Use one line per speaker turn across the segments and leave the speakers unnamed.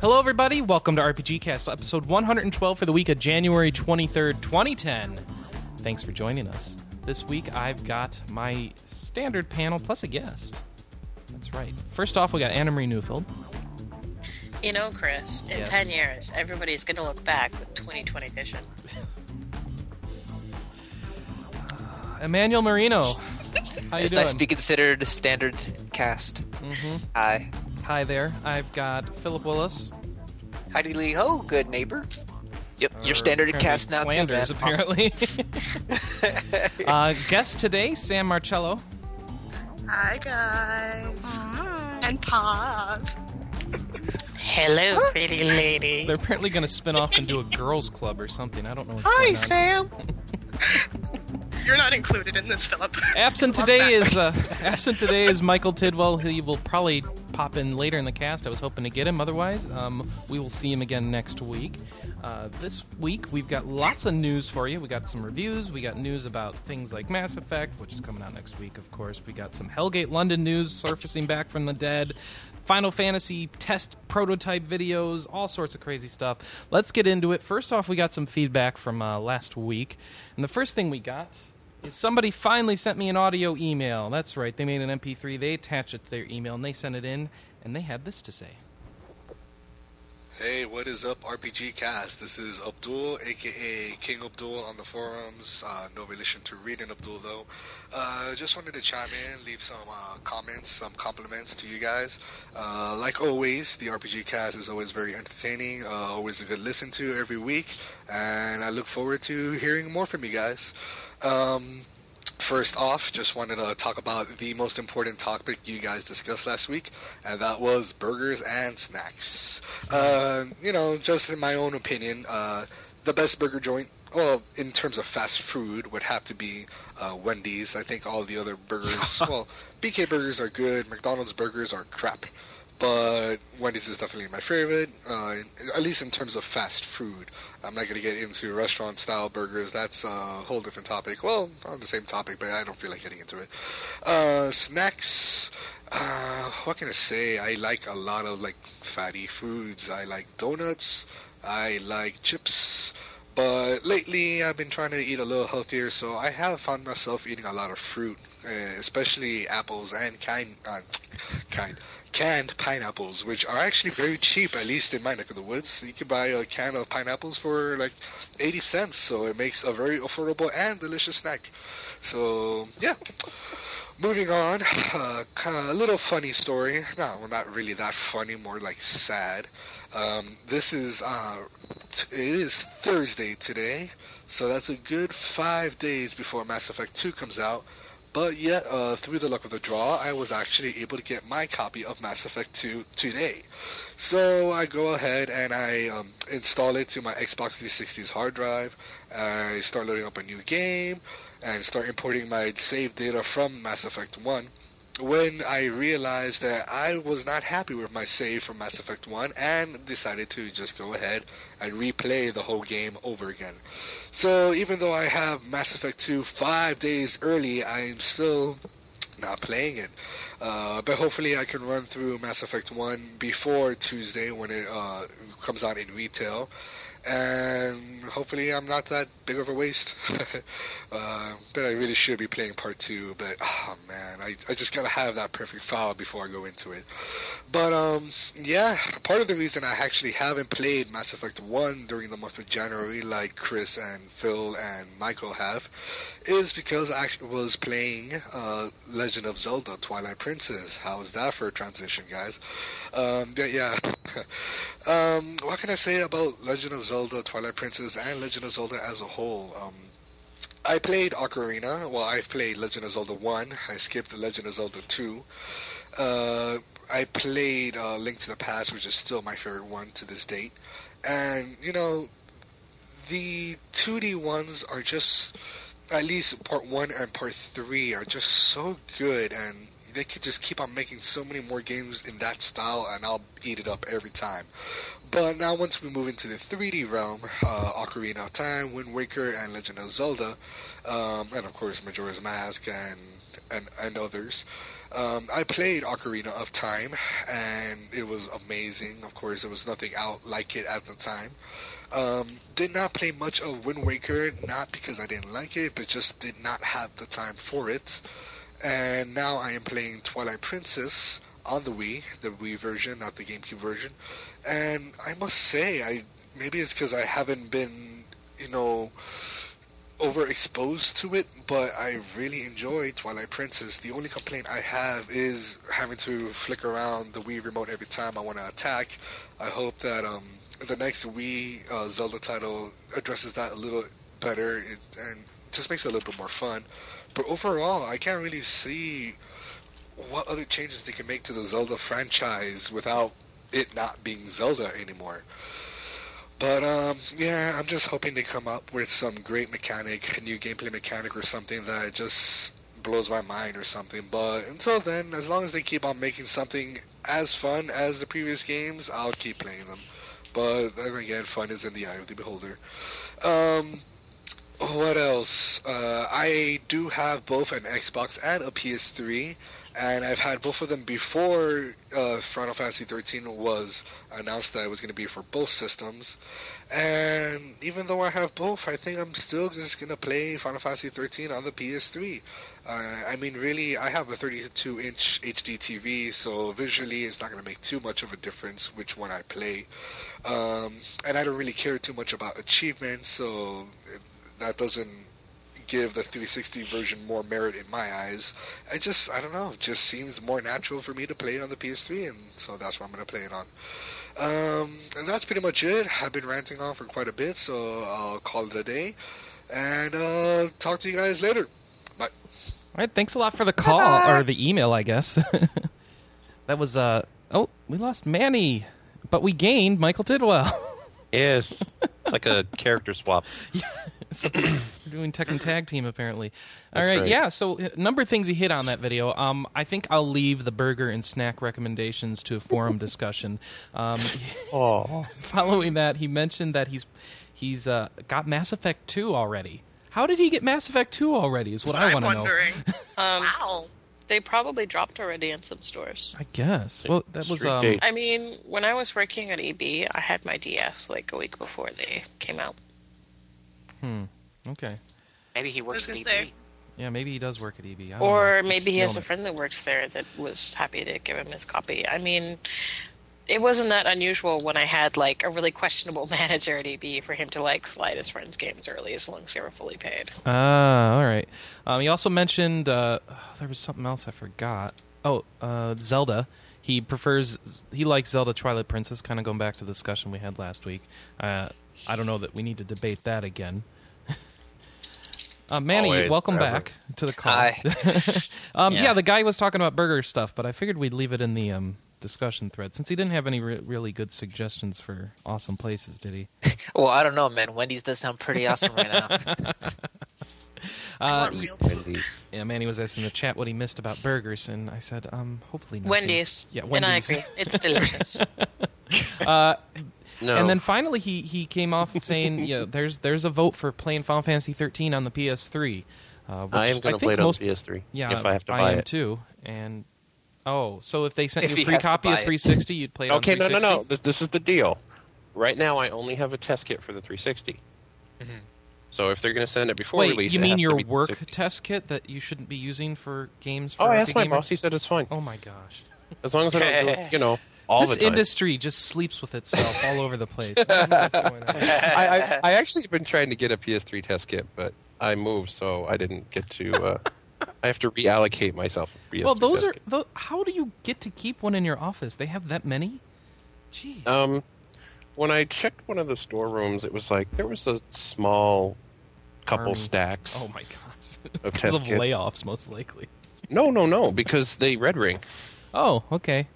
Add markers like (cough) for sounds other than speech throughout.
Hello, everybody. Welcome to RPG Cast, episode 112 for the week of January 23rd, 2010. Thanks for joining us. This week, I've got my standard panel plus a guest. That's right. First off, we got Anna Marie Newfield.
You know, Chris, in
Yes.
10 years, everybody's going to look back with 2020 vision.
Emmanuel
(laughs)
Marino. How you
It's
doing?
nice to be considered standard cast.
Mhm.
Hi.
Hi there. I've got Philip Willis.
Heidi Lee Ho, good neighbor.
Yep,
Or
you're standard
apparently
cast now
Flanders,
too, man.
apparently. (laughs)
(laughs)
uh, guest today, Sam Marcello.
Hi guys. And pause.
Hello, pretty lady.
They're apparently going to spin off and do a girls' club or something. I don't know. What's
Hi,
going on.
Sam.
(laughs) You're not included in this, Philip.
Absent
Love
today
that.
is uh, absent today is Michael Tidwell. He will probably pop in later in the cast. I was hoping to get him. Otherwise, um, we will see him again next week. Uh, this week we've got lots of news for you. We got some reviews. We got news about things like Mass Effect, which is coming out next week. Of course, we got some Hellgate London news surfacing back from the dead. Final Fantasy test prototype videos, all sorts of crazy stuff. Let's get into it. First off, we got some feedback from uh, last week. And the first thing we got is somebody finally sent me an audio email. That's right, they made an MP3, they attached it to their email, and they sent it in, and they had this to say.
Hey, what is up, RPG Cast? This is Abdul, aka King Abdul, on the forums. Uh, no relation to Reed and Abdul, though. Uh, just wanted to chime in, leave some uh, comments, some compliments to you guys. Uh, like always, the RPG Cast is always very entertaining, uh, always a good listen to every week, and I look forward to hearing more from you guys. Um, First off, just wanted to talk about the most important topic you guys discussed last week, and that was burgers and snacks. Uh, you know, just in my own opinion, uh, the best burger joint, well, in terms of fast food, would have to be uh, Wendy's. I think all the other burgers, well, BK burgers are good, McDonald's burgers are crap. But Wendy's is definitely my favorite, uh, at least in terms of fast food. I'm not going to get into restaurant style burgers. That's a whole different topic. Well, on the same topic, but I don't feel like getting into it. Uh, snacks. Uh, what can I say? I like a lot of like fatty foods. I like donuts. I like chips. But lately, I've been trying to eat a little healthier, so I have found myself eating a lot of fruit, uh, especially apples and kind, uh, kind, canned pineapples, which are actually very cheap, at least in my neck of the woods. You can buy a can of pineapples for like 80 cents, so it makes a very affordable and delicious snack. So, yeah. Moving on, uh, kinda a little funny story. No, well, not really that funny, more like sad. Um, this is, uh, t- it is Thursday today, so that's a good five days before Mass Effect 2 comes out. But yet, uh, through the luck of the draw, I was actually able to get my copy of Mass Effect 2 today. So I go ahead and I um, install it to my Xbox 360's hard drive. I start loading up a new game and start importing my save data from Mass Effect 1. When I realized that I was not happy with my save from Mass Effect 1 and decided to just go ahead and replay the whole game over again. So even though I have Mass Effect 2 five days early, I am still not playing it. Uh, but hopefully I can run through Mass Effect 1 before Tuesday when it uh, comes out in retail. And hopefully I'm not that big of a waste. (laughs) uh, but I really should be playing part 2. But, oh man, I, I just gotta have that perfect file before I go into it. But um, yeah, part of the reason I actually haven't played Mass Effect One during the month of January, like Chris and Phil and Michael have, is because I act- was playing uh, Legend of Zelda: Twilight Princess. How's that for a transition, guys? Um, but yeah, (laughs) um, what can I say about Legend of Zelda: Twilight Princess and Legend of Zelda as a whole? Um, I played Ocarina. Well, I played Legend of Zelda 1. I skipped Legend of Zelda 2. Uh, I played uh, Link to the Past, which is still my favorite one to this date. And, you know, the 2D ones are just, at least part 1 and part 3, are just so good. And they could just keep on making so many more games in that style, and I'll eat it up every time. But now, once we move into the 3D realm, uh, Ocarina of Time, Wind Waker, and Legend of Zelda, um, and of course Majora's Mask and and, and others. Um, I played Ocarina of Time, and it was amazing. Of course, there was nothing out like it at the time. Um, did not play much of Wind Waker, not because I didn't like it, but just did not have the time for it. And now I am playing Twilight Princess on the Wii, the Wii version, not the GameCube version. And I must say, I maybe it's because I haven't been, you know, overexposed to it, but I really enjoy Twilight Princess. The only complaint I have is having to flick around the Wii remote every time I want to attack. I hope that um, the next Wii uh, Zelda title addresses that a little better it, and just makes it a little bit more fun. But overall, I can't really see what other changes they can make to the Zelda franchise without it not being Zelda anymore. But um, yeah, I'm just hoping they come up with some great mechanic, new gameplay mechanic, or something that just blows my mind or something. But until then, as long as they keep on making something as fun as the previous games, I'll keep playing them. But then again, fun is in the eye of the beholder. Um, what else? Uh, I do have both an Xbox and a PS3, and I've had both of them before uh, Final Fantasy 13 was announced that it was going to be for both systems. And even though I have both, I think I'm still just going to play Final Fantasy 13 on the PS3. Uh, I mean, really, I have a 32 inch HD TV, so visually it's not going to make too much of a difference which one I play. Um, and I don't really care too much about achievements, so uh, that doesn't give the 360 version more merit in my eyes. I just, I don't know, it just seems more natural for me to play it on the PS3, and so that's what I'm going to play it on. Um, and that's pretty much it. I've been ranting on for quite a bit, so I'll call it a day. And uh, talk to you guys later. Bye.
All right, thanks a lot for the call or the email, I guess. (laughs) that was uh oh, we lost Manny, but we gained Michael Tidwell. (laughs)
Yes. It's like a character swap.
So we're doing Tekken Tag Team apparently. All
That's
right,
right.
yeah. So a number of things he hit on that video. Um, I think I'll leave the burger and snack recommendations to a forum discussion. Um,
Oh.
(laughs) following that, he mentioned that he's he's uh, got Mass Effect two already. How did he get Mass Effect two already? Is what I
I'm
want to know.
(laughs)
wondering.
Um,
Wow.
They probably dropped already in some stores.
I guess. Well, that was
Street
um,
date.
I mean, when I was working at EB, I had my DS like a week before they came out.
okay.
Maybe he works
I
at
was
EB.
gonna
E
say-
Yeah, maybe he does work at EB. I don't
Or
know.
maybe he has a
Stealing
friend that works there that was happy to give him his copy. I mean, it wasn't that unusual when I had like a really questionable (laughs) manager at EB for him to like slide his friends' games early as long as they were fully paid.
it. Ah, all right. Um, he also mentioned uh, (sighs) there was something else I forgot. Oh, uh, Zelda. He prefers he likes Zelda Twilight Princess. Kind of going back to the discussion we had last week. Uh, I don't know that we need to debate that again. (laughs) Uh, Manny,
Always,
welcome
forever.
back to the call.
Hi.
(laughs) um, yeah.
Yeah.
the guy was talking about burger stuff, but I figured we'd leave it in the um, discussion thread since he didn't have any re- really good suggestions for awesome places, did he?
Well, I don't know, man. Wendy's does sound pretty awesome
(laughs)
right now.
I
Uh,
want real food.
Wendy's.
Yeah, Manny was asking the chat what he missed about burgers, and I said, um, hopefully nothing.
Wendy's.
Yeah,
And I
Wendy's.
agree. It's delicious.
No.
And then finally, he he came off saying, yeah, there's there's a vote for playing Final Fantasy 13 on the PS3. Uh, which
I am going to
think
play it on
most-
PS3
Yeah,
if I have to
I
buy
am
it.
too. And oh, so if they sent
If
you a
he
free
has to
copy of
buy it.
360, you'd play it
Okay,
on
no, no,
360.
no. This, this is the deal. Right now, I only have a test kit for the 360. So if they're going to send it before
Mm-hmm. Wait,
release,
you
it
mean
has to
your
be
work
360.
test kit that you shouldn't be using for games? For
Oh, I
Epic
asked my
Gamer?
boss. He said it's fine.
Oh my gosh.
As long as I don't, do it, you know, (laughs) all
this
the time.
industry just sleeps with itself all over the place. I don't know
(laughs)
what's going on.
I, I,
(laughs)
I actually have been trying to get a PS3 test kit, but I moved, so I didn't get to. Uh, I have to reallocate myself. a PS3
Well, those
test
are.
kit.
Tho- how do you get to keep one in your office? They have that many. Jeez.
Um, when I checked one of the storerooms, it was like there was a small couple
Army.
stacks
oh my gosh. (laughs)
of
Because
test
of
kits.
layoffs, most likely.
No, no, no, because they red ring.
Oh, okay.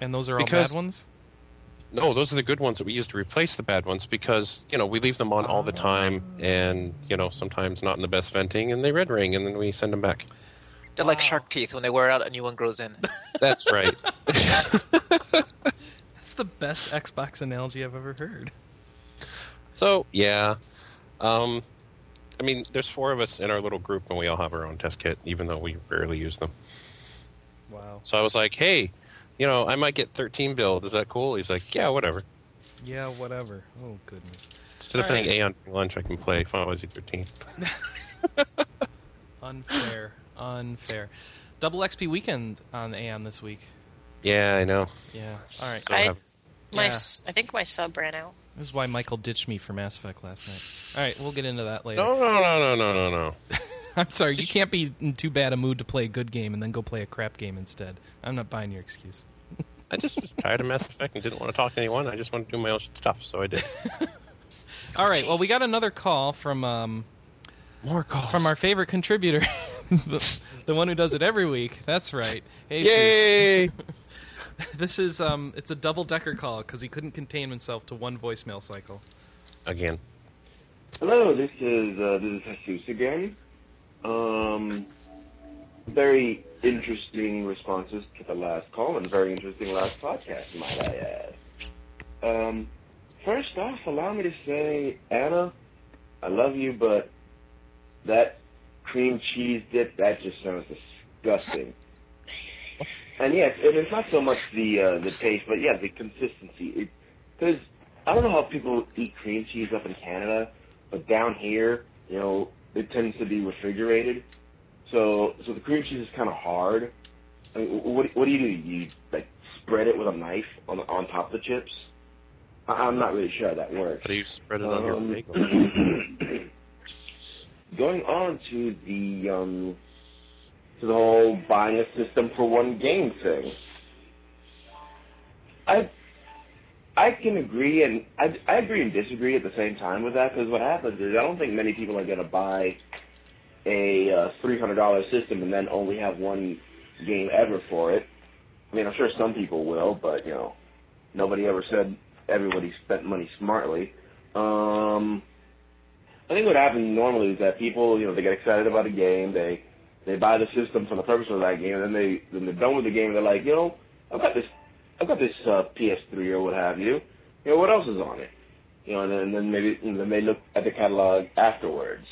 And those are all
Because-
bad ones.
No, those are the good ones that we use to replace the bad ones because you know we leave them on all
Oh.
the time, and you know sometimes not in the best venting, and they red ring, and then we send them back.
They're like shark teeth. When they wear out, a new one
(laughs)
grows in.
That's right.
That's the best Xbox analogy I've ever heard.
So yeah, um, I mean, there's four of us in our little group, and we all have our own test kit, even though we rarely use them.
Wow.
So I was like, hey, you know, I might get 13 build. Is that cool? He's like, yeah, whatever.
Yeah, whatever. Oh, goodness.
Instead of
All right.
playing A on lunch, I can play Final Fantasy 13.
Unfair. Unfair. Double XP weekend on Aeon this week.
Yeah, I know.
Yeah. All right.
So I
I-
have-
My,
Yeah.
s I think my sub ran out.
This is why Michael ditched me for Mass Effect last night. All right, we'll get into that later.
no, no, no, no, no, no, no.
(laughs) I'm sorry, you can't be in too bad a mood to play a good game and then go play a crap game instead. I'm not buying your excuse.
I just was tired of Mass Effect and didn't want to talk to anyone. I just wanted to do my own stuff, so
(laughs)
I did.
All right, well, we
Jeez.
got another call from um,
More calls.
from our favorite contributor, (laughs) the, the one who does it every week. That's right. Hey,
Yay!
this is um, it's a double decker call because he couldn't contain himself to one voicemail cycle.
Again.
Hello, this is uh, this is Jesus again. Um, very interesting responses to the last call and very interesting last podcast, might I add. Um, first off, allow me to say, Anna, I love you, but that cream cheese dip that just sounds disgusting. And yes, and it's not so much the uh, the taste, but yeah, the consistency. Because I don't know how people eat cream cheese up in Canada, but down here, you know, it tends to be refrigerated. So, so the cream cheese is kind of hard. I mean, wh- what what do you do? You like spread it with a knife on on top of the chips? I, I'm not really sure how that works.
How do you spread it on
Um,
your
(clears throat)
bagel? Oh,
Going on to the um, to the whole buying a system for one game thing. I I can agree and I, I agree and disagree at the same time with that because what happens is I don't think many people are going to buy a uh, three hundred dollar system and then only have one game ever for it. I mean, I'm sure some people will, but you know, nobody ever said everybody spent money smartly. Um, I think what happens normally is that people, you know, they get excited about a game, they they buy the system for the purpose of that game, and then they then they're done with the game, and they're like, you know, I've got this, I've got this uh, PS3 or what have you. You know, what else is on it? You know, and then, and then maybe and then they look at the catalog afterwards.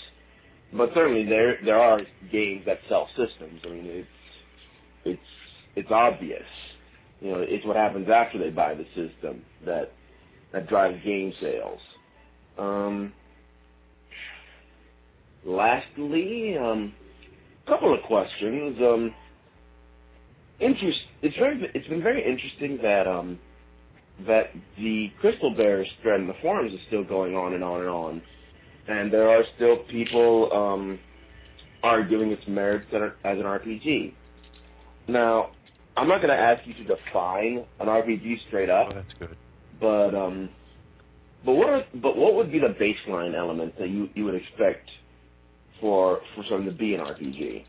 But certainly there there are games that sell systems. I mean, it's it's it's obvious. You know, it's what happens after they buy the system that that drives game sales. Um, lastly, um, couple of questions. Um, interest. It's very. It's been very interesting that um, that the Crystal Bears thread in the forums is still going on and on and on, and there are still people um, arguing its merits as an- as an RPG. Now, I'm not going to ask you to define an RPG straight
Oh,
up,
that's good.
but um, but what are, but what would be the baseline elements that you, you would expect for for something to be an RPG?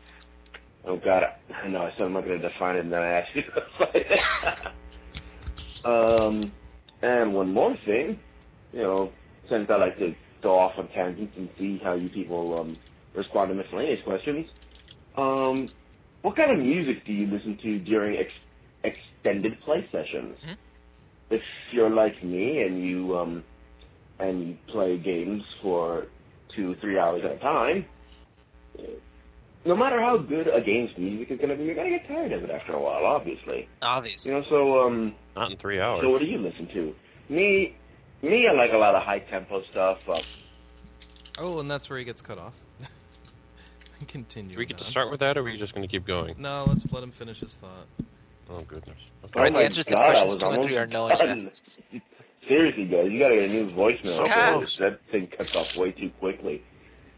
Oh God, I know I said I'm not going to define it, and then I asked you to define it. (laughs) um, and one more thing, you know, since I like to go off on tangents and see how you people um, respond to miscellaneous questions, um, what kind of music do you listen to during ex- extended play sessions? if you're like me and you um and you play games for two three hours at a time no matter how good a game's music is going to be you're going to get tired of it after a while obviously
Obviously.
you know so um
Not in three
so what
hours.
do you listen to me me i like a lot of high tempo stuff uh,
Oh, and that's where he gets cut off. (laughs) Continue.
Do we get to
on.
start with that, or are we just going to keep going?
No, let's let him finish his thought.
Oh, goodness. Okay.
All right,
Oh
the
my
answers to
God, I
questions
was
two and three are
almost
no
done.
and yes.
Seriously, guys, you gotta get a new voicemail.
So
because
close.
That thing cuts off way too quickly.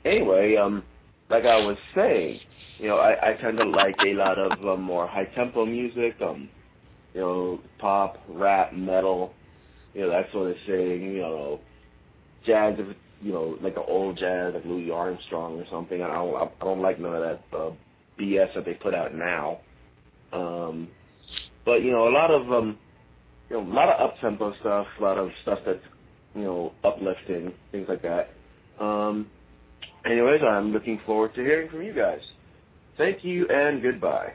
Anyway, um, like I was saying, you know, I, I tend to like a lot of um, more high tempo music, um, you know, pop, rap, metal, you know, that sort of thing, you know, jazz, if it's, you know, like the old jazz, like Louis Armstrong or something. I don't, I don't like none of that uh, BS that they put out now. Um, but you know, a lot of um, you know, a lot of up tempo stuff, a lot of stuff that's you know uplifting, things like that. Um, anyways, I'm looking forward to hearing from you guys. Thank you and goodbye.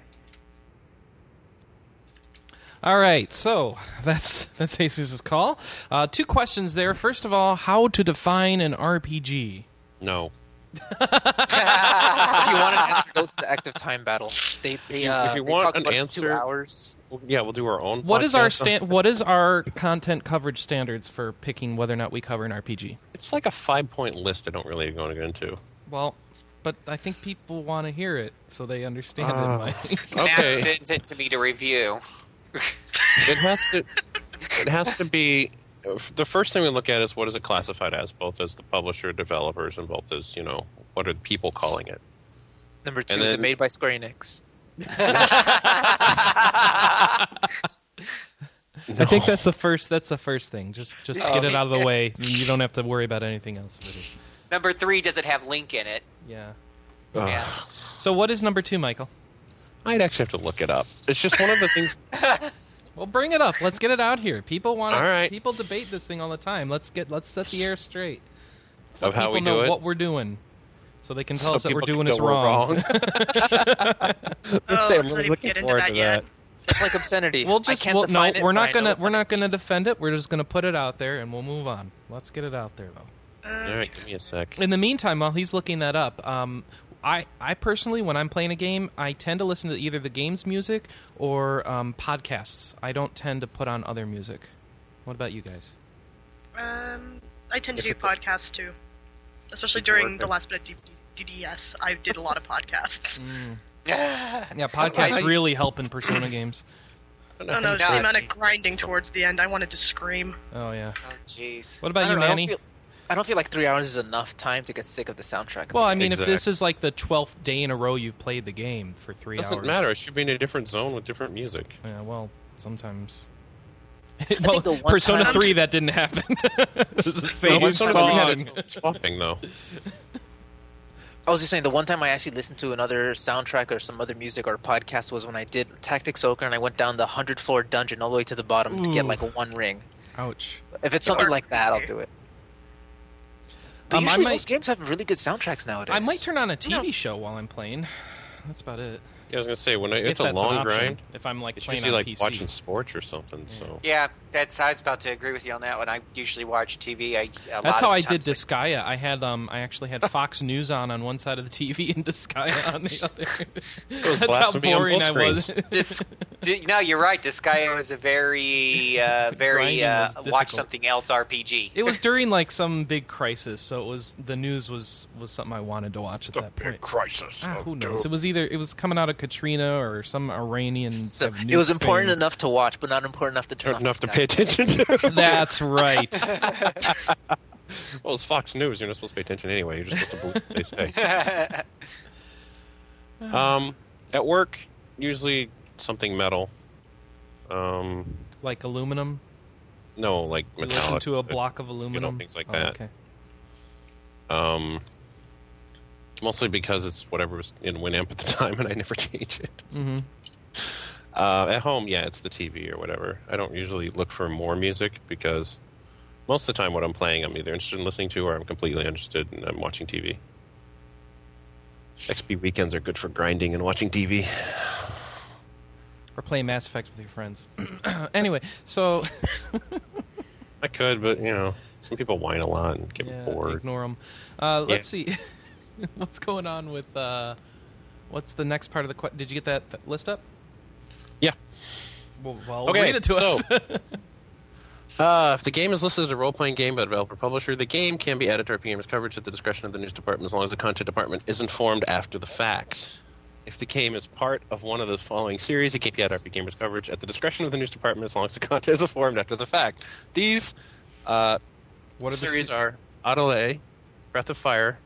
All right, so (laughs) that's that's Jesus's call. Uh, two questions there. First of all, how to define an RPG?
No.
if you want an answer, go to the active time battle. They, they,
If you-
uh,
if you
they
want
talk
an
about two
answer-
hours.
Yeah, we'll do our own.
What is our
podcast.
sta- What is our content coverage standards for picking whether or not we cover an RPG?
It's like a five point list. I don't really want to get into.
Well, but I think people want to hear it so they understand
Ah.
it.
(laughs)
Mike.
Okay.
Matt sends it to me to review.
(laughs) It has to. it has to be. The first thing we look at is what is it classified as, both as the publisher, developers, and both as you know what are the people calling it.
Number two
And
is it
then-
made by Square
(laughs)
Enix?
I think that's the first. That's the first thing. Just just get it out of the
(laughs)
way. You don't have to worry about anything else. With it.
(laughs) Number three, does it have Link in it?
Yeah.
Ugh.
Yeah.
So what is number two, Michael?
I'd actually have to look it up. It's just one of
(laughs)
the things.
Well, bring it up. Let's get it out here. People want.
All right.
People debate this thing all the time. Let's get. Let's set the air straight. Let's
Of
let
how we
people know
do it?
what we're doing, so they can tell
so
us that we're
people
doing
go,
is
"We're
wrong. (laughs)
Let's say
let's not even Oh, get into that yet.
It's like obscenity.
We'll
I
just.
can't
we'll- no,
define it,
we're
but I
not
know
gonna.
what
We're
it
not
is.
gonna defend it. We're just gonna put it out there, and we'll move on. Let's get it out there, though.
All
Um,
right, give me a sec.
in the meantime, while he's looking that up, um, I I personally, when I'm playing a game, I tend to listen to either the game's music or um, podcasts. I don't tend to put on other music. What about you guys?
Um, I tend to
If
do
it's a-
podcasts too, especially
It's
during the
working.
last bit of D- DDS. I did a lot of
Mm.
podcasts.
Yeah, podcasts
Right.
really help in Persona games.
I
I don't know, just
Yeah.
the amount of grinding towards the end. I wanted to scream.
Oh yeah.
Oh, jeez.
What
I
about you,
don't know, I don't
Manny?
feel- I don't feel like three hours is enough time to get sick of the soundtrack.
Well, I mean, if this
Exact.
is like the twelfth day in a row you've played the game for three
Doesn't
hours,
matter. It should be in a different zone with different music.
Yeah, well, sometimes.
think the
(laughs) well,
one
Persona
time-
three that didn't happen. (laughs) it was the
No,
same
but some of them
song.
had it swapping though.
I was just saying the one time I actually listened to another soundtrack or some other music or podcast was when I did Tactics Ogre and I went down the hundred floor dungeon all the way to the bottom to get
Ooh.
like one ring.
Ouch.
If it's something
Or-
like that, I'll do it. But
Um, I
usually
might-
those games have really good soundtracks nowadays.
I might turn on a TV
No.
show while I'm playing. That's about it.
Yeah, I was gonna say when I,
If
it's a
that's an
long
option,
grind.
If I'm like
It's
playing
usually
on
like
PC.
watching sports or something. So
Yeah, that's. I was about to agree with you on that one. I usually watch TV. I, a lot
That's how
of
I
the
did
times, like-
Disgaea. I had um, I actually had Fox News on on one side of the TV and Disgaea on the other. That's how
blasphemy on
boring
both
I was.
Dis- di- no, you're right. Disgaea was
(laughs)
a very, uh, very
Grinding
uh,
was difficult.
watch something else RPG.
(laughs) it was during like some big crisis, so it was the news was was something I wanted to watch at that point.
crisis.
Ah,
of
who
doom.
knows? It was either it was coming out of Katrina or some Iranian.
So
some
it was
nuke
important
thing.
enough to watch, but not important enough to turn off
enough
the
to pay
(laughs)
attention to.
That's right.
well, it's Fox News. You're not supposed to pay attention anyway. You're just supposed to believe what they say.
(laughs)
(laughs)
Um, at work, usually something metal. Um,
like aluminum.
no, like
You listen
metallic.
to a block of aluminum.
things like
Oh,
that.
Okay.
Um, mostly because it's whatever was in Winamp at the time, and I never (laughs) change it.
Mm-hmm.
Uh, at home, yeah, it's the TV or whatever. I don't usually look for more music because most of the time, what I'm playing, I'm either interested in listening to or I'm completely interested and I'm watching TV. XP weekends are good for grinding and watching TV.
Or play Mass Effect with your friends. (clears throat) anyway, so (laughs)
I could, but you know, some people whine a lot and get
yeah,
bored.
ignore them. Uh, let's see (laughs) what's going on with uh, what's the next part of the question. Did you get that, that list up?
Yeah.
Well, well
Okay,
read it to us.
so- Uh, if the game is listed as a role playing game by developer publisher, the game can be added to our gamer's coverage at the discretion of the news department as long as the content department is informed after the fact. If the game is part of one of the following series, it can be added to our gamer's coverage at the discretion of the news department as long as the (laughs) content is informed after the fact. These uh,
(laughs) what are the
series
se-
are Adelaide, Breath of Fire,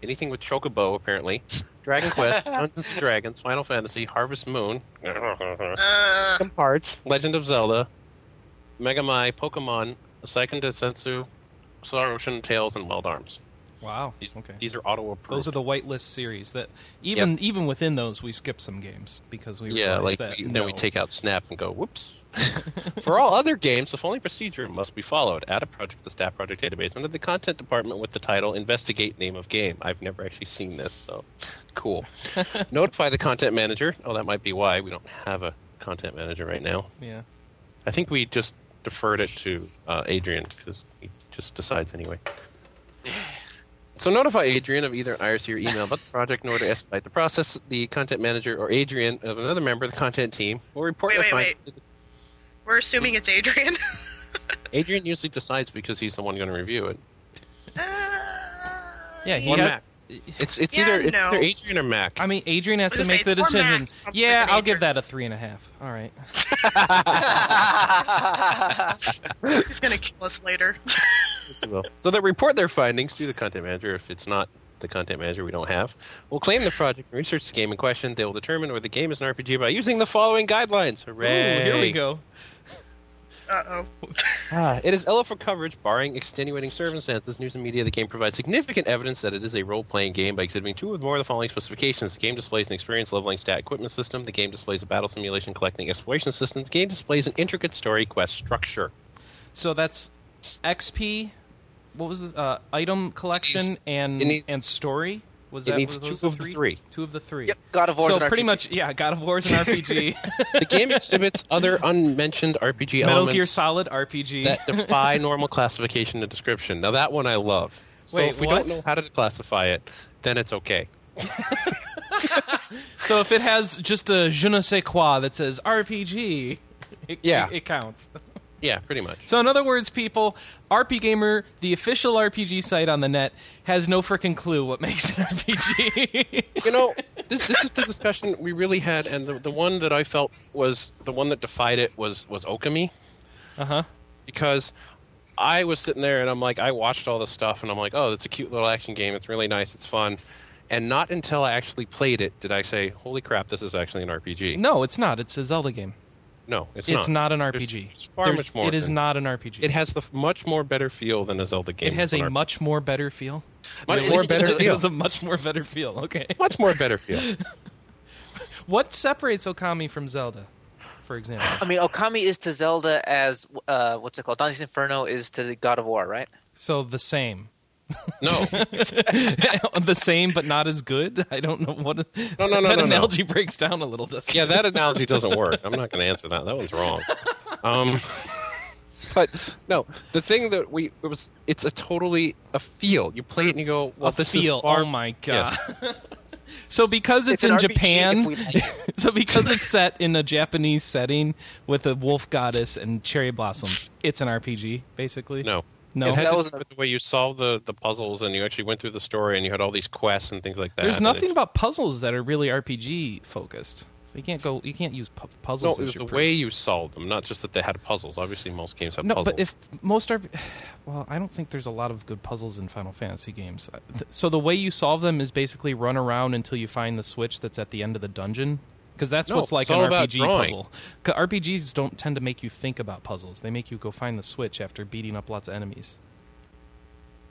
anything with Chocobo, apparently,
(laughs)
Dragon Quest, Dungeons and Dragons, Final Fantasy, Harvest Moon,
Uh,
Kingdom Hearts, Legend of Zelda, Megamai, Pokemon, Seiken Densetsu, Star Ocean Tales, and Wild Arms.
Wow.
These,
Okay.
these are auto approved.
Those are the whitelist series that even even within those we skip some games because we
yeah,
realize
like
that
we,
no.
then we take out Snap and go,
(laughs)
whoops. For all other games, the following procedure must be followed. Add a project to the staff project database under the content department with the title Investigate Name of Game. I've never actually seen this, so
(laughs)
cool. Notify the content manager. Oh, that might be why we don't have a content manager right now.
yeah.
I think we just deferred it to uh, Adrian because he just decides anyway. So notify Adrian of either IRC or email about the project in order to expedite the process. The content manager or Adrian of another member of the content team will report
Wait,
their
wait,
findings to the-
We're assuming it's Adrian. (laughs)
Adrian usually decides because he's the one going to review it.
Uh,
Yeah, he
Or
got-
Mac. It's it's
Yeah,
either, it's
no.
either Adrian or Mac.
I mean, Adrian has
I
to
was
make the
gonna say, it's more
decision.
Max probably
Yeah,
than
I'll
Adrian.
give that a three and a half. All right.
(laughs) He's gonna kill us later. (laughs)
Yes, we will. So they report their findings to the content manager. If it's not the content manager we don't have, we'll claim the project and research the game in question. They will determine whether the game is an RPG by using the following guidelines. Hooray!
Ooh, here we go.
Uh oh.
Ah, it is Ella for coverage, barring extenuating circumstances. News and media, the game provides significant evidence that it is a role playing game by exhibiting two or more of the following specifications. The game displays an experience leveling stat equipment system. The game displays a battle simulation collecting exploration system. The game displays an intricate story quest structure.
So that's XP. What was this? Uh, item collection and
it needs-
and story. Was
it
that
needs
was those
two of the three.
Two of the three.
Yep, God of War's
so
an
pretty
RPG.
much, yeah. God of
(laughs)
War's an RPG.
The
(laughs)
game exhibits other unmentioned RPG
Metal
elements.
Gear Solid RPG.
(laughs) that defy normal classification and description. Now that one I love. So
Wait,
if we
what?
don't know how to classify it, then it's okay.
(laughs) so if it has just a je ne sais quoi that says RPG, it,
Yeah.
it, it counts.
Yeah, pretty much.
So in other words, people, RP Gamer, the official RPG site on the net, has no freaking clue what makes an
(laughs)
RPG.
(laughs) You know, this, this is the discussion we really had, and the, the one that I felt was the one that defied it was was Okami,
uh huh.
because I was sitting there and I'm like, I watched all this stuff, and I'm like, oh, it's a cute little action game. It's really nice. It's fun. And not until I actually played it did I say, holy crap, this is actually an RPG.
No, it's not. It's a Zelda game.
No, it's,
It's not, an
There's-
RPG.
there's far
There's-
much more
It is
than-
not an RPG.
It has the f- much more better feel than a Zelda game.
It has
than
a
an
much more better feel.
Much
It (laughs)
more
has-
better
it
feel.
has a much more better feel.
(laughs)
Okay.
much more
(laughs)
better feel.
What separates Okami from Zelda, for example?
I mean, Okami is to Zelda as uh, what's it called? Dante's Inferno is to God of War, right?
So the same. (laughs)
No,
the same, but not as good. I don't know what.
No, no,
That
no, no, no.
analogy breaks down a little, doesn't
yeah,
it?
that analogy doesn't work. I'm not going to answer that. That one's wrong. Um, (laughs) but no, the thing that we it was it's a totally a feel. You play it and you go, well,
A
this
feel.
is far.
oh my god. (laughs) so because it's, in
an RPG
Japan,
if we like it.
(laughs) so because it's set in a Japanese setting with a wolf goddess and cherry blossoms, it's an RPG basically.
No.
No.
it had
That
to
was-
do with the way you solved the, the puzzles and you actually went through the story and you had all these quests and things like that.
There's
and
nothing
it-
about puzzles that are really RPG focused. So you can't go. You can't use pu-
No,
puzzles.
it
as
was the
your
way you solved them, not just that they had puzzles. Obviously, most games have
No,
puzzles.
but if most are, (sighs) well, I don't think there's a lot of good puzzles in Final Fantasy games. Uh, Th- So the way you solve them is basically run around until you find the switch that's at the end of the dungeon. Because that's
No,
what's like
it's
an
all about
RPG
drawing.
puzzle. 'Cause RPGs don't tend to make you think about puzzles. They make you go find the switch after beating up lots of enemies.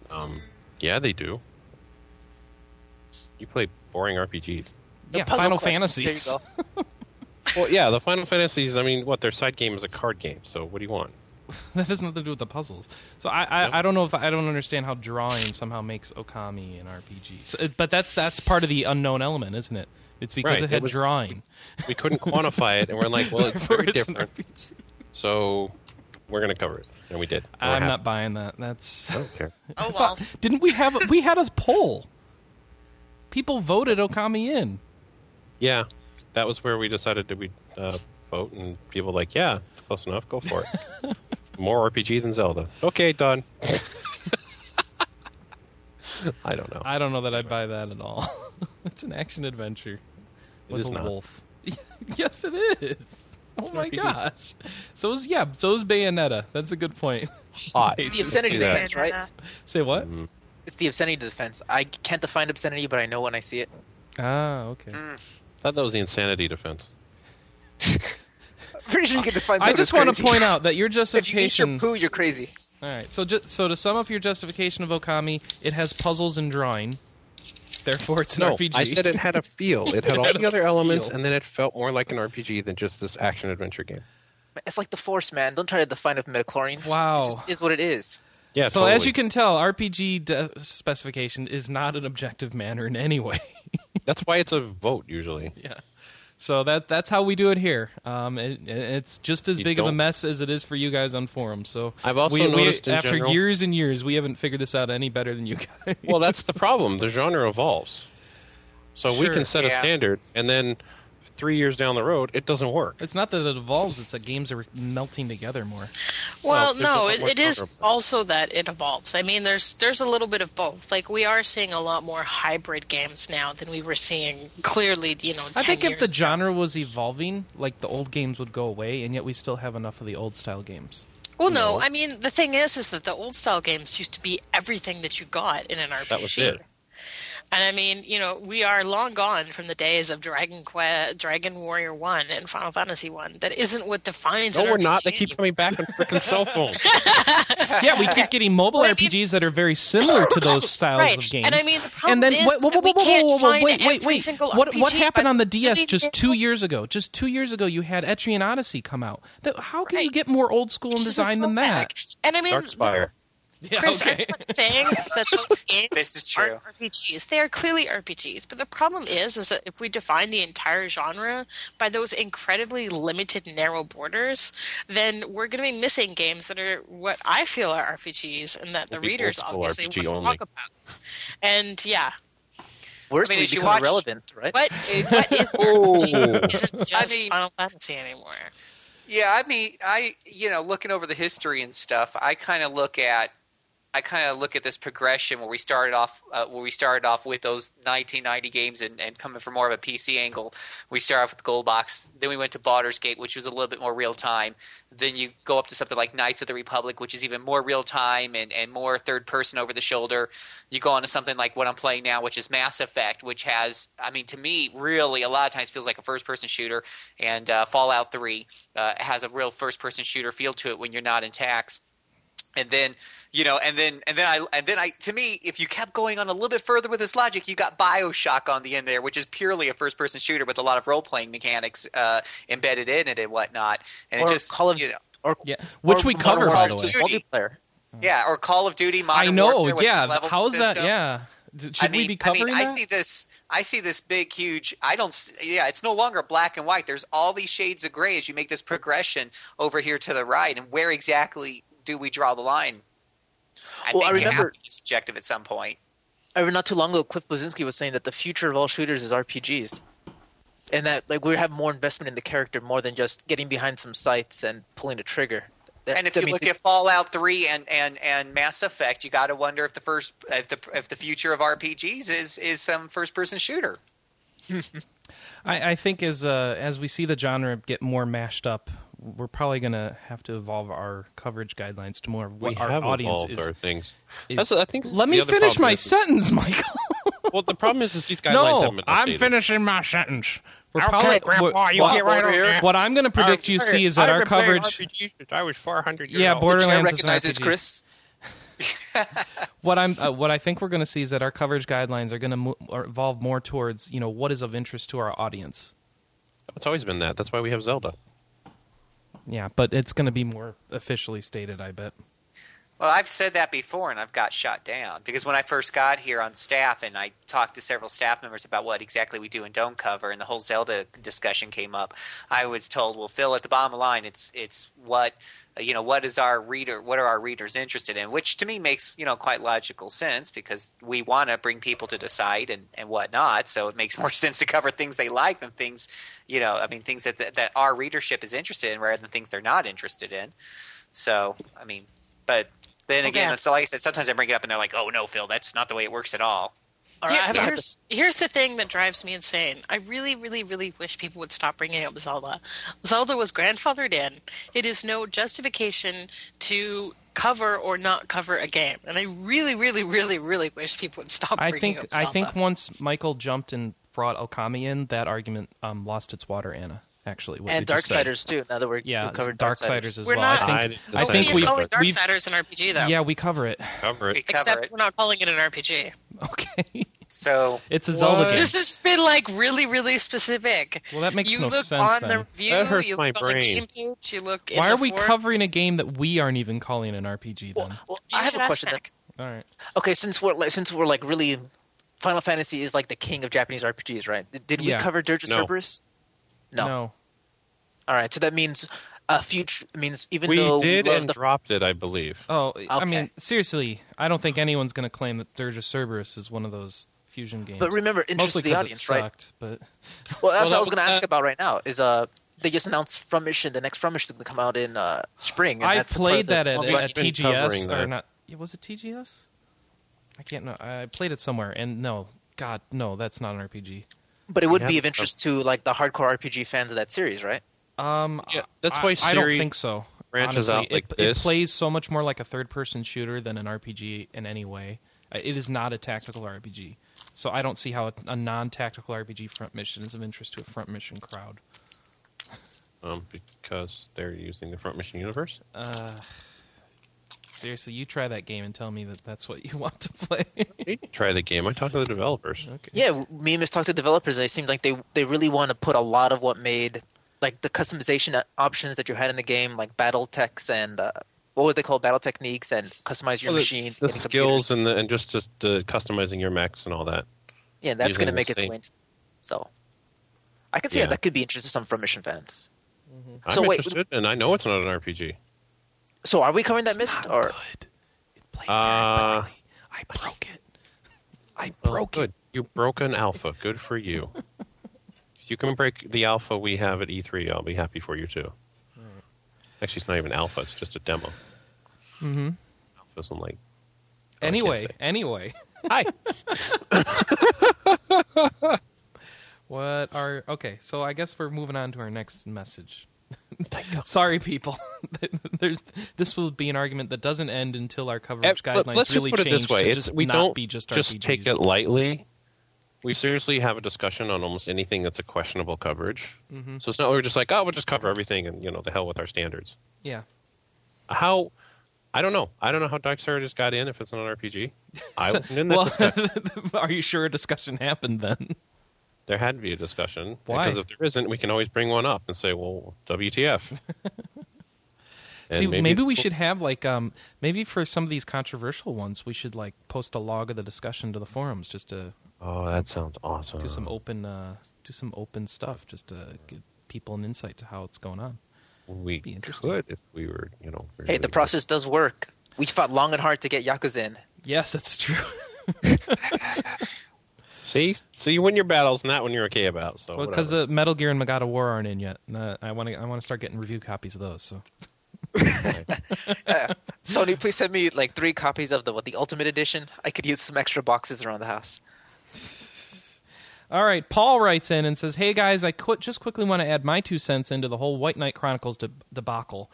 um, yeah, they do. You play boring RPGs.
yeah,
Puzzle
Final
quest.
Fantasies.
There you go.
Well, yeah, the Final Fantasies. I mean, what their side game is a card game. So what do you want?
(laughs) that has nothing to do with the puzzles. So I, I,
No.
I don't know if I don't understand how drawing somehow makes Okami an RPG. So, it- but that's that's part of the unknown element, isn't it? It's because
Right,
it had
it was-
drawing.
We couldn't quantify it, and we're like, well, (laughs) it's
Therefore,
(laughs) very
it's an
different.
RPG.
So we're gonna cover it, and we did. And we're
I'm not
happy.
buying that. That's
I don't care.
Oh well.
didn't we have we had a poll? People voted Okami in.
Yeah, that was where we decided that we uh, vote, and people were like, yeah, it's close enough. Go for it.
(laughs)
More RPG than Zelda. Okay, done. (laughs) I don't know.
I don't know that I'd buy that at all. (laughs) it's an action adventure
It
with
is
a
not.
wolf. (laughs) yes, it is. Oh my
RPG.
gosh. So is yeah. So is Bayonetta. That's a good point. (laughs)
Hot.
It's the obscenity
Yeah.
defense, right?
Say what?
It's the obscenity defense. I can't define obscenity, but I know when I see (laughs) it.
Mm-hmm.
Ah, okay.
thought that was the insanity defense.
Pretty sure you can define.
I
something
just
as
want to
crazy.
point out that your
(laughs) If you eat
justification.
your poo, you're crazy.
All right. So just so to sum up your justification of Okami, it has puzzles and drawing. Therefore, it's an
no,
RPG.
I said it had a feel.
(laughs)
It had all
had
the
a
other elements,
feel.
and then it felt more like an RPG than just this action adventure game.
It's like the Force, man. Don't try to define it with metachlorine.
Wow.
It just is what it is.
Yeah.
So as you can tell, RPG de- specification is not an objective manner in any way. (laughs)
that's why it's a vote usually.
yeah. So that that's how we do it here. Um, it, it's just as
You
big of a
don't-
mess as it is for you guys on forums. So
I've also
we, we-
noticed in
after
general-
years and years, we haven't figured this out any better than you guys. (laughs)
Well, that's the problem. The genre evolves. So we
Sure,
can set a
yeah.
standard, and then three years down the road, it doesn't work.
It's not that it evolves; it's that games are melting together more.
Well,
Well, there's a
no,
lot
it,
more
it is
cover.
also that it evolves. I mean, there's there's a little bit of both. Like we are seeing a lot more hybrid games now than we were seeing clearly. You know, 10
I think if
years
the genre was evolving, like the old games would go away, and yet we still have enough of the old style
(laughs)
games.
Well, no. I mean, the thing is, is that the old style games used to be everything that you got in an RPG.
That was it.
And I mean, you know, we are long gone from the days of Dragon Quest, Dragon Warrior One, and Final Fantasy One. That isn't what defines.
No,
an
we're not.
RPG
They keep
anymore.
coming back on
(laughs)
freaking cell phones.
yeah, we keep getting mobile
Well, I mean-
RPGs that are very similar to those
(coughs)
styles
Right.
of games.
And I mean, the problem
then
is
wait, whoa,
that we
whoa, whoa,
can't
whoa, whoa,
find
wait, wait,
every
wait.
single
what, what
RPG
happened
by
on the
the
DS just
bloody-
two years ago? Just two years ago, you had Etrian Odyssey come out. That, how can you
Right.
get more old school in
Which is a
design than that? (laughs)
throwback. (laughs) And I mean,
Darkspire.
Yeah,
Chris, (laughs) I'm not saying that
(laughs)
those games
This is
aren't RPGs. They are clearly RPGs. But the problem is, is that if we define the entire genre by those incredibly limited, narrow borders, then we're going to be missing games that are what I feel are RPGs, and that the
Will be
readers
old-school
obviously
RPG
want to
only.
talk about. And yeah,
Worse,
I mean,
we
if you
become
watch-
irrelevant, right?
(laughs)
what what is an
Oh.
RPG? Isn't just
I mean-
Final Fantasy anymore?
Yeah, I mean, I you know, looking over the history and stuff, I kind of look at, I kind of look at this progression where we started off, uh, where we started off with those 1990 games and, and coming from more of a PC angle. We start off with Gold Box, then we went to Baldur's Gate, which was a little bit more real time. Then you go up to something like Knights of the Republic, which is even more real time and, and more third person over the shoulder. You go on to something like what I'm playing now, which is Mass Effect, which has, I mean, to me, really a lot of times feels like a first person shooter, and uh, Fallout 3 uh, has a real first person shooter feel to it when you're not in tax and then you know and then and then i and then i to me if you kept going on a little bit further with this logic you got bioshock on the end there which is purely a first person shooter with a lot of role playing mechanics uh, embedded in it and whatnot and
Or
it just
Call of-
you know
Or
yeah, which
or
we
Modern
cover by
Warfare
the
Warfare
way.
too. Duty.
multiplayer.
yeah or call of duty modern
I know.
Warfare with its
yeah,
level
how is that?
system.
Yeah, D- should
I mean,
we be covering
I mean,
that?
I see this. I see this big, huge. I don't. s- Yeah, it's no longer black and white. There's all these shades of gray as you make this progression over here to the right. And where exactly do we draw the line? I
Well,
think
I
you
remember-
have to be subjective at some point.
I remember not too long ago, Cliff Blazinski was saying that the future of all shooters is RPGs, and that like we have more investment in the character more than just getting behind some sights and pulling a trigger. That-
And if
I
you
mean,
look
to-
at Fallout Three and, and, and Mass Effect, you got to wonder if the first if the if the future of RPGs is is some first person shooter.
I, I think as uh, as we see the genre get more mashed up, we're probably gonna have to evolve our coverage guidelines to more of what
We
our
have
audience
evolved
is.
our things.
is-
That's, I think
Let
the
me
other
finish
problem
my
is-
sentence, Michael.
Well, the problem is that these (laughs) guidelines
no,
haven't been
I'm
updated.
finishing my sentence. We're
Okay,
probably,
Grandpa,
we're-
you
what,
get right Um,
what-
over here.
What I'm going to predict you see is that our coverage.
I was 400
years Yeah, old. border-
the chair
Borderlands is an
recognizes
RPG.
Chris.
What I'm, uh, what I think we're going to see is that our coverage guidelines are going to mo- or evolve more towards you know what is of interest to our audience.
It's always been that. That's why we have Zelda.
Yeah, but it's going to be more officially stated, I bet.
Well, I've said that before, and I've got shot down because when I first got here on staff, and I talked to several staff members about what exactly we do and don't cover, and the whole Zelda discussion came up. I was told, "Well, Phil, at the bottom line, it's it's what you know, what is our reader, what are our readers interested in?" Which to me makes you know quite logical sense because we want to bring people to decide and and whatnot. So it makes more (laughs) sense to cover things they like than things, you know, I mean, things that that, that our readership is interested in rather than things they're not interested in. So I mean, but then
Well,
again,
yeah.
it's like I said, sometimes I bring it up and they're like, "Oh no, Phil, that's not the way it works at all."
All
Yeah,
right,
I have a
here's, here's the thing that drives me insane. I really, really, really wish people would stop bringing up Zelda. Zelda was grandfathered in. It is no justification to cover or not cover a game. And I really, really, really, really wish people would stop
I
bringing
think
up
I
Zelda.
think once Michael jumped and brought Okami in, that argument um, lost its water. Anna, actually, what
And
you just said.
Darksiders too. Now that we're
Yeah,
we've covered
Darksiders as
We're
well.
not-
I think I
I
think
Nobody
didn't
is
we
we've-
calling
we've-
Darksiders an RPG, though.
yeah we cover it. (laughs)
Cover
We
it.
cover
Except
it.
we're not calling it an RPG.
Okay,
So
it's a Zelda game.
This has been like really, really specific.
Well, that makes
you
no
look
sense,
on
then.
the review,
That hurts
you
my
look
brain.
on the game page, you look. in
Why are
the
we
forums.
covering a game that we aren't even calling an RPG then?
Well,
You
I have
should
a
ask
question.
Mac.
All right.
Okay, since we're like, since we're like really, Final Fantasy is like the king of Japanese RPGs, right? Did we
Yeah.
cover Dirge of
No.
Cerberus? No.
No.
All right. So that means a future means even
we
though
did
we love
and
the
dropped it, I believe.
Oh, I mean,
Okay.
seriously, I don't think anyone's going to claim that Dirge of Cerberus is one of those fusion games.
But remember, interest
mostly
of the
'cause
audience,
it
right?
sucked, But
Well, that's
Well,
what I was
that-
going to ask
uh,
about right now. Is uh, they just announced Frumish, and the next Frumish is going to come out in uh spring. And
I
that's a part of
played
the-
that at,
well,
They've
at
been
TGS
covering
or
that.
not? yeah, Was it TGS? I can't know. I played it somewhere, and no, God, no, that's not an RPG.
But it would
Yeah.
be of interest to like the hardcore RPG fans of that series, right?
Um,
Yeah, that's
I-
why
I, don't
series
think so.
branches
honestly.
out like
it,
this.
It plays so much more like a third-person shooter than an RPG in any way. Uh, It is not a tactical RPG, so I don't see how a, a non-tactical RPG front mission is of interest to a front mission crowd.
Um, because they're using the Front Mission universe.
Seriously, you try that game and tell me that that's what you (laughs) want to play.
They didn't try the game. I talked to the developers.
okay.
Yeah, w- me and Miss talked to developers, and it seemed like they they really want to put a lot of what made like the customization o- options that you had in the game, like battle techs and uh, what would they call battle techniques and customize your
Well, the-
machines,
the,
getting
skills
computers.
and the and just just uh, customizing your mechs and all that.
yeah, that's
using
going to
the
make its
same-
way. into- So, I could see yeah.
Yeah.
that could be interesting to some From Mission fans.
I'm
So wait-
interested, and I know it's not an RPG.
So, are we covering that mist or?
good. It played
Uh,
badly. I broke it. I
Well, good. You broke an alpha. Good for you. if you can break the alpha we have at E3, I'll be happy for you too. Actually, it's not even alpha. It's just a demo.
Mm-hmm.
Alpha's in like. oh, I can't
Anyway,
Oh, say.
anyway,
hi.
what are okay? So I guess we're moving on to our next
(laughs)
message. Sorry, people. (laughs) There's, this will be an argument that doesn't end until our coverage
Eh,
guidelines
but let's
really
just put it
change
this way:
to
it's,
just
we
not
don't
be just RPGs.
just take it lightly. We seriously have a discussion on almost anything that's a questionable coverage.
Mhm.
So it's not we're just like, oh, we'll just cover everything, and you know, the hell with our standards.
Yeah,
How? I don't know. I don't know how Dark Surges got in if it's not an
(laughs)
RPG. I wasn't in that
well, (laughs)
discussion.
are you sure a discussion happened then?
There had to be a discussion
Why?
because if there isn't, we can always bring one up and say, well,
(laughs)
WTF. And
See, maybe, we
it's-
should have like um maybe for some of these controversial ones we should like post a log of the discussion to the forums just to
Oh, that sounds awesome.
do some open uh do some open stuff just to give people an insight to how it's going on.
We
be interesting.
could if we were, you know.
Hey,
really-
the process does work. We fought long and hard to get Yakuza in.
Yes, that's (laughs) true.
See, so you win your battles, not when you're okay about. So
well, because
because
uh, Metal Gear and Magata War aren't in yet. And, uh, I want to I want to start getting review copies of those. So
Uh,
(laughs)
Sony, please send me like three copies of the what the Ultimate Edition. I could use some extra boxes around the house.
all right, Paul writes in and says, "Hey guys, I quit, just quickly want to add my two cents into the whole White Knight Chronicles deb- debacle."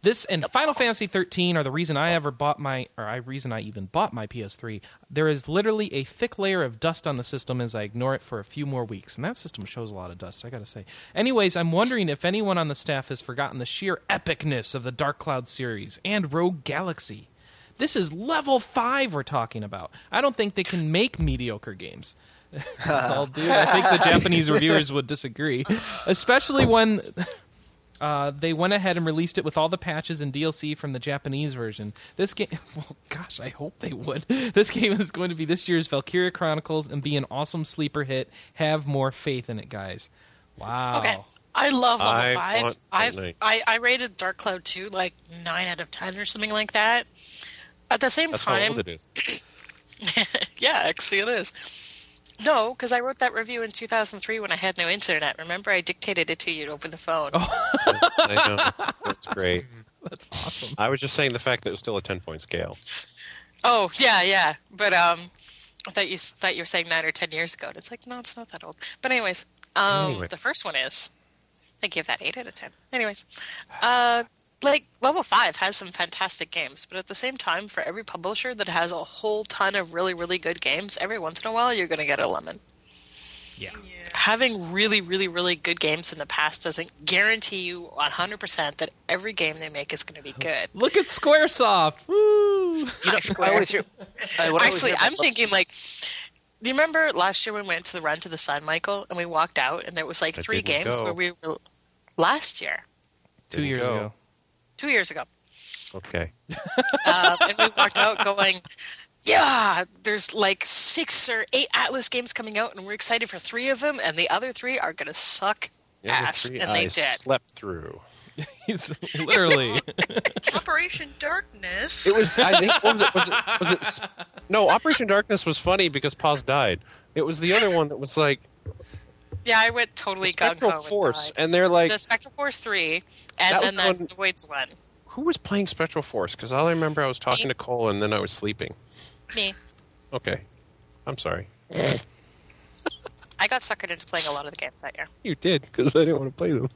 This and Final Fantasy 13 are the reason I ever bought my or I reason I even bought my PS3. There is literally a thick layer of dust on the system as I ignore it for a few more weeks, and that system shows a lot of dust, I got to say. Anyways, I'm wondering if anyone on the staff has forgotten the sheer epicness of the Dark Cloud series and Rogue Galaxy. This is level 5 we're talking about. I don't think they can make mediocre games. (laughs) well, dude, I think the Japanese reviewers would disagree, especially when uh, they went ahead and released it with all the patches and DLC from the Japanese version. This game, (laughs) well, gosh, I hope they would. (laughs) This game is going to be this year's Valkyria Chronicles and be an awesome sleeper hit. Have more faith in it, guys. Wow.
Okay. I love level
Oh. I
five.
want
I've,
Fortnite.
I I rated Dark Cloud two like nine out of ten or something like that. At the same
that's how old
time,
it is.
yeah, actually it is. No, because I wrote that review in 2003 when I had no internet. Remember, I dictated it to you over the phone.
Oh, I know.
(laughs)
That's great.
That's awesome.
I was just saying the fact that it was still a ten point scale.
Oh yeah, yeah. But um, I thought you s- thought you were saying nine or ten years ago. And it's like no, it's not that old. But anyways, um,
Anyway.
the first one is. I give that eight out of ten. Anyways, uh, like level five has some fantastic games, but at the same time, for every publisher that has a whole ton of really really good games, every once in a while you're going to get a lemon.
Yeah.
Having really really really good games in the past doesn't guarantee you 100% that every game they make is going to be good.
Look at Squaresoft. Woo.
You know,
I always hear. I, uh, what I always
Actually,
hear about
I'm thinking like, do you remember last year when we went to the Run to the Sun, Michael, and we walked out and there was like
I
three
didn't
games
go.
where we were last year,
Two years
go.
ago.
two years ago,
Okay.
um, and we walked out going. Yeah, there's like six or eight Atlas games coming out, and we're excited for three of them, and the other three are going to suck
It was a
ass,
tree
and they
I
did.
slept through.
He's (laughs) literally.
Operation Darkness.
It was. (laughs) I think what was it, was it? Was it? s- No, Operation Darkness was funny because Paz died. It was the other one that was like
Yeah, I went totally gung ho.
Spectral Force, and they're like,
the Spectral Force three,
That
and then
was
that
one-
Zoids one.
who was playing Spectral Force? Because all I remember, I was talking
Me.
to Cole, and then I was sleeping.
Me,
Okay, I'm sorry.
I got suckered into playing a lot of the games that year.
You did because I didn't want to play them.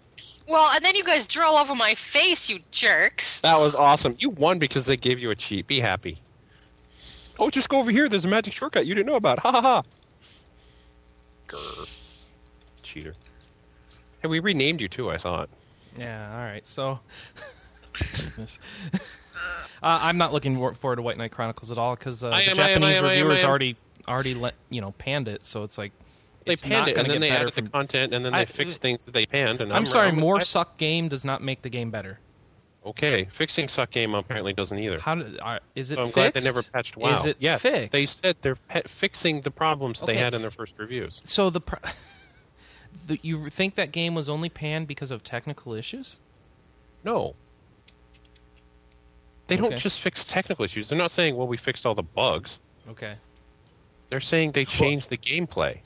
Well, and then you guys drew all over my face, you jerks.
That was awesome. You won because they gave you a cheat. Be happy. Oh, just go over here. There's a magic shortcut you didn't know about. Ha ha ha. Grr. Cheater. Hey, we renamed you too. I saw it.
Yeah, all right. So, Goodness. (laughs) uh, I'm not looking wor- forward to White Knight Chronicles at all because uh,
I
the
am, I am, I
Japanese
am, I am, I
reviewers
am.
already already let you know panned it, so it's like
They
it's
panned
not
it,
gonna
and then
get
they
better
added
from.
the content, and then
I-
they fixed things that they panned. And
I'm,
I'm,
sorry,
I'm-
more
I-
suck game does not make the game better.
Okay, fixing suck game apparently doesn't either.
How did, are, is it?
so I'm glad
fixed?
they never patched WoW.
Is it
yes,
fixed?
they said they're pe- fixing the problems that they
Okay.
had in their first reviews.
so the, pro- (laughs) the you think that game was only panned because of technical issues?
No. They
Okay.
don't just fix technical issues. They're not saying, "Well, we fixed all the bugs."
Okay.
They're saying they changed the gameplay.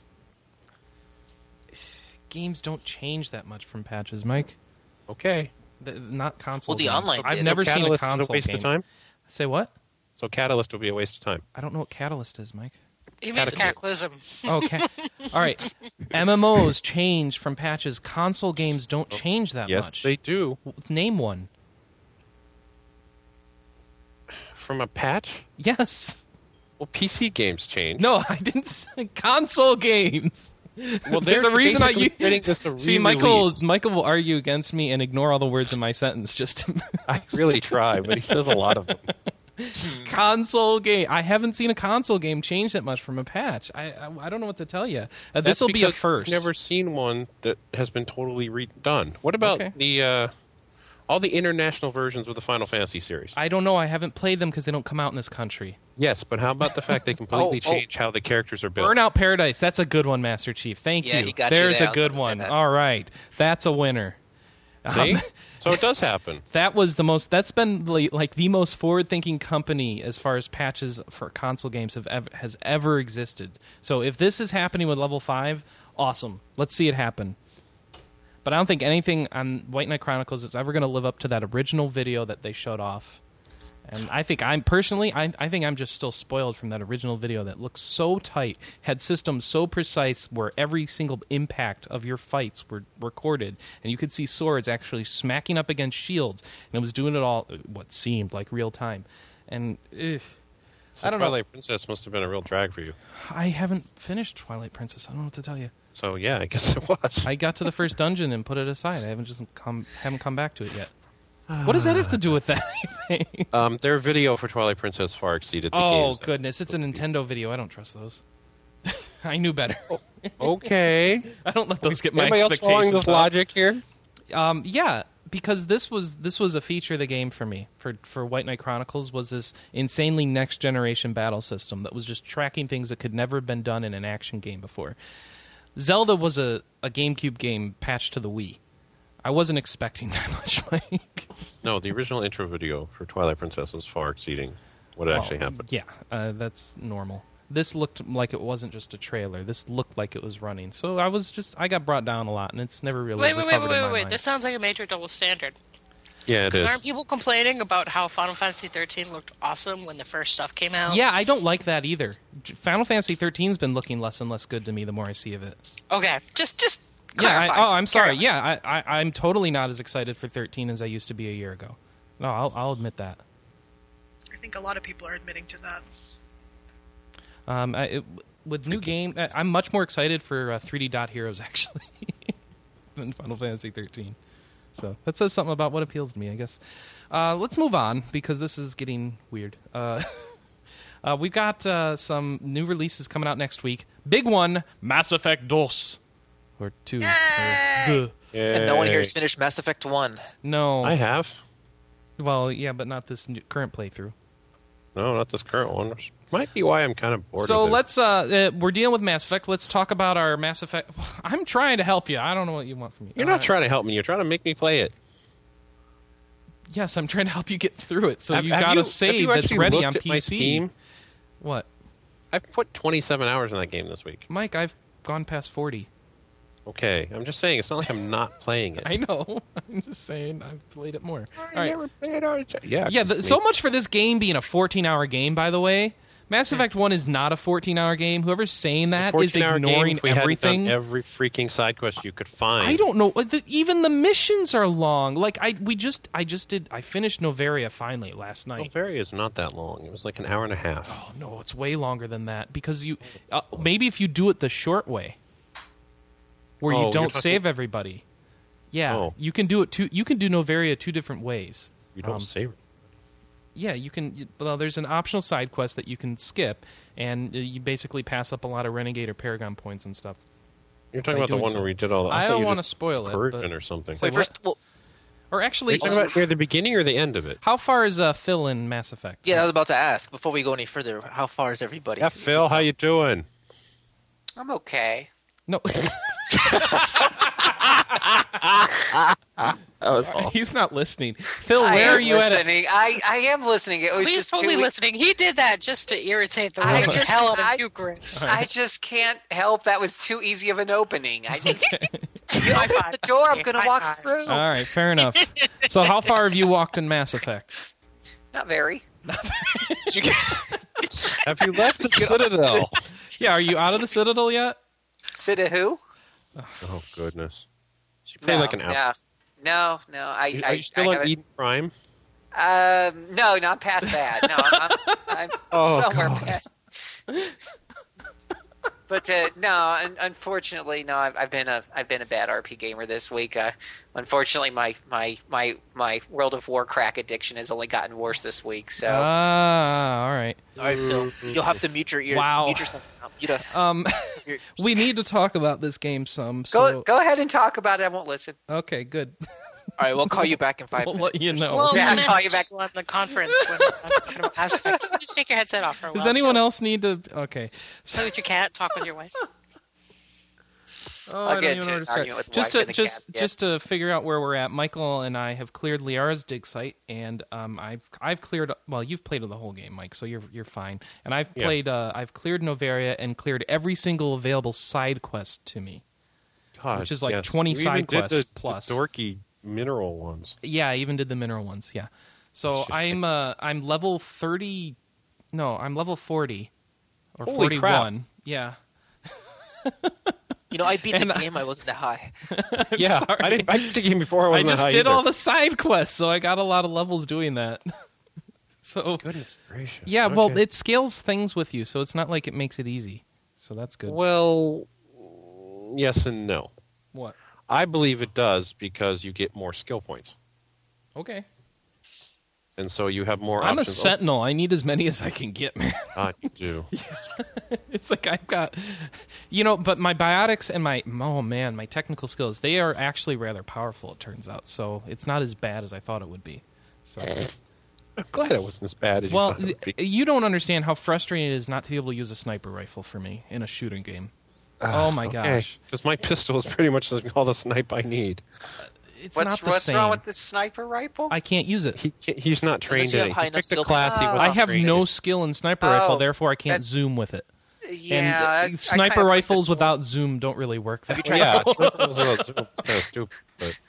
Games don't change that much from patches, Mike.
Okay.
Th- not console.
Well, the
games.
online
I've
is-
never
so
seen a
Catalyst
console
is a waste
game.
of time.
Say what?
So Catalyst will be a waste of time.
I don't know what Catalyst is, Mike.
You mean
Cataclysm.
Cataclysm?
Okay. (laughs) All right. MMOs change from patches. Console games don't change that
Oh, yes,
much.
they do.
Name one.
From a patch.
Yes. (laughs)
Well, PC games change.
No, I didn't. (laughs) Say console games.
Well,
There's
they're
a reason I
basically
use-
creating this
(laughs)
a
See, Michael.
re-release.
Michael will argue against me and ignore all the words in my sentence. Just to (laughs)
I really try, but he says a lot of them.
console game. I haven't seen a console game change that much from a patch. I I, I don't know what to tell you. Uh, this
That's
will be a
because we've
1st
Never seen one that has been totally redone. What about
Okay.
the uh, all the international versions of the Final Fantasy series?
I don't know. I haven't played them because they don't come out in this country.
yes, but how about the
(laughs)
fact they completely
Oh, oh.
change how the characters are built?
Burnout Paradise. That's a good one, Master Chief. Thank
Yeah,
you.
he got you
There's
there.
a
I was
good
gonna say
one.
that.
All right, that's a winner.
See,
Um,
so it does
(laughs)
happen.
That was the most. That's been li- like the most forward-thinking company as far as patches for console games have ever, has ever existed. So if this is happening with Level Five, awesome. Let's see it happen. But I don't think anything on White Knight Chronicles is ever going to live up to that original video that they showed off. And I think I'm personally, I, I think I'm just still spoiled from that original video that looked so tight, had systems so precise where every single impact of your fights were recorded, and you could see swords actually smacking up against shields, and it was doing it all uh, what seemed like real time. And eh, ugh,
So
I don't know.
Twilight Princess must have been a real drag for you.
I haven't finished Twilight Princess. I don't know what to tell you.
So yeah, I guess (laughs) it was.
I got to the first dungeon and put it aside. I haven't just come haven't come back to it yet. What does that have to do with that? (laughs)
um, their video for Twilight Princess far exceeded the
oh
games.
goodness, it's a Nintendo video. I don't trust those. (laughs) I knew better.
Okay.
I don't let those get (laughs) my
Anybody else following
expectations.
this
up.
logic here?
Um, yeah, because this was this was a feature of the game for me for for White Knight Chronicles was this insanely next generation battle system that was just tracking things that could never have been done in an action game before. Zelda was a, a GameCube game patched to the Wii. I wasn't expecting (laughs) that much.
(laughs)
Like,
No, the original intro video for Twilight Princess was far exceeding what actually
Well,
happened.
Yeah, uh, that's normal. This looked like it wasn't just a trailer. This looked like it was running. So I was just I got brought down a lot, and it's never really
Wait, wait, wait,
recovered
wait,
in
wait,
my
wait.
mind.
This sounds like a major double standard.
Yeah, it
Because
is.
aren't people complaining about how Final Fantasy 13 looked awesome when the first stuff came out?
Yeah, I don't like that either. J- Final Fantasy thirteen's been looking less and less good to me the more I see of it.
Okay. Just, just
Yeah.
clarify.
I, oh, I'm sorry.
Carry on.
Yeah, I, I, I'm totally not as excited for thirteen as I used to be a year ago. No, I'll, I'll admit that.
I think a lot of people are admitting to that.
Um, I, it, with new game, I, I'm much more excited for uh, 3D Dot Heroes (laughs) actually than Final Fantasy 13. So that says something about what appeals to me, I guess. Uh, let's move on because this is getting weird. Uh, (laughs) uh, we've got uh, some new releases coming out next week. Big one, Mass Effect Dos or two. or
Yay!
Duh.
And no one here has
Yay.
finished Mass Effect 1.
No,
I have.
well, yeah, but not this new, current playthrough.
No, not this current one. Which might be why I'm kind of bored.
So
with it.
let's. Uh, uh, we're dealing with Mass Effect. Let's talk about our Mass Effect. (laughs) I'm trying to help you. I don't know what you want from me.
You're not
Uh,
trying to help me. You're trying to make me play it.
Yes, I'm trying to help you get through it. So
Have-
you
have
got to
have
save
you
that's
actually
ready
looked
on
at My
PC.
Steam?
What,
I put 27 hours in that game this week.
Mike? I've gone past forty.
Okay, I'm just saying. It's not like I'm not playing it.
(laughs) I know. I'm just saying. I've played it more. All
I
right.
never played RJ. Yeah,
Yeah.
just
Th-
me.
so much for this game being a 14-hour game. By the way, Mass Effect One is not a 14-hour game. Whoever's saying
It's a
that is
14-hour game.
ignoring
If we hadn't done
everything.
every freaking side quest you could find.
I don't know. Like, the- Even the missions are long. Like I, we just, I just did. I finished Novaria finally last night.
Alvaria is not that long. It was like an hour and a half.
Oh no, it's way longer than that because you. Uh, maybe if you do it the short way, where
Oh,
you
you're
don't
talking-
save everybody. Yeah,
Oh.
you can do it two. You can do Novaria two different ways.
You don't
Um,
save it.
yeah, you can. You, well, there's an optional side quest that you can skip, and uh, you basically pass up a lot of Renegade or Paragon points and stuff.
You're talking
by
about the
doing
one
so.
where we did all that.
I
thought
don't
you
wanna
did
spoil it,
Persian
but-
or something.
Wait,
Wait, first, well,
Or
Are
actually,
you talking about near the beginning or the end of it?
how far is uh, Phil in Mass Effect?
yeah, I was about to ask before we go any further. How far is everybody?
Yeah, Phil, how you doing?
I'm okay.
No,
That was all.
he's not listening. Phil,
I
where
am
are you at?
listening. I, I am listening. It was
Please
just
totally
too
listening. He did that just to irritate the
I
living
just-
hell out
I-
of
(laughs)
you, Chris.
I just can't help. That was too easy of an opening.
(laughs)
I just,
You
open the door. I'm going to walk through.
Uh,
All right, fair enough. so, how far have you walked in Mass Effect?
Not very.
Have you left (laughs) the Citadel?
Yeah, are you out of the Citadel yet?
Sit a who?
oh goodness. She played like an hour.
No, no, no. I,
Are
I,
you still on E
I gotta-
Eden Prime?
Um, no, not past that. No, I'm,
(laughs)
I'm, I'm
Oh,
somewhere
God.
past. But uh, no, un- unfortunately, no. I've, I've been a I've been a bad RP gamer this week. Uh, unfortunately, my, my my my World of War crack addiction has only gotten worse this week. So
Ah, all right.
All right, Phil, you'll have to mute your ear.
Wow.
Mute yourself. now. Mute us.
Um,
Your-
(laughs) we need to talk about this game some.
go
So,
go ahead and talk about it. I won't listen.
okay, good.
All right, we'll call you back
(laughs)
in 5
(laughs) We'll
minutes.
let you know.
Well,
Yeah,
we'll
call
message
you back.
you on the conference when we're done talking about Mass Effect. You can Just take your headset off for a while.
Does anyone else need to? Okay. So,
play with your cat? Talk with your wife.
oh,
I'll
I
get
don't even
to an
know what to
argument
start.
with the
Just
wife
to
and the
just
cat, yeah.
just to figure out where we're at. Michael and I have cleared Liara's dig site, and um, I've I've cleared. Well, you've played the whole game, Mike, so you're you're fine. And I've
Yeah.
played. Uh, I've cleared Novaria and cleared every single available side quest to me.
God,
which is like
yes.
20
We even
side
did the-
quests plus.
The dorky mineral ones.
Yeah, I even did the mineral ones. Yeah. So
Shit.
I'm uh I'm level 30 No, I'm level 40 or
Holy
41.
crap. (laughs)
Yeah.
You know, I beat
And
the
I-
game. I wasn't that high.
yeah,
sorry.
(laughs) I didn't. I did the game before. I,
I
wasn't
just
high
did
either.
all the side quests, so I got a lot of levels doing that. (laughs) so
Goodness gracious.
yeah, well
Okay.
it scales things with you, so it's not like it makes it easy. So that's good.
well, yes and no.
What?
I believe it does because you get more skill points,
Okay.
and so you have more.
I'm a
options.
sentinel. I need as many as I can get, (laughs) man.
Oh, God, you (laughs) do.
It's like I've got, you know, but my biotics and my oh man, my technical skills they are actually rather powerful. It turns out, so it's not as bad as I thought it would be.
(laughs)
So,
I'm glad it wasn't as bad as
well,
you thought. It would be.
you don't understand how frustrating it is not to be able to use a sniper rifle for me in a shooting game.
Ah,
oh my gosh,
Because my pistol is pretty much all the snipe I need.
it's
What's
not the
what's
same.
wrong with this sniper rifle?
I can't use it.
He ca- he's not trained
you
in
have
it.
high
He
enough
picked
skill
a class. He
points.
was
I have
trained
no
in.
skill in sniper rifle,
Oh,
therefore I can't
that's-
zoom with it.
yeah,
and uh, sniper rifles without zoom don't really work. That
Have you
way.
tried
Yeah, it's
(laughs)
kind of stupid. But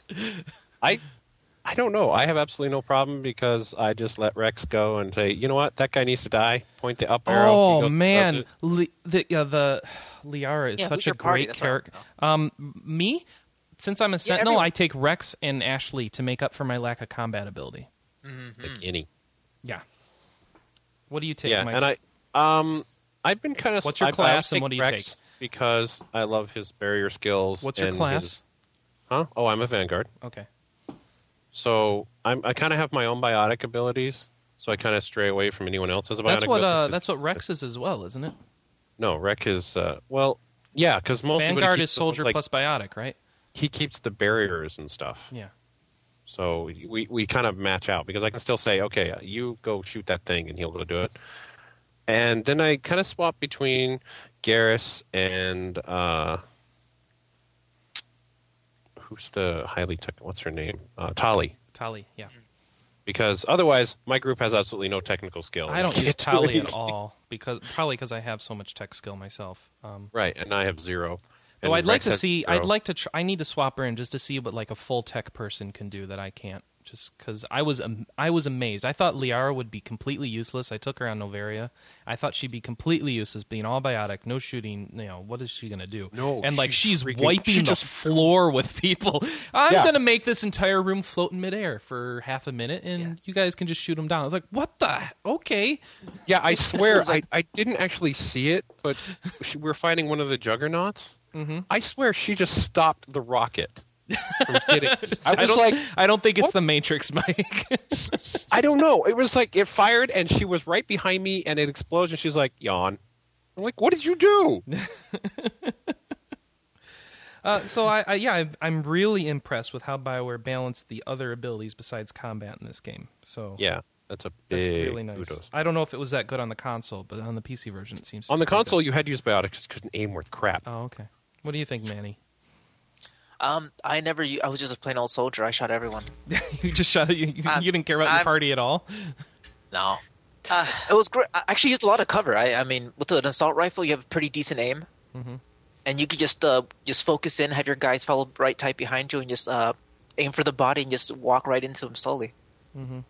I, I don't know. I have absolutely no problem because I just let Rex go and say, you know what, that guy needs to die. Point the up arrow. he
Oh
goes and does
man,
it.
Le- the uh, the Liara is
Yeah,
such
who's
a
your party?
great
That's what I wanna
character. Um, m- me, since I'm a Sentinel,
everyone-
I take Rex and Ashley to make up for my lack of combat ability.
Mm-hmm.
Like
Mm.
any.
Yeah. What do you take,
Yeah,
Mike?
and I, um, I've been kind of.
What's your
I, I always
class and
take
what do you
Rex
take?
Because I love his barrier skills.
What's your
and
class?
his- huh? Oh, I'm a vanguard.
Okay.
So I'm, I kind of have my own biotic abilities. So I kind of stray away from anyone else's biotic.
That's what uh,
abilities.
that's what Rex is as well, isn't it?
No, Rec is uh, well, yeah, because mostly what he
Vanguard
keeps
is soldier
like,
plus biotic, right?
he keeps the barriers and stuff.
Yeah.
So we, we kind of match out because I can still say, okay, you go shoot that thing, and he'll go do it. And then I kind of swap between Garrus and uh, who's the highly tech? What's her name? Uh, Tali.
Tali, yeah.
Because otherwise, my group has absolutely no technical skill. (laughs)
I don't
Oh, Can't
use
do
Tali at
anything.
all because probably because I have so much tech skill myself. Um,
Right, and I have zero.
though
And
Oh, I'd like
Rex
to
has
see.
zero.
I'd like to. Tr- I need to swap her in just to see what like a full tech person can do that I can't. Just because I was am- I was amazed. I thought Liara would be completely useless. I took her on Novaria. I thought she'd be completely useless, being all biotic, no shooting. You know what is she gonna do?
No,
and like
she's
she's
freaking-
wiping
she
the
just-
floor with people. I'm
Yeah.
gonna make this entire room float in midair for half a minute, and you guys can just shoot them down. I was like, what the? Okay,
Yeah,
(laughs)
I swear,
was like-
I, I didn't actually see it, but she, we're fighting one of the juggernauts.
Mhm.
I swear she just stopped
(laughs)
the rocket. From hitting. I was
don't,
like,
I don't think it's
what?
the Matrix, (laughs) Mike.
I don't know. It was like it fired, and she was right behind me, and it explodes, and she's like, yawn. I'm like, what did you do?
uh, so I, I yeah, I, I'm really impressed with how Bioware balanced the other abilities besides combat in this game. So
(laughs) yeah, that's a big
that's really nice.
kudos.
I don't know if it was that good on the console, but on the PC version, it seems. to
On
be
the
pretty
console,
good.
you had to use biotics; just couldn't aim worth crap.
Oh, okay. What do you think, Manny? (laughs)
Um, I never. u- I was just a plain old soldier. I shot everyone.
you just shot. You, you,
I'm-
you didn't care about your
I'm-
party at all.
No,
Uh,
it was great. I actually used a lot of cover. I, I mean, with an assault rifle, you have a pretty decent aim,
Mhm.
and you could just uh, just focus in, have your guys follow right tight behind you, and just uh, aim for the body and just walk right into him slowly.
Mhm.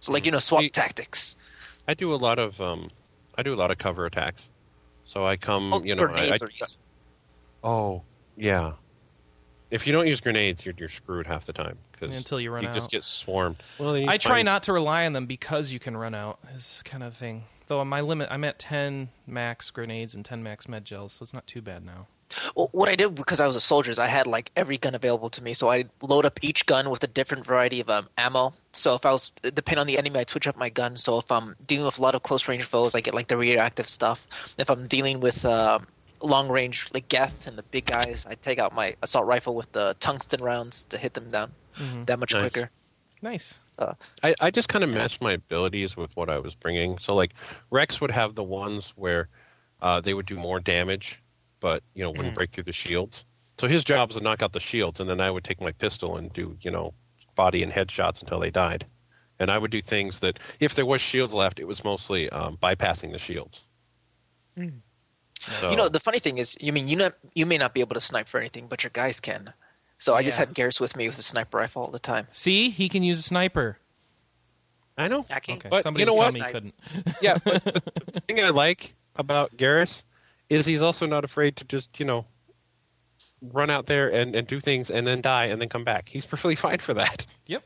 So like you know, swap
See-
tactics.
I do a lot of um, I do a lot of cover attacks. So I come,
Oh,
you know, I-
grenades
I,
are useful.
Oh, yeah. If you don't use grenades, you're you're screwed half the time 'cause
Until you run
you just
out.
get swarmed. Well, then you
I try
find-
not to rely on them because you can run out. Is kind of thing. Though my limit, I'm at ten max grenades and ten max med gels, so it's not too bad now.
Well, what I did because I was a soldier is I had like every gun available to me, so I load up each gun with a different variety of um, ammo. So if I was depending on the enemy, I would switch up my gun. So if I'm dealing with a lot of close range foes, I get like the reactive stuff. If I'm dealing with um, long range like Geth and the big guys, I take out my assault rifle with the tungsten rounds to hit them down that much
Nice.
quicker.
Nice.
So
I, I just kind of matched my abilities with what I was bringing. So like Rex would have the ones where uh, they would do more damage, but you know wouldn't break through the shields. So his job was to knock out the shields, and then I would take my pistol and do you know body and head shots until they died. And I would do things that if there was shields left, it was mostly um, bypassing the shields. So-
you know the funny thing is, you mean you not you may not be able to snipe for anything, but your guys can. So I just
Yeah.
had Garrus with me with a sniper rifle all the time.
See, he can use a sniper.
I know.
I can,
Okay,
But
somebody
you know
was
what?
telling me he couldn't.
yeah, but, but the thing I like about Garrus is he's also not afraid to just, you know, run out there and, and do things and then die and then come back. He's perfectly (laughs) fine for that. (laughs)
Yep.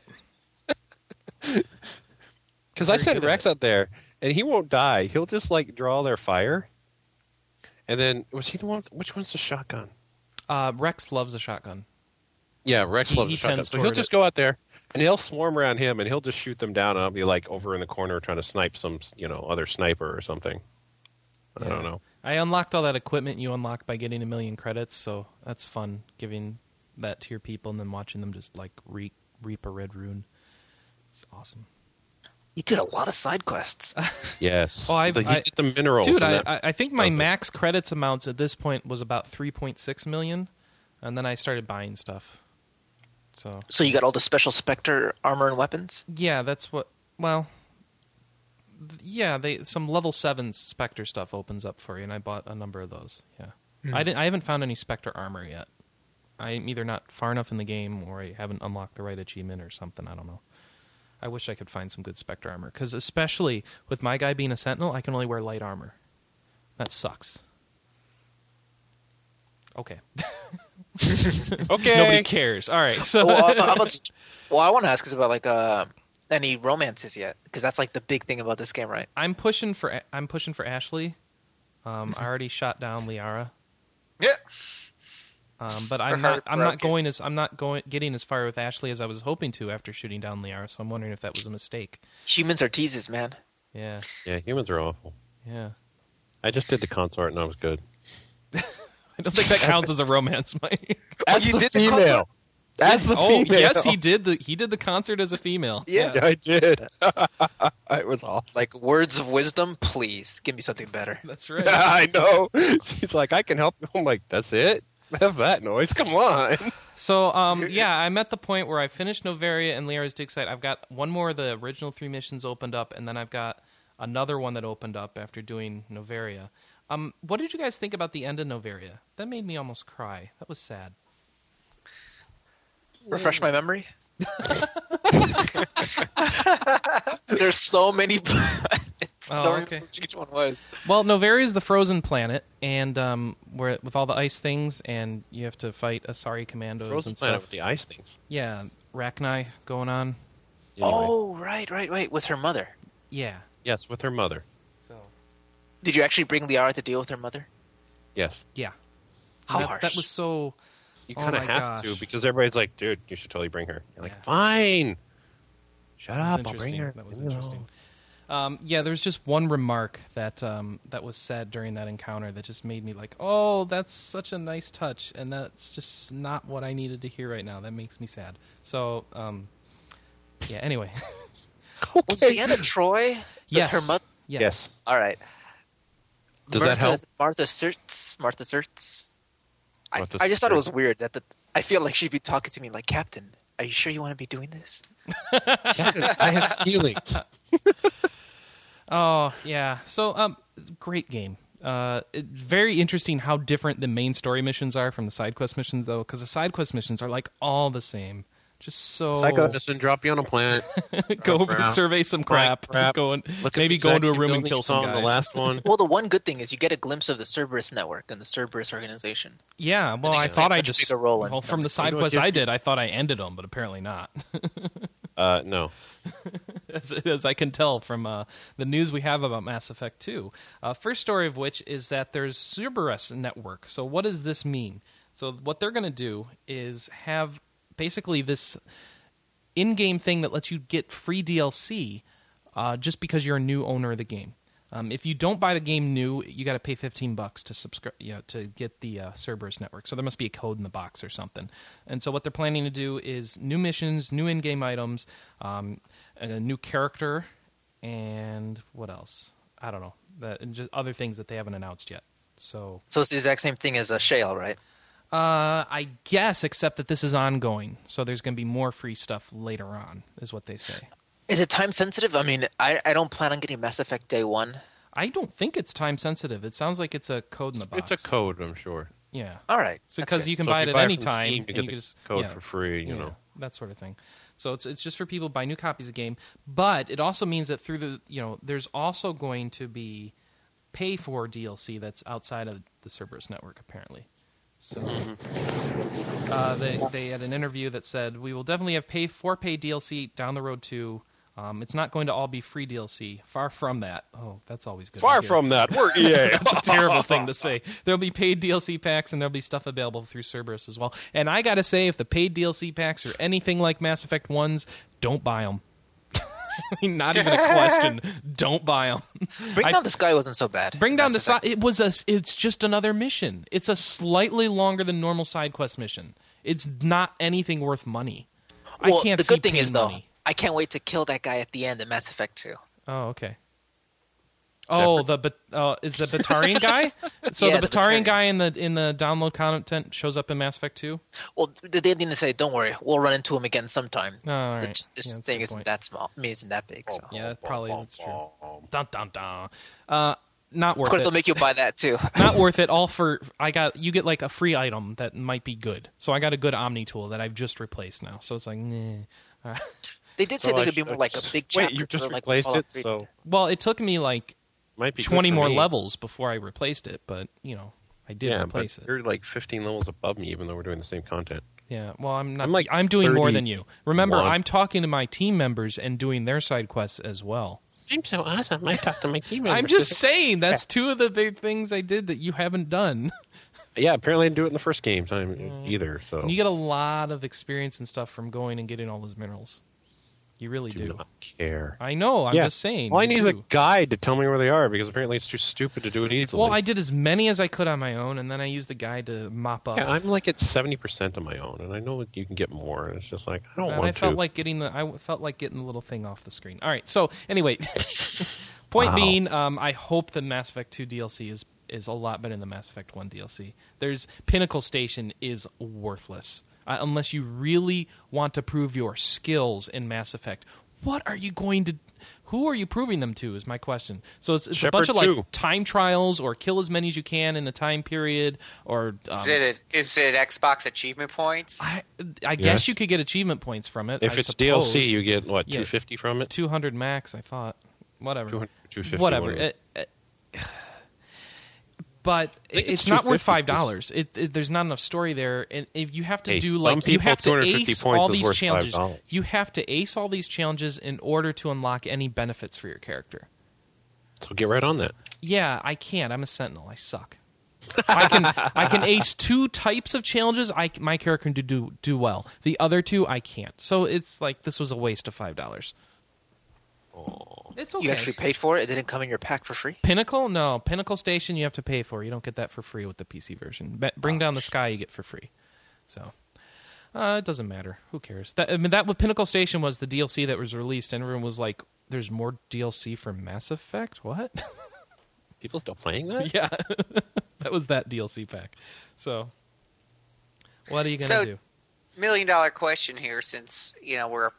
Because I
Very
sent
good at
Rex
it.
out there and he won't die. He'll just, like, draw their fire. And then, was he the one? Which one's the shotgun?
Uh, Rex loves a shotgun.
Yeah, Rex
He-
loves
he
the shotgun.
tends
So he'll
toward
just
it.
go out there and he'll swarm around him and he'll just shoot them down and I'll be, like, over in the corner trying to snipe some, you know, other sniper or something. I
Yeah.
don't know.
I unlocked all that equipment you unlock by getting a million credits, so that's fun giving that to your people and then watching them just like re- reap a red rune. It's awesome,
You did a lot of side quests.
Yes.
Oh, I've-
The- he
I-
did the minerals.
dude.
and
I,
that-
I I think my
does it.
max credits amounts at this point was about three point six million, and then I started buying stuff. So
So you got all the special Spectre armor and weapons?
yeah, that's what. Well, th- yeah, they some level seven Spectre stuff opens up for you, and I bought a number of those. Yeah, I didn't. I haven't found any Spectre armor yet. I'm either not far enough in the game, or I haven't unlocked the right achievement, or something. I don't know. I wish I could find some good Spectre armor, because especially with my guy being a Sentinel, I can only wear light armor. That sucks. Okay. (laughs)
okay.
Nobody cares. All right. So
well, I, Oh, I'm
(laughs)
about to- well, I want to ask is about like uh, any romances yet, because that's like the big thing about this game, right?
I'm pushing for I'm pushing for Ashley. Um, I already shot down Liara.
yeah.
Um, but I'm
Her
not. I'm not
heartbroken.
going as. I'm not going getting as far with Ashley as I was hoping to after shooting down Liara. So I'm wondering if that was a mistake.
Humans are teases, man.
Yeah.
Yeah, humans are awful.
Yeah. (laughs)
I just did the consort and I was good.
I don't think that counts as a romance, (laughs) Mike.
Oh,
Oh, you did the consort?
As the
oh
female. (laughs)
yes, he did the he did the concert as a female.
Yeah.
I did. (laughs) it was awesome.
Like words of wisdom, please give me something better.
that's
(laughs)
right.
I know. She's like, I can help. you." I'm like, that's it. Have that noise. Come on.
So um, yeah, I'm at the point where I finished Novaria and Liara's Dig Site. I've got one more of the original three missions opened up, and then I've got another one that opened up after doing Novaria. Um, what did you guys think about the end of Novaria? That made me almost cry. That was sad.
Refresh my memory. (laughs) There's so many. (laughs)
Oh, okay.
Each one was.
Well, Novaria is the frozen planet, and um, where with all the ice things, and you have to fight Asari commandos
Frozen
and
Planet
stuff.
with the ice things.
Yeah, Rachni going on.
Anyway,
Oh, right, right, right. With her mother.
Yeah.
yes, with her mother.
Did you actually bring Liara to deal with her mother?
Yes,
Yeah.
How
that,
harsh.
that was so.
you
Oh
kind of
my
have
gosh.
to because everybody's like, dude, you should totally bring her. You're like,
Yeah.
fine. Shut
That was
up. I'll bring
interesting.
her.
That was
Leave me
interesting.
alone.
Um, yeah, there was just one remark that um, that was said during that encounter that just made me like, oh, that's such a nice touch, and that's just not what I needed to hear right now. That makes me sad. So, um, yeah. Anyway, (laughs)
Was Deanna Troy? the-
yes,
Her mother.
yes,
yes.
All right.
Does
Martha,
that help?
Martha Sertz. Martha Sertz. I,
Martha
I just thought it was
Sirtis.
weird that the, I feel like she'd be talking to me like, Captain, are you sure you want to be doing this?
(laughs) I have
(laughs)
feelings.
Oh yeah. So, um, great game. Uh, it, very interesting how different the main story missions are from the side quest missions, though, because the side quest missions are like all the same. Just so
Psycho doesn't drop you on
(laughs)
a planet.
go over and
Crap.
survey some crap,
Crap.
go and
Look at
maybe
the
go into a
exact
room and
building
kill
you
some
saw in
guys.
The
(laughs)
last one.
Well, the one good thing is you get a glimpse of the Cerberus network and the Cerberus organization.
Yeah, well,
think
I
it's
thought I
like much
just
bigger role in
well from the
You
side
know what
quest I
gives-
did, I thought I ended them, but apparently not, (laughs)
Uh, no.
as, as I can tell from uh, the news we have about Mass Effect Two. Uh, first story of which is that there's Cerberus network. So what does this mean? So what they're going to do is have basically this in-game thing that lets you get free DLC uh, just because you're a new owner of the game. Um, if you don't buy the game new, you got to pay fifteen bucks to subscribe you know, to get the uh, Cerberus network. So there must be a code in the box or something. And so what they're planning to do is new missions, new in-game items, um, and a new character, and what else? I don't know. That, and just other things that they haven't announced yet. So
So it's the exact same thing as a Shale, right?
uh, I guess, except that this is ongoing, so there's going to be more free stuff later on, is what they say.
Is it time sensitive? I mean, I, I don't plan on getting Mass Effect day one.
I don't think it's time sensitive. It sounds like it's a code in the box.
It's a code, I'm sure.
Yeah.
All right.
So
that's
because
good.
you can
So if
buy it
you
at
buy it
any
from
time,
Steam, you
and
get
you
the
can just
code
yeah,
for free, you
yeah,
know.
that sort of thing. So it's it's just for people to buy new copies of the game, but it also means that through the you know there's also going to be pay for DLC that's outside of the Cerberus network apparently. So uh, they they had an interview that said we will definitely have pay for pay DLC down the road too. Um, it's not going to all be free DLC. Far from that. Oh, that's always good. to hear.
Far from that. We're E EA.
(laughs) That's
(laughs)
a terrible thing (laughs) to say. There'll be paid DLC packs and there'll be stuff available through Cerberus as well. And I got to say, if the paid DLC packs are anything like Mass Effect 1's, don't buy (laughs) them. Not even a (laughs) question. Don't buy them.
Bring
I-
Down the Sky wasn't so bad.
Bring down the
Mass
side.
Effect.
It was a. s- It's just another mission. It's a slightly longer than normal side quest mission. It's not anything worth money.
Well,
I can't.
the
see
good thing
paying
is, though,
money.
I can't wait to kill that guy at the end in Mass Effect 2.
Oh, okay. Oh, the Bat- uh, is the Batarian (laughs) guy. So
Yeah,
the
the
Batarian
Batarian.
guy in the in the download content shows up in Mass Effect Two.
Well, th- they didn't say, don't worry, we'll run into him again sometime.
Oh, all right.
This,
Yeah, that's
this
a
thing
good
isn't
point.
that small. I mean, isn't that big. So.
Yeah, that probably that's true. Dun dun dun. Uh, not
Of
worth
course, they'll
it.
make you buy that, too. (laughs)
not worth it. All for I got you get like a free item that might be good. So I got a good Omni tool that I've just replaced now. So it's like, nah.
They did say
So
there
I
could be
should-
more like a big chapter.
Wait, you just
for, like,
replaced
Fallout
it,
3.
so
well, it took me like
might be good
twenty
for
more
me.
levels before I replaced it, but you know, I did
Yeah,
replace
but
it.
you're like 15 levels above me, even though we're doing the same content.
Yeah, well, I'm not. I'm,
I'm like
doing more
30
than you. Remember,
one.
I'm talking to my team members and doing their side quests as (laughs) well.
I'm so awesome. I talked to my
(laughs)
team
I'm just saying that's two of the big things I did that you haven't done.
Yeah, apparently I didn't do it in the first game
Mm.
time either. So
You get a lot of experience and stuff from going and getting all those minerals. You really do.
not care.
I know. I'm
Yeah.
just saying.
All I
you
need is a
do.
guide to tell me where they are because apparently it's too stupid to do it easily.
Well, I did as many as I could on my own, and then I used the guide to mop up.
Yeah, I'm like at seventy percent on my own, and I know that you can get more. And it's just like I don't
and
want
I felt
to.
like getting the I w- felt like getting the little thing off the screen. All right. So anyway, (laughs) point
Wow.
being, um, I hope the Mass Effect Two DLC is is a lot better than Mass Effect One DLC. There's Pinnacle Station is worthless uh, unless you really want to prove your skills in Mass Effect. What are you going to? Who are you proving them to? Is my question. So it's, it's a bunch of
Shepard
like
two.
time trials or kill as many as you can in a time period or um,
Is it a, is it Xbox achievement points?
I, I guess
Yes.
you could get achievement points from it.
if
I
it's
suppose.
DLC, you get what
Yeah.
two fifty from it.
200 max, I thought. Whatever.
200, 250,
Whatever.
whatever.
It- it- but
think
it's,
it's
not worth
250.
five dollars. It, it- there's not enough story there, and if you have to
Hey,
do
some
like you
people,
have to
250
ace
points
all
is
these
worth
challenges,
$5.
you have to ace all these challenges in order to unlock any benefits for your character.
So get right on that.
Yeah, I can't. I'm a sentinel. I suck. I can I can ace two types of challenges. I my character can do do, do well. The other two I can't. So it's like this was a waste of five dollars. It's okay.
You actually paid for it. It didn't come in your pack for free.
Pinnacle? No, Pinnacle Station you have to pay for. You don't get that for free with the PC version. Ba- Bring Down the Sky you get for free. So uh, it doesn't matter. Who cares? That, I mean, that with Pinnacle Station was the DLC that was released, and everyone was like, "There's more DLC for Mass Effect? What?" (laughs)
People still playing that?
yeah, (laughs) that was that DLC pack. So what are you gonna
So-
do?
Million dollar question here, since you know we're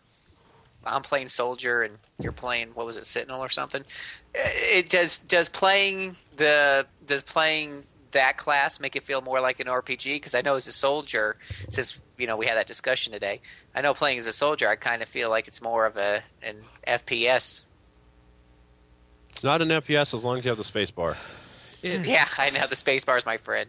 I'm playing soldier and you're playing what was it Sentinel or something. Uh, It does does playing the does playing that class make it feel more like an RPG? Because I know as a soldier, since you know we had that discussion today, I know playing as a soldier, I kind of feel like it's more of a an FPS.
It's not an FPS as long as you have the space bar.
It-
(clears throat) (laughs) Yeah, I know the spacebar is my friend.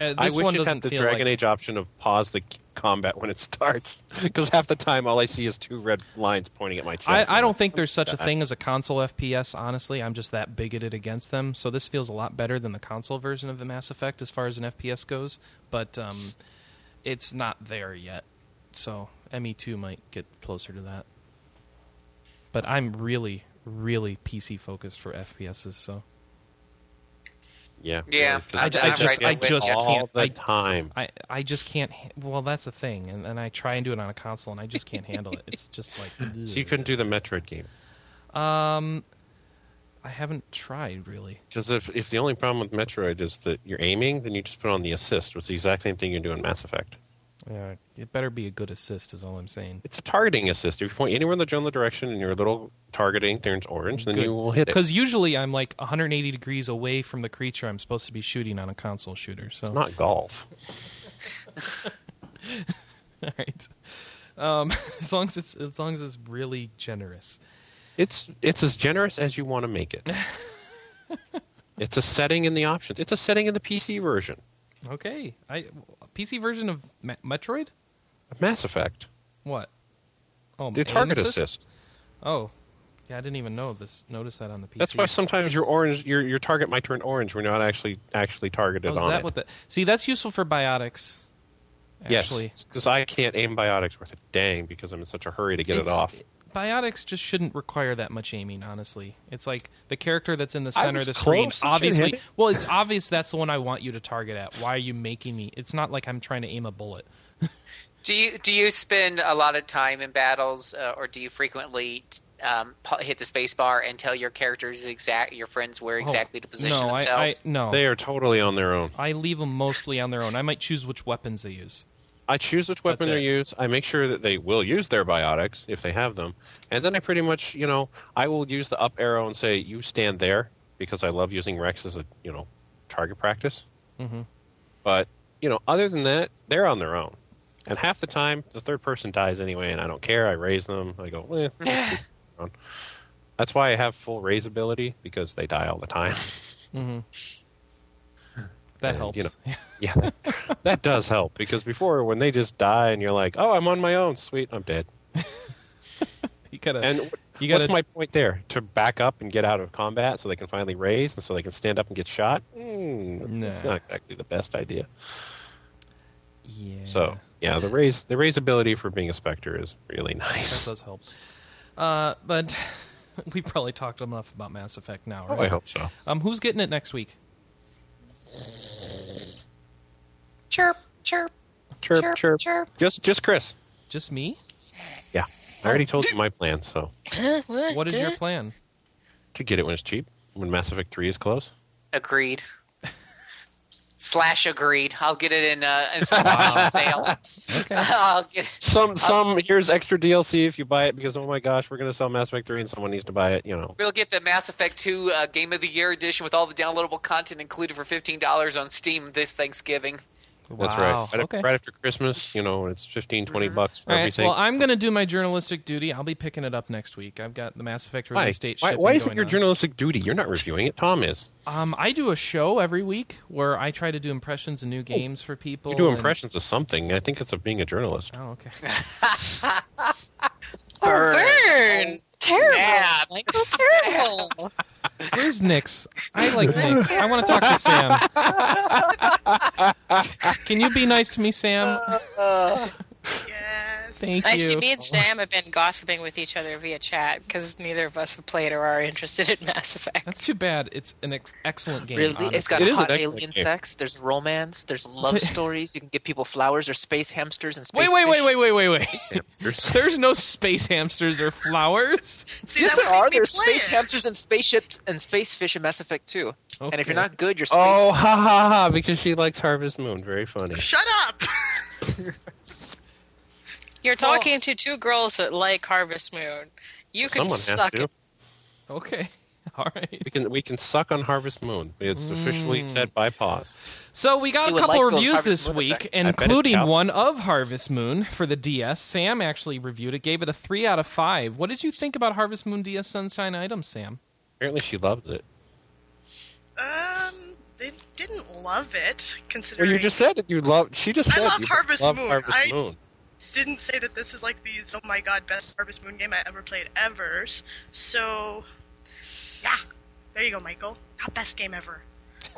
uh,
I
this
wish
one
it
doesn't
had the
feel
Dragon
like,
Age option of pause the c- combat when it (laughs) starts, because half the time all I see is two red lines pointing at my chest.
I, I
I'm
don't
like,
think there's such a
that.
thing as a console FPS, honestly. I'm just that bigoted against them. So this feels a lot better than the console version of the Mass Effect as far as an FPS goes. But um, it's not there yet. So ME2 might get closer to that. But I'm really, really PC focused for FPSs. So
Yeah,
Yeah,
really, 'cause
I-
I
it's
just- I
it's
just
all
can't-
the
I-
time.
I, I just can't. ha- Well, that's the thing. And, and I try and do it on a console, and I just can't handle it. It's just like.
(laughs) So you couldn't do the Metroid game
I haven't tried really.
because if if the only problem with Metroid is that you're aiming, then you just put on the assist, which is the exact same thing you do in Mass Effect.
Yeah, it better be a good assist, is all I'm saying.
It's a targeting assist. If you point anywhere in the general direction and your little targeting turns orange, then
Good.
you will hit it.
Because usually I'm like 180 degrees away from the creature I'm supposed to be shooting on a console shooter. So (laughs)
It's not golf.
all right. Um, (laughs) as long as it's as long as it's really generous.
It's it's as generous as you want to
(laughs)
make it. it's a setting in the options. It's a setting in the PC version
Okay, I PC version of Ma- Metroid.
of Mass Effect.
What? Oh,
The
aim
target assist.
Oh, yeah, I didn't even know this. Notice that on the PC.
That's why sometimes your orange, your your target might turn orange when you're not actually actually targeted
Oh, is
on
that
it.
what the? See, that's useful for biotics. Actually,
yes, because I can't aim biotics worth a dang because I'm in such a hurry to get it
It's-
off.
Biotics just shouldn't require that much aiming, honestly. It's like the character that's in the
I
center of
was
the screen.
close. I should've hit
Obviously,
it.
well, it's obvious that's the one I want you to target at. Why are you making me? It's not like I'm trying to aim a bullet.
Do you do you spend a lot of time in battles, uh, or do you frequently um, pu- hit the space bar and tell your characters exact your friends where exactly to position
Oh, no, I, I
themselves?
no,
They are totally on their own.
I leave them mostly on their own. I might choose which weapons they use.
I choose which weapon
That's
to
it.
use. I make sure that they will use their biotics if they have them, and then I pretty much, you know, I will use the up arrow and say, "You stand there," because I love using Rex as a, you know, target practice.
Mhm.
But you know, other than that, they're on their own, and half the time the third person dies anyway, and I don't care. I raise them. I go.
(laughs)
Eh, let's keep it on." That's why I have full raise ability because they die all the time. (laughs)
hmm That
And,
helps. (laughs)
you know, yeah, that, that does help because before when they just die and you're like, "Oh, I'm on my own. Sweet, I'm dead."
you gotta.
And
you
you
gotta-
what's my point there? To back up and get out of combat so they can finally raise and so they can stand up and get shot? Mm, That's
Nah.
not exactly the best idea.
yeah.
So Yeah, the raise the raise ability for being a specter is really (laughs)
That
nice.
does help. Uh, but (laughs) we probably talked enough about Mass Effect now,
Oh,
right?
I hope so.
Um, who's getting it next week?
Chirp, chirp,
Chirp,
chirp,
chirp,
chirp.
Just just Chris.
Just me?
Yeah, I already told you my plan. So
What is your plan?
to get it when it's cheap, when Mass Effect Three is close.
Agreed. (laughs) Slash agreed. I'll get it in uh,
(laughs)
installment sale.
Okay.
(laughs) I'll get it.
Uh,
Some some here's extra DLC if you buy it because oh my gosh, we're gonna sell Mass Effect Three and someone needs to buy it. You know.
We'll get the Mass Effect 2 uh, Game of the Year edition with all the downloadable content included for $15 on Steam this Thanksgiving.
That's
Wow,
right. Right,
okay.
right after Christmas, you know, it's 15, 20 bucks for
Mm-hmm. All right.
everything.
Well, I'm going to do my journalistic duty. I'll be picking it up next week. I've got the Mass Effect
why?
release date.
Why,
shipping
why is it
going
your
on.
journalistic duty? You're not reviewing it. Tom is.
Um, I do a show every week where I try to do impressions of new games for people.
Oh. You do
and-
impressions of something. I think it's of being a journalist.
Oh, okay.
Oh, burn! Terrible.
Snap.
Michael, terrible.
Where's Nix? I
(laughs)
like Nix. I want to talk to Sam.
(laughs)
Can you be nice to me, Sam?
Yes.
Thank
Actually,
you.
me and Sam have been gossiping with each other via chat because neither of us have played or are interested in (laughs) Mass Effect.
That's too bad. It's an ex- excellent game.
Really,
honestly.
it's got
It is an
hot
excellent
alien
game.
sex. There's romance. There's
(laughs)
love stories. You can give people flowers. There's space hamsters and space.
Wait, wait,
fish.
wait, wait, wait, wait, wait.
(laughs) Hamsters.
(laughs) There's no space hamsters or flowers.
See,
Yes,
that
there
would make
are.
me
There's
play
space
it.
hamsters and spaceships and space fish in Mass Effect 2. (laughs) And if
Okay.
you're not good, you're space.
Oh, ha ha ha! Because she likes Harvest Moon. Very funny.
Shut up. (laughs)
You're talking to two girls that like Harvest Moon. You can
Someone has
suck
to.
it.
Okay. (laughs) All right.
We can we can suck on Harvest Moon. It's officially
Hmm.
said by pause.
So we got
You
a
would
couple
like those
reviews
Harvest
this
Moon
week,
effects.
I bet it's
including
cow-
one of Harvest Moon for the DS. Sam actually reviewed it, gave it a three out of five. What did you think about Harvest Moon DS Sunshine items, Sam?
Apparently, she loves it.
Um, they didn't love it,
Well,
considering
you just said that you love. She just
I
said
love
you
Harvest
love
Moon.
Harvest
I-
Moon.
didn't say that this is like the oh my god best Harvest Moon game I ever played ever's. So, yeah, there you go, Michael. Not best game ever.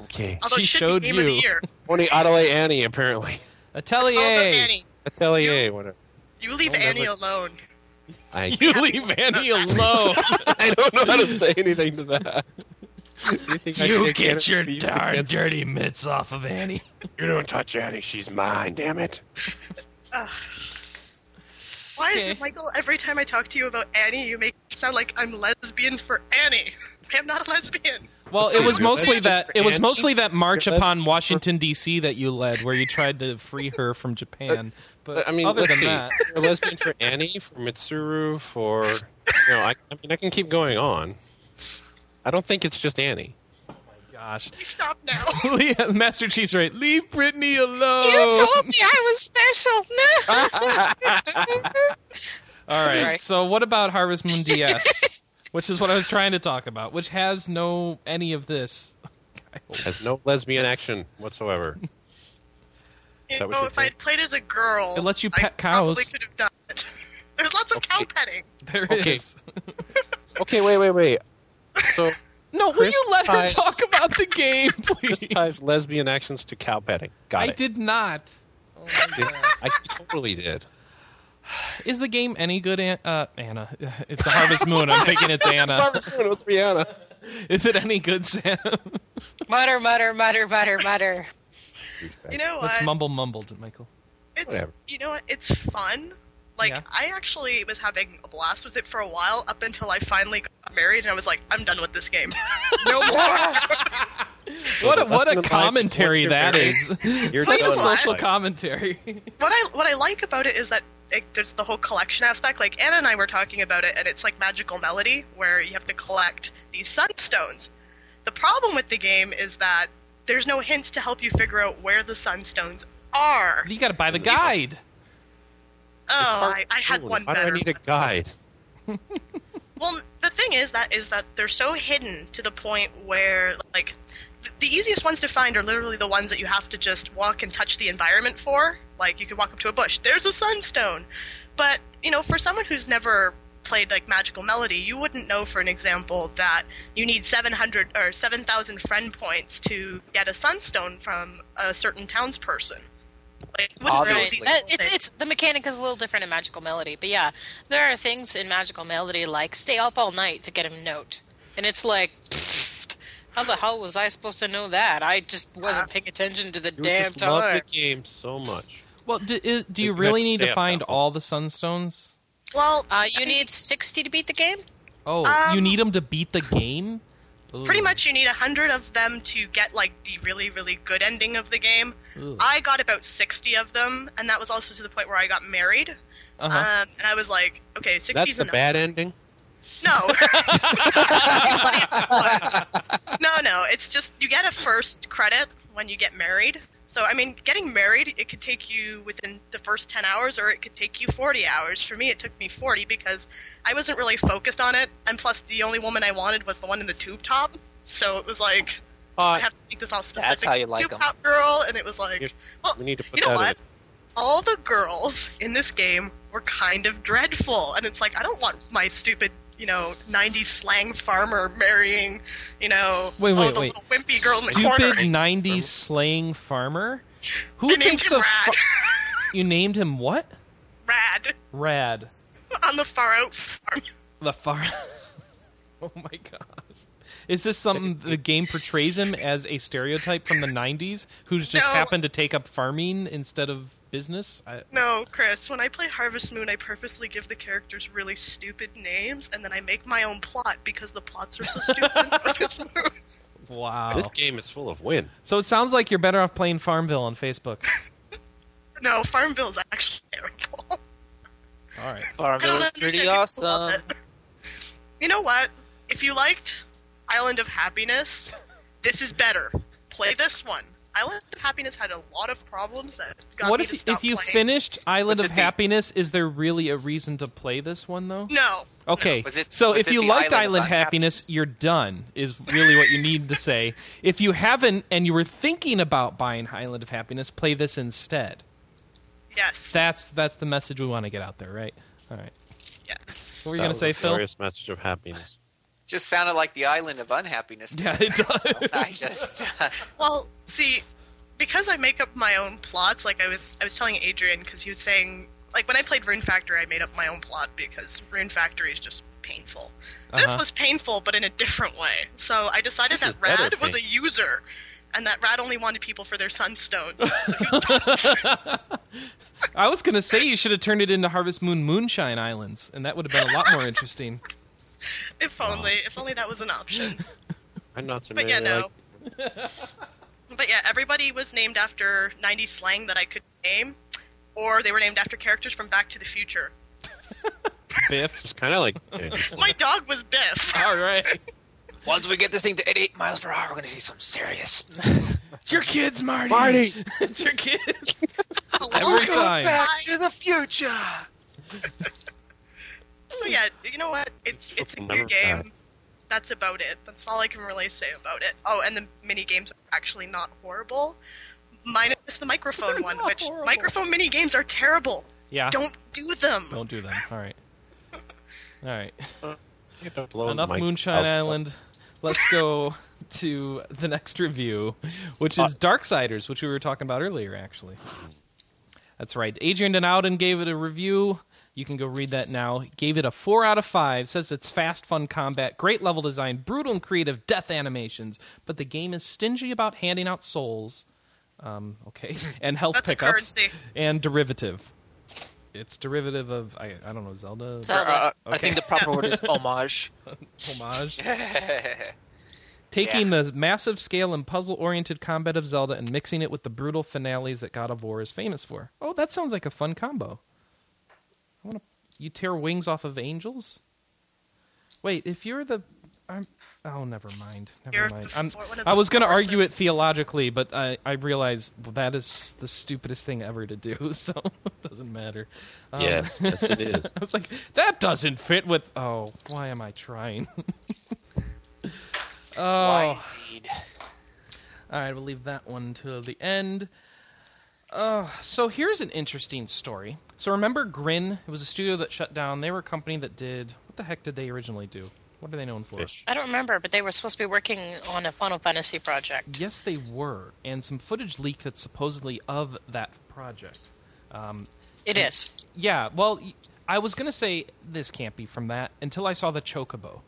Okay.
Although
She
it should
showed
be game of the
you.
year.
Only Adelaide Annie apparently. (laughs)
Although
Atelier!
Annie,
Atelier. Whatever.
you leave
I'll
Annie
never-
alone.
I
(laughs) You leave Annie alone.
(laughs) I don't know how to say anything to that. (laughs) You, think I should it? You think that's-
dirty mitts off of Annie.
You don't touch Annie. She's mine. Damn it.
Why is
Okay.
it, Michael? Every time I talk to you about Annie, you make it sound like I'm lesbian for Annie. I'm not a lesbian.
Well, it
see,
was
you're
mostly
lesbian
that
for
it was
Annie?
mostly that march
You're lesbian
upon Washington D.C. that you led, where you tried to free her from Japan. But
Uh, I mean,
other
let's
than
see.
that,
You're a lesbian for Annie, for Mitsuru, for you know, I, I mean, I can keep going on. I don't think it's just Annie.
gosh,
We stop now.
(laughs) Master Chief's right. Leave Brittany alone. (laughs)
You told me I was special. No.
All right.
Sorry.
So what about Harvest Moon
(laughs)
DS, which is what I was trying to talk about, which has no any of this. (laughs)
Has no lesbian action whatsoever.
you
that what
know,
you
if
think?
I'd played as a girl,
It lets you
I
pet
Probably
cows.
could have done it. (laughs) There's lots of cow petting.
There is
Okay. Okay, wait, wait, wait. So
No,
Chris
will you let her
ties-
talk about the
(laughs)
game, (laughs)
this
please?
ties lesbian actions to cow petting. Got
I
it.
did not. Oh my
Did-
God.
I totally did.
Is the game any good, An- uh, Anna? (laughs) It's a Harvest Moon. I'm thinking
(laughs)
it's Anna.
with Rihanna.
Is it any good, Sam?
mutter, mutter, mutter, mutter, mutter.
You know what?
That's mumble mumbled, Michael.
It's
Whatever.
you know what? It's fun. Like
Yeah.
I actually was having a blast with it for a while up until I finally got married and I was like, I'm done with this
(laughs)
game.
No more.
What a,
the lesson
what
in
a
life is once
commentary
you're
that
married,
is.
You're
Such a
done.
Social
Like,
commentary.
what I what I like about it is that it, there's the whole collection aspect. Like Anna and I were talking about it, and it's like Magical Melody, where you have to collect these sunstones. The problem with the game is that there's no hints to help you figure out where the sunstones are.
You got to buy the guide.
Oh, I, I had
Ooh,
one
Why do
better.
I need a guide?
Well, the thing is that is that they're so hidden to the point where like th- the easiest ones to find are literally the ones that you have to just walk and touch the environment for. Like you could walk up to a bush, there's a sunstone. But, you know, for someone who's never played like Magical Melody, you wouldn't know for an example that you need 700 or 7000 friend points to get a sunstone from a certain townsperson. Like, wouldn't really
Obviously.
be
(laughs) Right. Uh, it's it's the mechanic is a little different in Magical Melody, but yeah, there are things in Magical Melody like stay up all night to get a note, and it's like, pfft, how the hell was I supposed to know that? I just wasn't paying attention to the
You would
damn
just love
time.
the game so much.
Well, do, is, do you
You'd
really
have to
need
stay
to
up
find
that long.
all the sunstones?
well,
Uh, you need sixty to beat the game.
Oh, you
Um,
need them to beat the game? Ooh.
pretty much you need a hundred of them to get like the really really good ending of the game.
Ooh.
I got about sixty of them, and that was also to the point where I got married.
Uh-huh.
Um, and I was like, okay, 60's
That's the
enough.
bad ending.
No. (laughs) no, no. It's just you get a first credit when you get married. So I mean, getting married, it could take you within the first ten hours, or it could take you forty hours. For me, it took me forty because I wasn't really focused on it, and plus, the only woman I wanted was the one in the tube top. So it was like I have to make this all specific.
Uh, how you like
tube
'em.
top girl, and it was like,
You're-
well,
We need to put
you know
that
what?
in.
all the girls in this game were kind of dreadful and it's like i don't want my stupid you know 90s slang farmer marrying you know
Wait,
oh,
wait,
the
wait.
little wimpy girl in the corner
Stupid 90s slaying farmer? Who
I named
thinks
him
of.
rad
you named him what?
(laughs) rad
Rad.
on the far out farm
The far. (laughs) oh my gosh. Is this
(laughs)
something the game portrays him as a stereotype from the 90s who's just
No.
happened to take up farming instead of business? I,
no chris when i play harvest moon i purposely give the characters really stupid names and then i make my own plot because the plots are so stupid (laughs) in
(laughs)
harvest moon
wow.
This game is full of win.
So it sounds like you're better off playing Farmville on
(laughs)
Facebook.
no farmville's actually terrible
All right.
I don't
Farmville is
understand
pretty
people who love
awesome.
it. You know what? If you liked Island of Happiness, this is better. Play this one. Island of Happiness had a lot of problems that got
What
me
if
to
if
stop
you
playing.
finished Island of
Was it the-
Happiness? Is there really a reason to play this one though?
No.
Okay,
Was it-
so
was
if
it
you
the
liked
Island
Island
of
Happiness,
Happiness?
you're done. Is really what you need to say. If you haven't and you were thinking about buying Island of Happiness, play this instead.
Yes.
That's that's the message we want to get out there, right? All right.
yes.
What were you gonna say, Phil?
Glorious message of happiness.
(laughs) Just sounded like the island of unhappiness.
(laughs)
to
Yeah,
me.
it does.
I just
Well, see, because I make up my own plots, like I was, I was telling Adrian because he was saying, like when I played Rune Factory, I made up my own plot because Rune Factory is just painful. This
Uh-huh.
was painful, but in a different way. So I decided
This
that
is better
Rad was a
pain.
user, and that Rad only wanted people for their sunstones.
(laughs)
So he
I was gonna say you should have turned it into Harvest Moon Moonshine Islands, and that would have been a lot more interesting.
if only, if only that was
(laughs)
an option.
I'm not so
But
many
yeah,
like-
no. But yeah, everybody was named after 90s slang that I could name, or they were named after characters from Back to the Future.
Biff.
It's kind of
(laughs)
like
My dog was Biff. (laughs)
All right.
Once we get this thing to 88 miles per hour, we're going to see some serious.
It's your kids, Marty. (laughs) it's your kids.
Hello?
Every time.
back to the future.
So yeah, you know what? It's it's a
Never
new game.
bad.
That's about it. That's all I can really say about it. Oh, and the mini games are actually not horrible, minus the
(laughs)
microphone
They're
one,
not
which
horrible.
microphone mini games are terrible.
Yeah.
Don't do them.
Don't do that. All right. All right.
blow
Enough
my
Moonshine
house up.
Island. Let's go (laughs) to the next review, which is Darksiders, which we were talking about earlier, actually. That's right. Adrian Denouden gave it a review. You can go read that now. Gave it a 4 out of 5. Says it's fast, fun combat, great level design, brutal and creative death animations, but the game is stingy about handing out souls. Um, okay. (laughs) And health
That's the
pickups.
currency.
And derivative. It's derivative of, I, I don't know, Zelda?
Uh, uh, (laughs)
(laughs)
I
Okay.
think the proper word is homage.
homage. Taking the massive scale and puzzle oriented combat of Zelda and mixing it with the brutal finales that God of War is famous for. Oh, that sounds like a fun combo. I want to. You tear wings off of angels? Wait, if you're the. I'm, oh, never mind. Never
You're
mind.
the
I'm,
four- one of
I
the
was going to
four
argue it
horsemen.
theologically, but I, I realized well, that is just the stupidest thing ever to do, (laughs) so it doesn't matter. Um, (laughs)
Yeah, it is.
I was like, that doesn't fit with. Oh, why am I trying? oh,
Why indeed?
all right, we'll leave that one to the end. Uh, so here's an interesting story. So remember Grin? It was a studio that shut down. They were a company that did what the heck did they originally do? What are they known for?
Fish.
I don't remember, but they were supposed to be working on a Final Fantasy project.
Yes, they were, and some footage leaked that's supposedly of that project.
It is.
Yeah, well, y- I was gonna say this can't be from that until I saw the chocobo,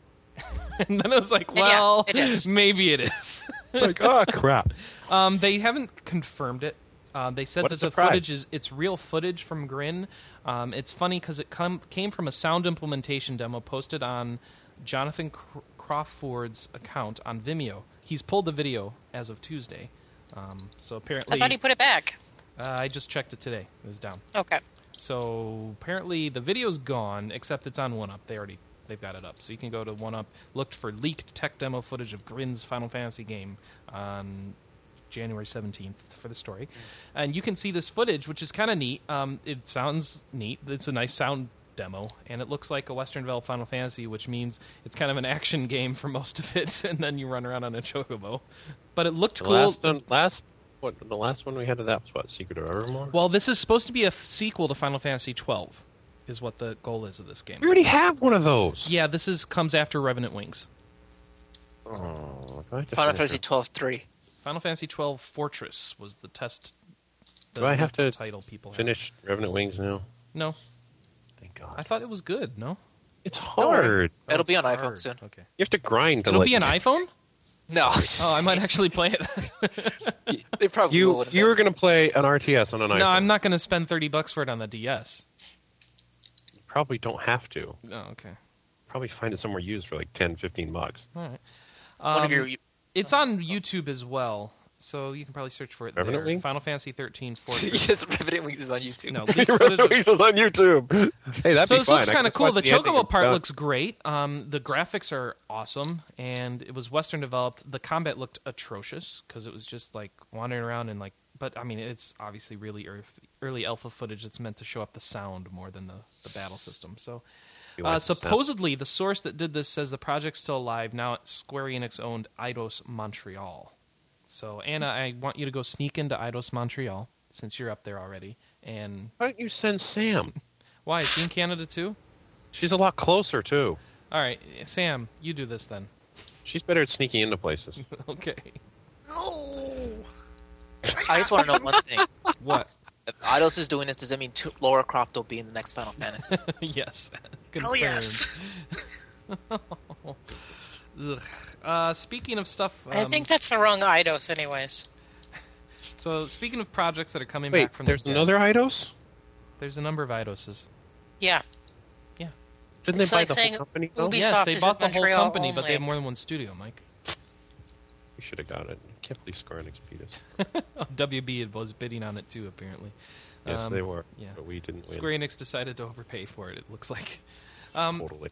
(laughs) and then I was like,
Yeah,
well,
it is.
maybe it is. (laughs)
like, oh crap!
Um, they haven't confirmed it. Uh, they said
What a
that the
surprise.
footage is it's real footage from Grin. Um, it's funny because it come, came from a sound implementation demo posted on Jonathan Cr- Crawford's account on Vimeo. He's pulled the video as of Tuesday, um, so apparently
I thought he put it back.
uh, I just checked it today. It was down.
Okay.
So apparently the video's gone, except it's on One Up. They already they've got it up, so you can go to One Up. Looked for leaked tech demo footage of Grin's Final Fantasy game on January seventeenth for the
Mm.
story, and you can see this footage, which is kind of neat. Um, it sounds neat. It's a nice sound demo, and it looks like a Western Vale Final Fantasy, which means it's kind of an action game for most of it, (laughs) and then you run around on a chocobo. But it looked
The
cool.
last one, last what the last one we had of that was what Secret of Evermore.
Well, this is supposed to be a f- sequel to Final Fantasy XII, is what the goal is of this game.
we already have one of those.
Yeah, this is comes after Revenant Wings.
Oh, do I have to
Final
finish
Fantasy
it?
twelve three.
Final Fantasy XII Fortress was the test. The
Do I have
leaked
to
title people had.
Finish Revenant Wings now.
No,
Thank God.
I thought it was good. No,
it's
worry.
hard.
Oh,
It'll
it's
be on iPhone
hard.
soon.
Okay,
You have to grind. To
it'll
let
be
you
an
make-
iPhone.
(laughs) No,
Oh, I might actually play
(laughs)
it. (laughs)
they probably
You
would.
you were gonna play an RTS on an iPhone.
no, I'm not going to spend thirty bucks for it on the DS.
You probably don't have to.
Oh, okay,
Probably find it somewhere used for like 10, 15 bucks.
all right.
one
Um,
of your
(laughs)
you-
it's on YouTube as well, so you can probably search for it
Revenant
there.
Wings?
Final Fantasy
(laughs)
Thirteen Fortress.
yes, Revenant Wings is on YouTube.
no, leaked footage of-
Revenant Wings is on YouTube. Hey, that'd
so
be
this
fun.
looks
I
kind of
could
cool.
watch
The
ending
Chocobo
and
part
done.
looks great. Um, the graphics are awesome, and it was Western developed. The combat looked atrocious because it was just like wandering around and like. But I mean, it's obviously really earth, early alpha footage that's meant to show up the sound more than the, the battle system. So
You
uh,
like the sound.
supposedly, the source that did this says the project's still alive. Now it's Square Enix owned Eidos Montreal. So Anna, I want you to go sneak into Eidos Montreal since you're up there already. And
Why don't you send Sam?
why? Is she in Canada too?
She's a lot closer too.
All right, Sam, you do this
(laughs)
then.
She's better at sneaking into places.
Okay.
No.
(laughs) I just want to know one thing.
(laughs)
(laughs)
What?
If Eidos is doing this, does that mean two, Laura Croft will be in the next Final Fantasy?
yes.
Hell Oh, yes. (laughs)
Ugh. (laughs) Uh, speaking of stuff, um,
I think that's the wrong Idos, anyways.
so. Speaking of projects that are coming
Wait,
back from
there's
the dead,
another Idos?
There's a number of Idoses.
Yeah.
Didn't they
It's
buy
like
the
saying
whole company? though?
Ubi-
yes,
Ubisoft
they
is
bought the
in
whole
Montreal
company, but they
only.
have more than one studio.
(laughs)
Mike,
We should have got it. I can't believe Square Enix beat us.
oh, WB was bidding on it too, apparently.
Yes,
Um,
they were.
yeah.
But we didn't win.
Square Enix decided to overpay for it. It looks like. (laughs) Um,
totally.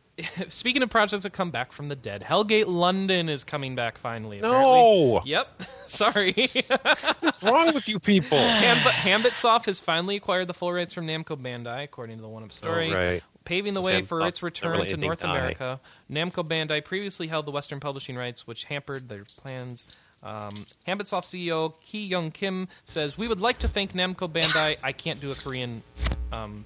speaking of projects that come back from the dead, Hellgate London is coming back finally. apparently.
No!
Yep. (laughs) Sorry. (laughs)
What's wrong with
(sighs)
you people?
Hambit,
(sighs)
Hambit Soft has finally acquired the full rights from Namco Bandai, according to the One Up story,
Oh, right. oh,
paving the
Those
way
Hambit
for
Soft
its return
never let
to
anything
North
die.
America. Namco Bandai previously held the Western publishing rights, which hampered their plans. Um, Hambit Soft CEO Ki Young Kim says, "We would like to thank Namco Bandai. I can't do a Korean um,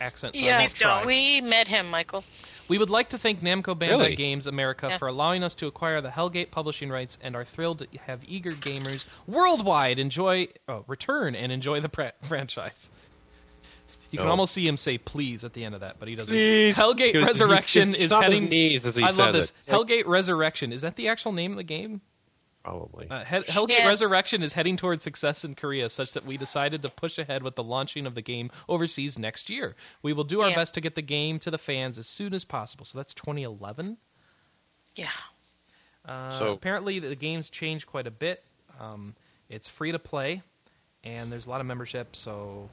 accent, so I
yeah.
won't try.
We met him, Michael.
We would like to thank Namco Bandai
Really?
Games America
Yeah.
for allowing us to acquire the Hellgate publishing rights and are thrilled to have eager gamers worldwide enjoy oh, return and enjoy the pra- (laughs) franchise. You can
No.
almost see him say please at the end of that, but he doesn't.
Oh. Please,
Hellgate
because he's-
Resurrection
he's
is
on his
heading
knees as he
I love
says
this.
it.
Hellgate Resurrection is that the actual name of the game?
Probably.
Uh, he- Hellgate
Yes.
Resurrection is heading towards success in Korea, such that we decided to push ahead with the launching of the game overseas next year. We will do our
Yeah.
best to get the game to the fans as soon as possible. So that's 2011.
Yeah.
Uh,
So-
apparently, the game's changed quite a bit. Um, it's free to play, and there's a lot of membership. So,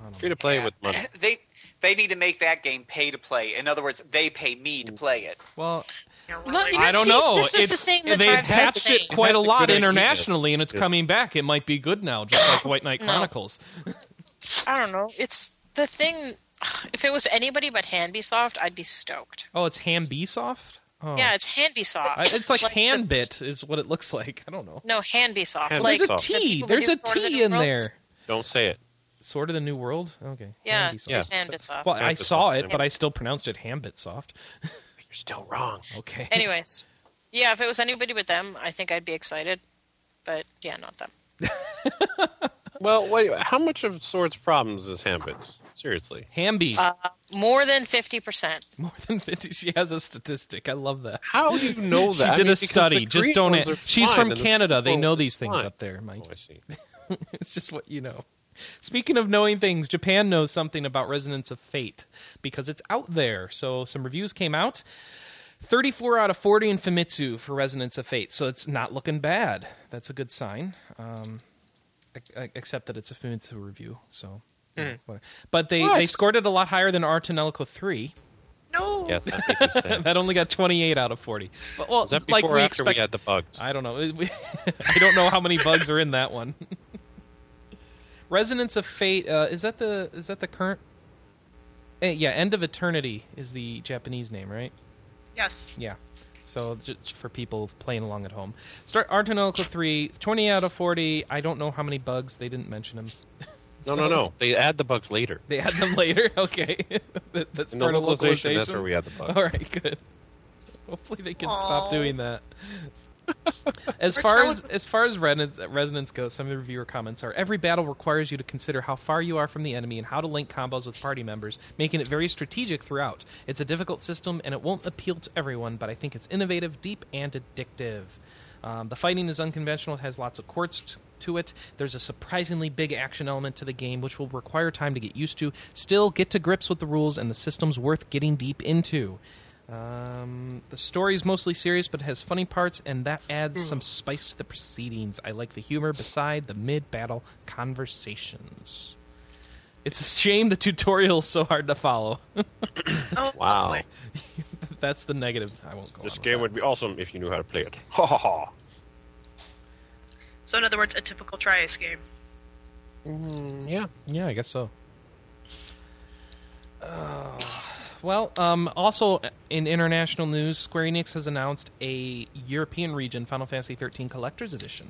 I don't know.
Free to play with
(coughs)
money.
they they need to make that game pay to play. In other words, they pay me to play it.
well,
You're
No,
right.
you
I don't
see,
know.
this is the
It's-
thing that
they
drives me
attached it
insane.
quite a
That's a
lot
good idea.
internationally, and it's
Yes.
coming back. It might be good now, just like
(coughs)
White Knight
No.
Chronicles.
I don't know. It's the thing. (sighs) If it was anybody but Handysoft, I'd be stoked.
Oh, it's Ham Soft. Oh.
Yeah, it's Handysoft.
I, it's like,
the-
Handbit is what it looks like. I don't know.
No, Handysoft.
Hand-
Like
There's a
the
T.
people who
There's
do
a
Sword of the
T
New
in
World.
there.
Don't say it.
Sword of the New World. Okay.
Yeah,
Handy Soft.
it's Handbit Soft.
Well, I
Handbit
saw
Soft,
it,
yeah.
but I still pronounced it Hambit Soft.
You're still wrong.
Okay.
Anyways, yeah, if it was anybody but them, I think I'd be excited. But yeah, not them.
Well, wait, how much of Sword's problems is Hambit's? Seriously.
Hamby,
Uh, more than fifty percent.
(laughs) more than fifty. She has a statistic. I love that.
How do you
(laughs)
know that?
She
I
did
mean,
a
because the
study. Just
green
don't.
ones
a-
are
She's
fine,
from
and the
Canada. They
purple
know
is
these things
fine.
up there, Mike.
Oh, I see.
(laughs) it's just what you know. Speaking of knowing things, Japan knows something about Resonance of Fate because it's out there. So some reviews came out. 34 out of 40 in Famitsu for Resonance of Fate. So it's not looking bad. That's a good sign. Um, ex- except that it's a Famitsu review. So, whatever. but they, they scored it a lot higher than Artanelico 3.
No.
Yes, that's what you said.
(laughs) That only got 28 out of 40. Well, well,
Is that before
like
or
we
after
expect-
we had the bugs?
I don't know. (laughs) I don't know how many bugs are in that one. (laughs) Resonance of Fate uh, is that the is that the current? Eh, yeah, End of Eternity is the Japanese name, right?
Yes.
Yeah. So just for people playing along at home, start Artanelico 3, 20 out of forty. I don't know how many bugs they didn't mention them.
No, no, no. They add the bugs later.
(laughs) They had them later. (laughs) Okay, That- that's
In the
part of
localization, that's
localization?
where we add the
(laughs)
bugs.
All right, good. Hopefully they can stop
Aw.
doing that. as
Rich,
far
that
as as far as resonance, resonance goes, some of the reviewer comments are: every battle requires you to consider how far you are from the enemy and how to link combos with party members, making it very strategic throughout. It's a difficult system and it won't appeal to everyone, but I think it's innovative, deep, and addictive. Um, the fighting is unconventional; it has lots of quirks t- to it. There's a surprisingly big action element to the game, which will require time to get used to. Still, get to grips with the rules, and the system's worth getting deep into. Um, the story's mostly serious, but it has funny parts, and that adds some spice to the proceedings. I like the humor beside the mid-battle conversations. It's a shame the tutorial's so hard to follow. (laughs)
Oh,
Wow.
boy.
That's the negative. I won't go.
This
on with
game
that.
would be awesome if you knew how to play it. Ha ha ha.
So in other words, a typical Triace game.
yeah.
Yeah, I guess so. Uh, well, um, also in international news, Square Enix has announced a European region Final Fantasy XIII Collector's Edition.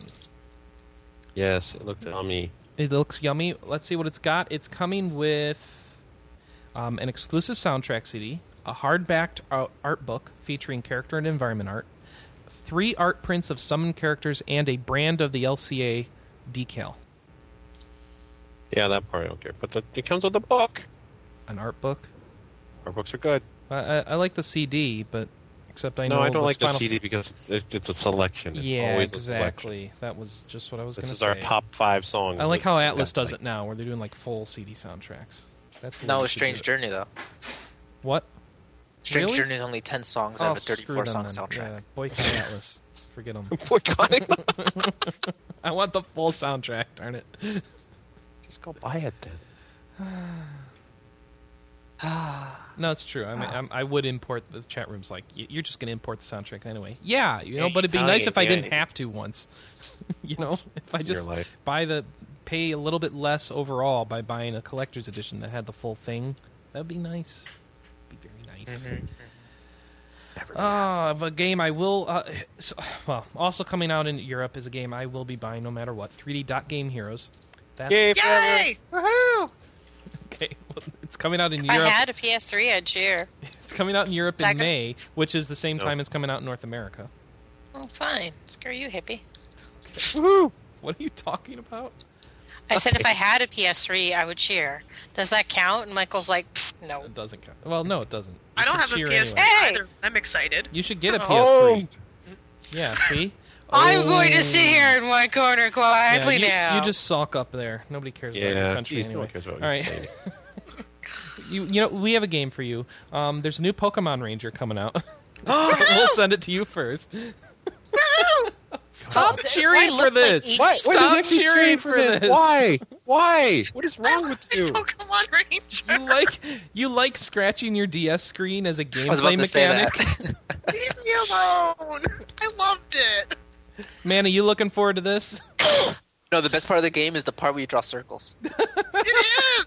Yes, it looked on me.
It looks yummy. Let's see what it's got. It's coming with um, an exclusive soundtrack CD, a hardbacked art- art book featuring character and environment art, three art prints of summoned characters, and a brand of the LCA decal.
Yeah, that part I don't care. But the, it comes with a book.
An art book.
Our books are good.
I, I, I like the CD, but except I know
no, I don't
this
like the
Final-
CD because it's, it's, it's a selection. It's
yeah,
always a selection.
exactly. That was just what I was going
This
to
is
say.
our top five songs.
I like how
that-
Atlas does
like- (laughs)
it now, where they're doing like full CD soundtracks. That's the way
(laughs) No,
they
a
should
Strange
do it.
Journey though.
What?
Strange
Really?
Journey is only ten songs out
Oh,
of a
screw
thirty-four
them
song
then. Yeah,
soundtrack.
boycott Atlas. Forget
(laughs)
them.
Boycotting.
I want the full soundtrack. Darn it.
Just go buy it then.
No, it's true. I mean, I'm, I would import the chat rooms. Like, y- you're just going to import the soundtrack anyway. Yeah, you know.
Yeah,
but it'd be nice
Italian,
if I
yeah,
didn't
yeah.
have to once. (laughs) you know, if (laughs) I
Your
just
life.
buy the pay a little bit less overall by buying a collector's edition that had the full thing, that'd be nice. Be very nice.
Mm-hmm.
Ah, of a game I will. Uh, so, well, also coming out in Europe is a game I will be buying no matter what. 3D Dot Game Heroes. That's
Yay!
okay. Well, it's coming out in
If
Europe.
I had a PS3, I'd cheer.
It's coming out in Europe in
Second.
May, which is the same
No.
time it's coming out in North America.
Oh, fine. Screw you, hippie.
What are you talking about?
I
Uh,
said if I had a PS3, I would cheer. Does that count? And Michael's like, "Pfft, no.
It doesn't count. Well, no, it doesn't. You
I don't
should
have a
cheer
PS3
anyway.
Hey!
either. I'm excited.
You should get a PS3.
Oh!
Yeah, see?
(laughs) I'm
Oh.
going to sit here in one corner
Yeah,
quietly
you,
now.
you just sulk up there. Nobody cares about your
Yeah,
country
geez, no
anyway.
one cares about
All
your
right. (laughs)
(gasps) country.
you, you know, we have a game for you. Um, there's a new Pokemon Ranger coming out. (laughs) we'll send it to you
(laughs)
first. (laughs) Stop
Why
cheering
look
for
like
this.
each-
Why? Why
Stop
does Nick keep
cheering for this.
Why?
(laughs)
Why? What is
I
wrong with
like
you?
Pokemon Ranger.
You like you like scratching your DS screen as a gameplay
I was about to
mechanic. (laughs)
say (laughs) that.
(laughs) Leave me alone. I loved it.
Man, are you looking forward to this?
no, the best part of the game is the part where you draw circles.
It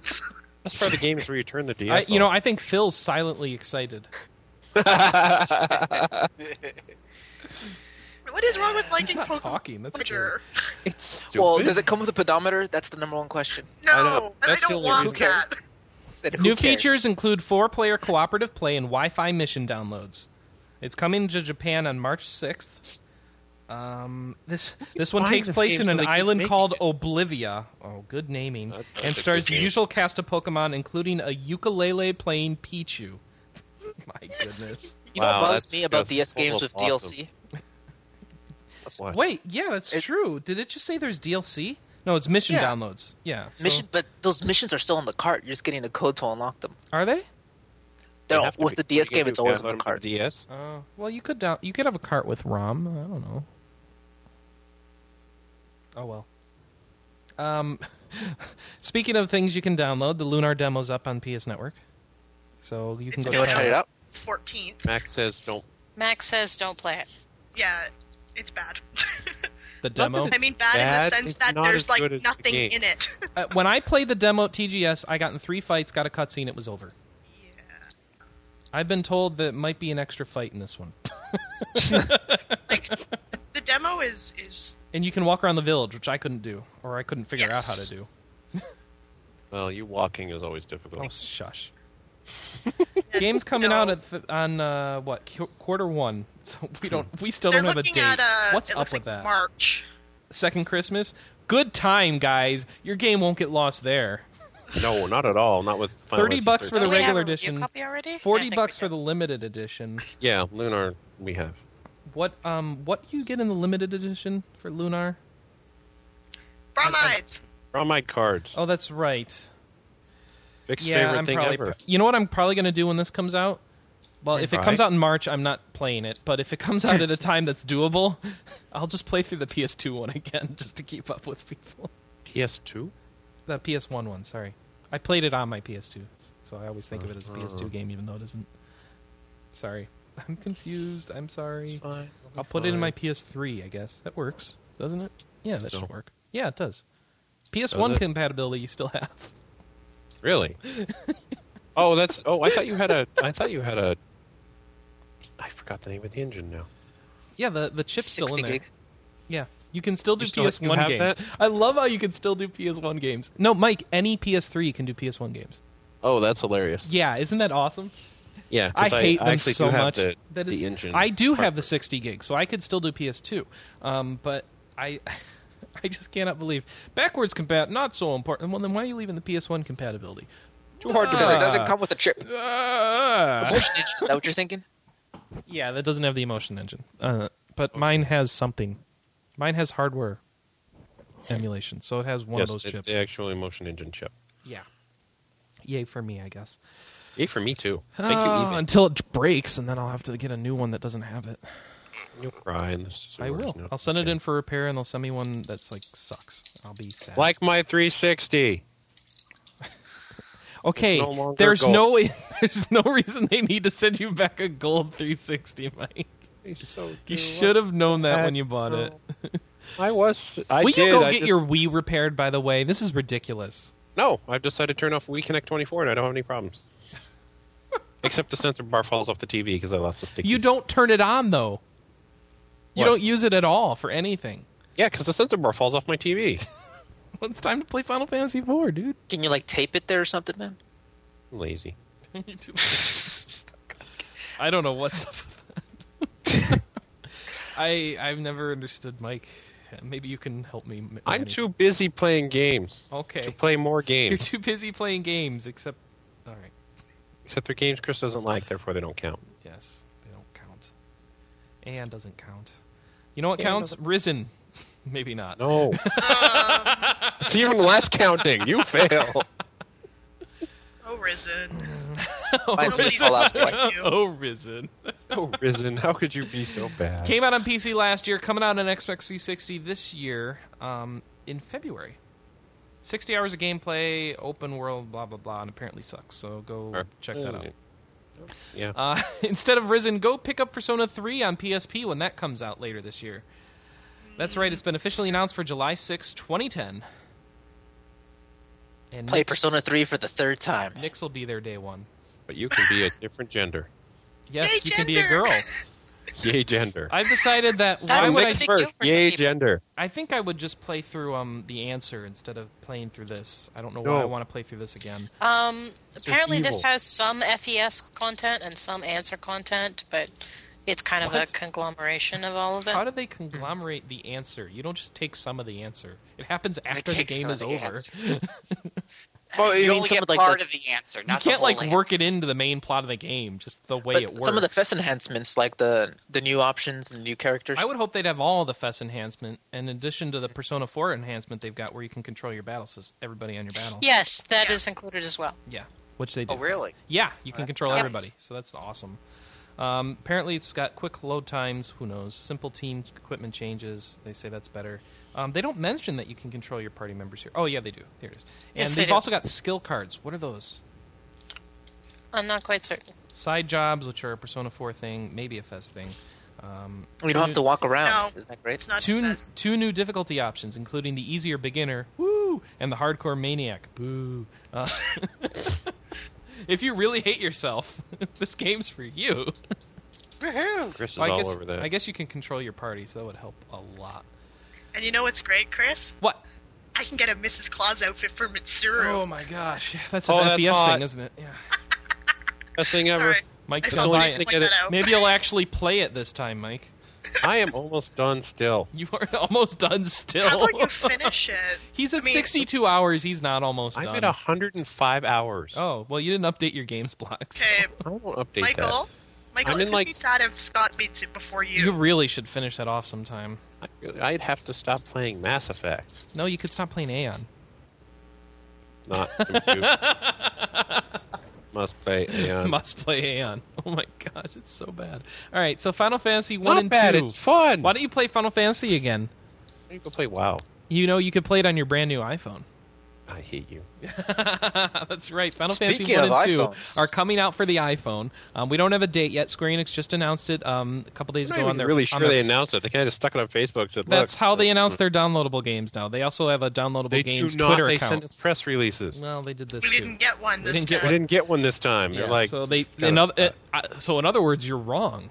is.
That's part of the game is where you turn the DS.
(laughs) I, you know,
off.
I think Phil's silently excited.
(laughs)
What is wrong with
He's
liking
not
Pokemon
talking. That's
Ranger?
it's stupid.
Well, does it come with a pedometer? That's the number one question.
No,
I know.
and I
That's the
don't
only
want
reason.
that.
Then who
New
cares?
features include four-player cooperative play and Wi-Fi mission downloads. It's coming to Japan on March 6th. Um, this this one
buying
takes
this
place
game
in
so
an
they keep
island
making
called
it.
Oblivia. Oh, good naming.
That- that's a
and
good
stars the
name.
usual cast of Pokemon, including a ukulele playing Pichu. (laughs) My goodness.
You
Wow,
know what
that's
bugs me about
just
DS games
full
with
of awesome.
DLC?
What?
Wait, yeah, that's
It-
true. Did it just say there's DLC? No, it's mission
Yeah.
downloads. Yeah. so-
Mission, but those missions are still on the cart. You're just getting a code to unlock them.
Are they?
They
No,
have to
with
be.
the DS
What are you
game,
gonna
it's
do,
always
download
on the
them for
cart.
DS.
Uh, well, you could down. You could have a cart with ROM. I don't know. Oh well. Um, (laughs) speaking of things you can download, the Lunar demo's up on PS Network, so you can
It's
go
a
You want to try it out?
14th.
Max says don't.
Max says don't play it.
Yeah, it's bad.
The
that
demo.
I mean, bad, in the
Bad,
sense
it's
that
not
there's
as
like
good as the
nothing
game.
in it. (laughs)
Uh, when I played the demo at TGS, I got in three fights, got a cutscene, it was over. I've been told that might be an extra fight in this one,
the demo is is
and you can walk around the village, which I couldn't do, or I couldn't figure
Yes.
out how to do.
Well, you walking is always
Oh,
difficult.
shush. Game's coming
No.
out at th- on uh, what qu- quarter one, (laughs) so we don't we still
they're
don't have a
looking
date.
at uh
What's
it
up
looks
with
like
that?
March.
Second Christmas, good time, guys. Your game won't get lost there.
No, not at all. Not with Final
30
Fantasy
bucks for the
Don't Oh,
Oh,
we have
regular
a review
edition.
Copy already? I
Forty
think
bucks
we
for
do.
the limited edition.
Yeah, Lunar we have.
What um what do you get in the limited edition for Lunar?
Bromides.
Draw my cards.
Oh, that's right.
Vic's
yeah,
favorite
I'm
thing
probably.
ever.
You know what I'm probably going to do when this comes out? Well, if it
Right.
comes out in March, I'm not playing it. But if it comes out at
(laughs)
a time that's doable, (laughs) I'll just play through the PS2 one again (laughs) just to keep up with people.
PS2.
The PS1 one, sorry. I played it on my PS2, so I always think of it as a
Uh-huh.
PS2 game, even though it isn't. Sorry, (laughs) I'm confused. I'm sorry.
Fine.
I'll put it in my PS3, I guess. That works, doesn't it? Yeah, that
So.
should work. Yeah, it does. PS1
Does it?
compatibility you still have.
(laughs) Really? oh, that's. Oh, I thought you had a. I thought you had a. I forgot the name of the engine now.
Yeah, the the chip's still
60
in there.
gig.
Yeah, you can still do
You still- you
PS1
have
games.
that?
I love how you can still do PS1 games. No, Mike, any PS3 can do PS1 games.
Oh, that's hilarious.
Yeah, isn't that awesome?
Yeah, 'cause
I hate
I
them
actually
so
do have
much.
The,
that
the
is,
engine.
I do have
part.
the 60 gig, so I could still do PS2. Um, but I, (laughs) I just cannot believe backwards compat not so important. Well, then why are you leaving the PS1 compatibility?
Too hard to
Because
Ah.
it
Uh.
doesn't come with a chip.
Ah.
Motion engine, is that what you're thinking?
yeah, that doesn't have the emotion engine. Uh, but
Oh,
mine has something. Mine has hardware emulation, so it has one
yes,
of those
it-
chips.
The actual emotion engine chip.
Yeah. Yay for me, I guess.
Yay for me too. Thank you,
Ah,
eBay.
until it breaks, and then I'll have to get a new one that doesn't have it.
You'll cry. And this is the
I
worst
will.
note.
I'll send it in for repair, and they'll send me one that's like sucks. I'll be sad.
Like my 360.
okay,
it's no longer
there's
gold.
no (laughs) there's no reason they need to send you back a gold 360, Mike. You should have known that when you bought it.
I was. I
Will
did.
you go
I
get
just-
your Wii repaired? By the way, this is ridiculous.
No, I've decided to turn off WeConnect 24, and I don't have any (laughs) problems. Except the sensor bar falls off the TV because I lost the stick.
You don't turn it on though. You
What?
don't use it at all for anything. (laughs)
Yeah, because the sensor bar falls off my (laughs) TV.
Well, it's time to play Final Fantasy IV, dude.
Can you like tape it there or something, man?
I'm lazy.
I don't know what's (laughs) up with that. (laughs) I I've never understood Mike. Maybe you can help me. M-
I'm
Manny.
too busy playing games to
okay.
play more
(laughs) You're
games.
too busy playing games. Except, all right.
(laughs) Except they're games Chris doesn't like, therefore they don't count.
Yes, they don't count. And doesn't count. You know what
And
counts? Risen. (laughs) Maybe not. (laughs)
No. (laughs) it's even less counting. You
(laughs)
fail.
Oh, risen.
oh,
Mine's gonna
Risen.
fall off too.
(laughs) oh, Risen.
Oh, Risen, how could you be so bad?
Came out on PC last year, coming out on Xbox 360 this year um, in February. 60 hours of gameplay, open world, blah, blah, blah, and apparently sucks. So go
Sure.
check that out.
Yeah.
Uh, (laughs) instead of Risen, go pick up Persona 3 on PSP when that comes out later this year. That's right, it's been officially announced for July 6, 2010. And
Play
Nix-
Persona 3 for the third time.
Nix will be there day one.
but you can be a different gender.
Yes,
Yay,
you can be a
gender!
girl.
Yay, gender.
I've decided that
(laughs)
why
That's
would I
sexy.
Mixed birth.
for some
Yay,
people.
gender.
I think I would just play through um the answer instead of playing through this. I don't know
No.
why I want to play through this again.
Um, apparently, this
evil.
has some FES content and some answer content, but It's kind of a
What?
conglomeration of all of
Uh,
it.
How do they conglomerate the answer? You don't just take some of the answer. It happens after the
take some
game
of
is
the
over. (laughs)
answer.
You
Well,
you
mean
only
some
get
of like
part
the,
of the answer, not
can't
the whole
like
answer.
work it into the main plot of the game, just the way
but
it works.
some of the fest enhancements, like the the new options and new characters.
I would hope they'd have all the FES enhancement in addition to the Persona 4 enhancement they've got where you can control your battle, so everybody on your battle.
Yes, that is
Yeah.
included as well.
Yeah, which they do.
Oh, really?
Yeah, you can control
Nice.
everybody, so that's awesome. Um, apparently, it's got quick load times. Who knows? Simple team equipment changes. They say that's better. Um, they don't mention that you can control your party members here. Oh yeah, they do. Here it is. And
Yes, they
they've
do.
also got skill cards. What are those?
I'm not quite certain.
Side jobs, which are a Persona 4 thing, maybe a Fez thing. Um,
We don't have to walk around.
No.
Isn't that great?
It's not
two,
fast.
two new difficulty options, including the easier beginner, woo, and the hardcore maniac, boo. Uh, (laughs) if you really hate yourself, (laughs) this game's for you.
Chris is
Well, I
all
guess,
over that.
I guess you can control your party, so that would help a lot.
And you know what's great, Chris?
What?
I can get a Mrs. Claus outfit for Mitsuru.
Oh my gosh, yeah, that's
Oh,
an
that's
FES
hot.
thing, isn't it? Yeah.
Best thing ever.
Sorry.
(laughs) Mike's
I
not
felt
the only
buying
like
reason
it.
to get
that
it.
out.
Maybe you'll actually play it this time, Mike. (laughs)
I am almost done still.
You are almost done
How
still. (laughs)
about you finish it?
He's at
I mean-
62 hours. He's not almost
I'm
done.
at 105 hours.
Oh well, you didn't update your games blocks.
Okay,
I won't update
Michael. Michael,
I'm
it's
in,
gonna
like-
be sad if Scott beats it before
(laughs)
you.
You really should finish that off sometime.
that. I, I'd have to stop playing Mass Effect.
No, you could stop playing Aeon. (laughs)
Not compute. Must play
(laughs)
Aeon.
Must play Aeon. Oh my gosh, it's so bad. All right, so Final Fantasy one
Not
and
bad.
two.
It's fun.
Why don't you play Final Fantasy again?
you go play WoW?
You know, you could play it on your brand new iPhone.
I hate you.
That's right. Final
Speaking
Fantasy
of
1 and 2
iPhones.
are coming out for the iPhone. Um, we don't have a date yet. Square Enix just announced it um, a couple days
I'm
ago on
not even
their
really
on
sure
their-
they announced it. They kind of stuck it on Facebook. Said,
That's
"Look, uh,
how they announce their downloadable games now. They also have a downloadable
They
games
do not.
Twitter
they
account.
send us press releases.
well, they did this
we
too.
didn't get one
We
this
didn't get
We
time.
didn't get one this time.
Yeah,
They're like,
so they
kinda uh,
in oth-
suck.
it- I- so in other words, you're wrong.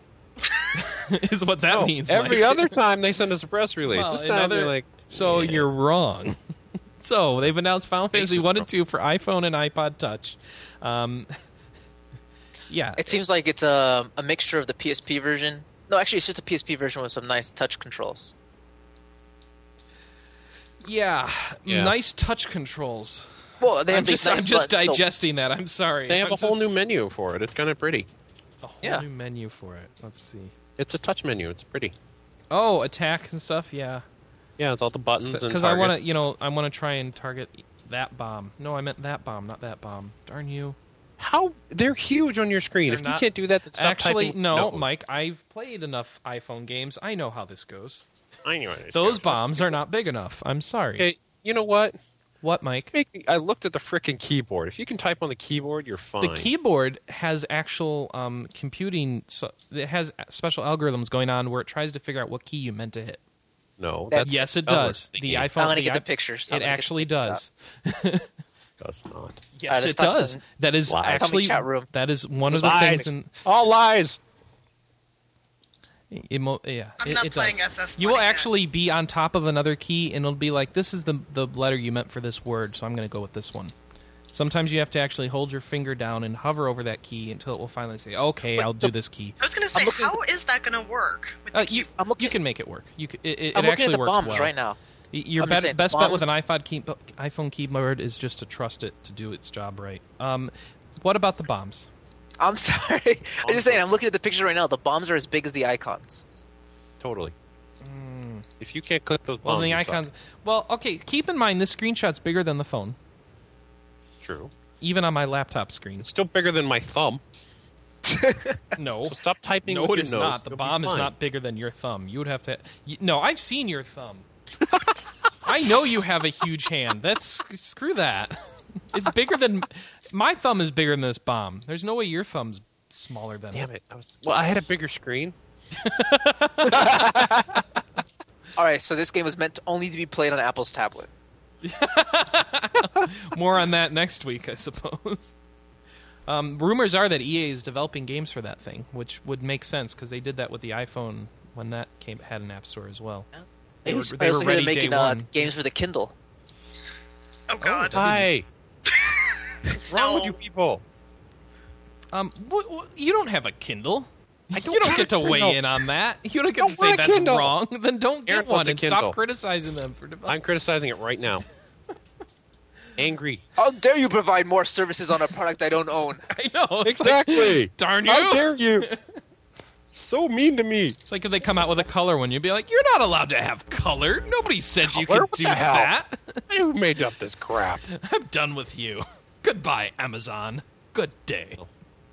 (laughs) is what that
No,
means.
every
Mike. (laughs)
other time they send us a press release.
Well,
this
in
time
other-
they're like,
So
yeah.
you're wrong. (laughs) so they've announced Final
Space
Fantasy
is
one and
wrong.
two for iPhone and iPod Touch. Um, (laughs) yeah,
It seems like it's a, a mixture of the PSP version. No, actually, it's just a PSP version with some nice touch controls.
yeah,
Yeah.
nice touch controls.
Well, they have
I'm just,
these nice
I'm just
buttons, so-
digesting that. I'm sorry.
They have
I'm
a whole
just-
new menu for it. It's kind of pretty.
a whole
yeah.
new menu for it. Let's see.
It's a touch menu. It's pretty.
Oh, attack and stuff. Yeah,
Yeah, it's all the buttons and
because I want to,
targets.
you know, I want to try and target that bomb. No, I meant that bomb, not that bomb. Darn you.
How they're huge on your screen.
They're
If you
not-
can't do that, then stop
Actually,
typing
no,
notes.
Mike. I've played enough iPhone games. I know how this goes.
I knew it.
Those bombs are not big enough. I'm sorry.
Okay, you know what?
What, Mike?
Make the- I looked at the freaking keyboard. If you can type on the keyboard, you're fine.
The keyboard has actual um, computing. So it has special algorithms going on where it tries to figure out what key you meant to hit.
no,
That's-
that's
yes, it
the color
does. The
thingy.
iPhone.
I'm gonna get
i-
the pictures. I'm
It
gonna get the
actually
pictures
does.
does not.
Yes,
Alright, let's
it
talk
does.
then.
That is
Lies. Tell me,
actually
chat room.
that is one of the
Lies.
things. In,
All lies.
emo- yeah,
I'm
it,
not
it does.
playing FF1
You will
again.
actually be on top of another key, and it'll be like, "This is the the letter you meant for this word," so I'm going to go with this one. Sometimes you have to actually hold your finger down and hover over that key until it will finally say, "Okay, I'll do this key."
I was gonna say, how is that gonna work? With
Uh,
the
you
I'm looking-
you can make it work. You c it, it,
I'm
it
looking
actually
at the
works
bombs
well.
right now.
Y- Your
I'm just
bet-
saying,
best bet
bombs-
with an iPhone key- iPhone keyboard is just to trust it to do its job right. Um, what about the bombs?
I'm (laughs) sorry. I'm just saying. I'm looking at the picture right now. The bombs are as big as the icons.
Totally. If you can't click those bombs,
Mm. Well, the
you suck.
icons. Well, okay. Keep in mind this screenshot's bigger than the phone,
True.
even on my laptop screen.
(laughs) It's still bigger than my thumb.
No,
So stop typing.
no,
with
it
your
is
nose.
not. The
You'll be
bomb is
fine.
not bigger than your thumb. You would have to. y no, I've seen your
(laughs)
thumb. I know you have a huge hand. That's screw that. It's bigger than my thumb is bigger than this bomb. There's no way your thumb's smaller than
Damn it! I was, well, I had a bigger screen.
All right. So this game was meant to only to be played on Apple's tablet.
More on that next week, I suppose. Um, rumors are that EA is developing games for that thing, which would make sense because they did that with the iPhone when that came had an app store as well. They
I
were-
also
they were
hear
ready
they're making
day
uh,
one.
games for the Kindle.
oh god,
Hi. What's (laughs) wrong with
No.
you people?
Um, wh- wh- you don't have a Kindle. I don't you don't get to weigh
no.
in on that. You don't get
Don't
to
want
say
a
that's
Kindle.
wrong. (laughs) Then don't get
Eric wants
one
a
and
Kindle.
stop criticizing them for developing.
I'm criticizing it right now. Angry.
How dare you provide more services on a product I don't (laughs) own?
(laughs) I know. It's like,
Exactly.
Darn
How
you.
dare you? So mean to me.
It's like if they come out with a color one, you'd be like, "You're not allowed to have color. Nobody said you
Color?
could
What
do
the hell?"
that." (laughs)
Who made up this crap?
I'm done with you. (laughs) Goodbye, Amazon. Good day.
Oh.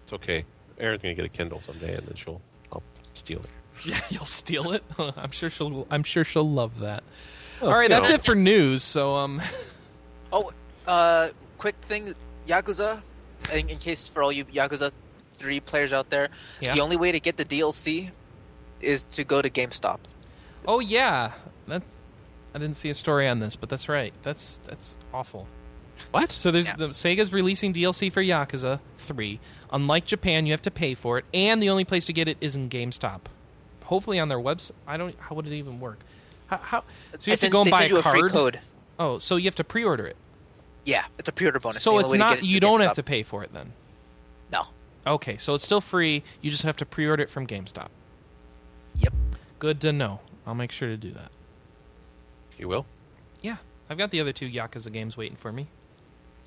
It's okay. Erin's gonna get a Kindle someday, and then she'll I'll steal it.
Yeah, (laughs) you'll steal it. (laughs) I'm sure she'll. I'm sure she'll love that.
Oh,
All
you
right, that's
know.
it for news. So, um,
Oh, uh, quick thing, Yakuza. In, in case for all you Yakuza three players out there,
Yeah.
the only way to get the DLC is to go to GameStop.
oh yeah, that I didn't see a story on this, but that's right. That's that's awful.
What?
So there's
Yeah.
the Sega's releasing DLC for Yakuza 3. Unlike Japan, you have to pay for it, and the only place to get it is in GameStop. Hopefully on their website. I don't. How would it even work? How? how so you have
As
to
in,
go and
they
buy
send you
a card.
free code.
Oh, so you have to pre-order it.
Yeah, it's a pre-order bonus. The
so
only
it's
way to get
not.
it is
You
to
don't have
GameStop.
to pay for it then.
No.
Okay, so it's still free. You just have to pre-order it from GameStop.
Yep.
Good to know. I'll make sure to do that.
You will.
Yeah, I've got the other two Yakuza games waiting for me.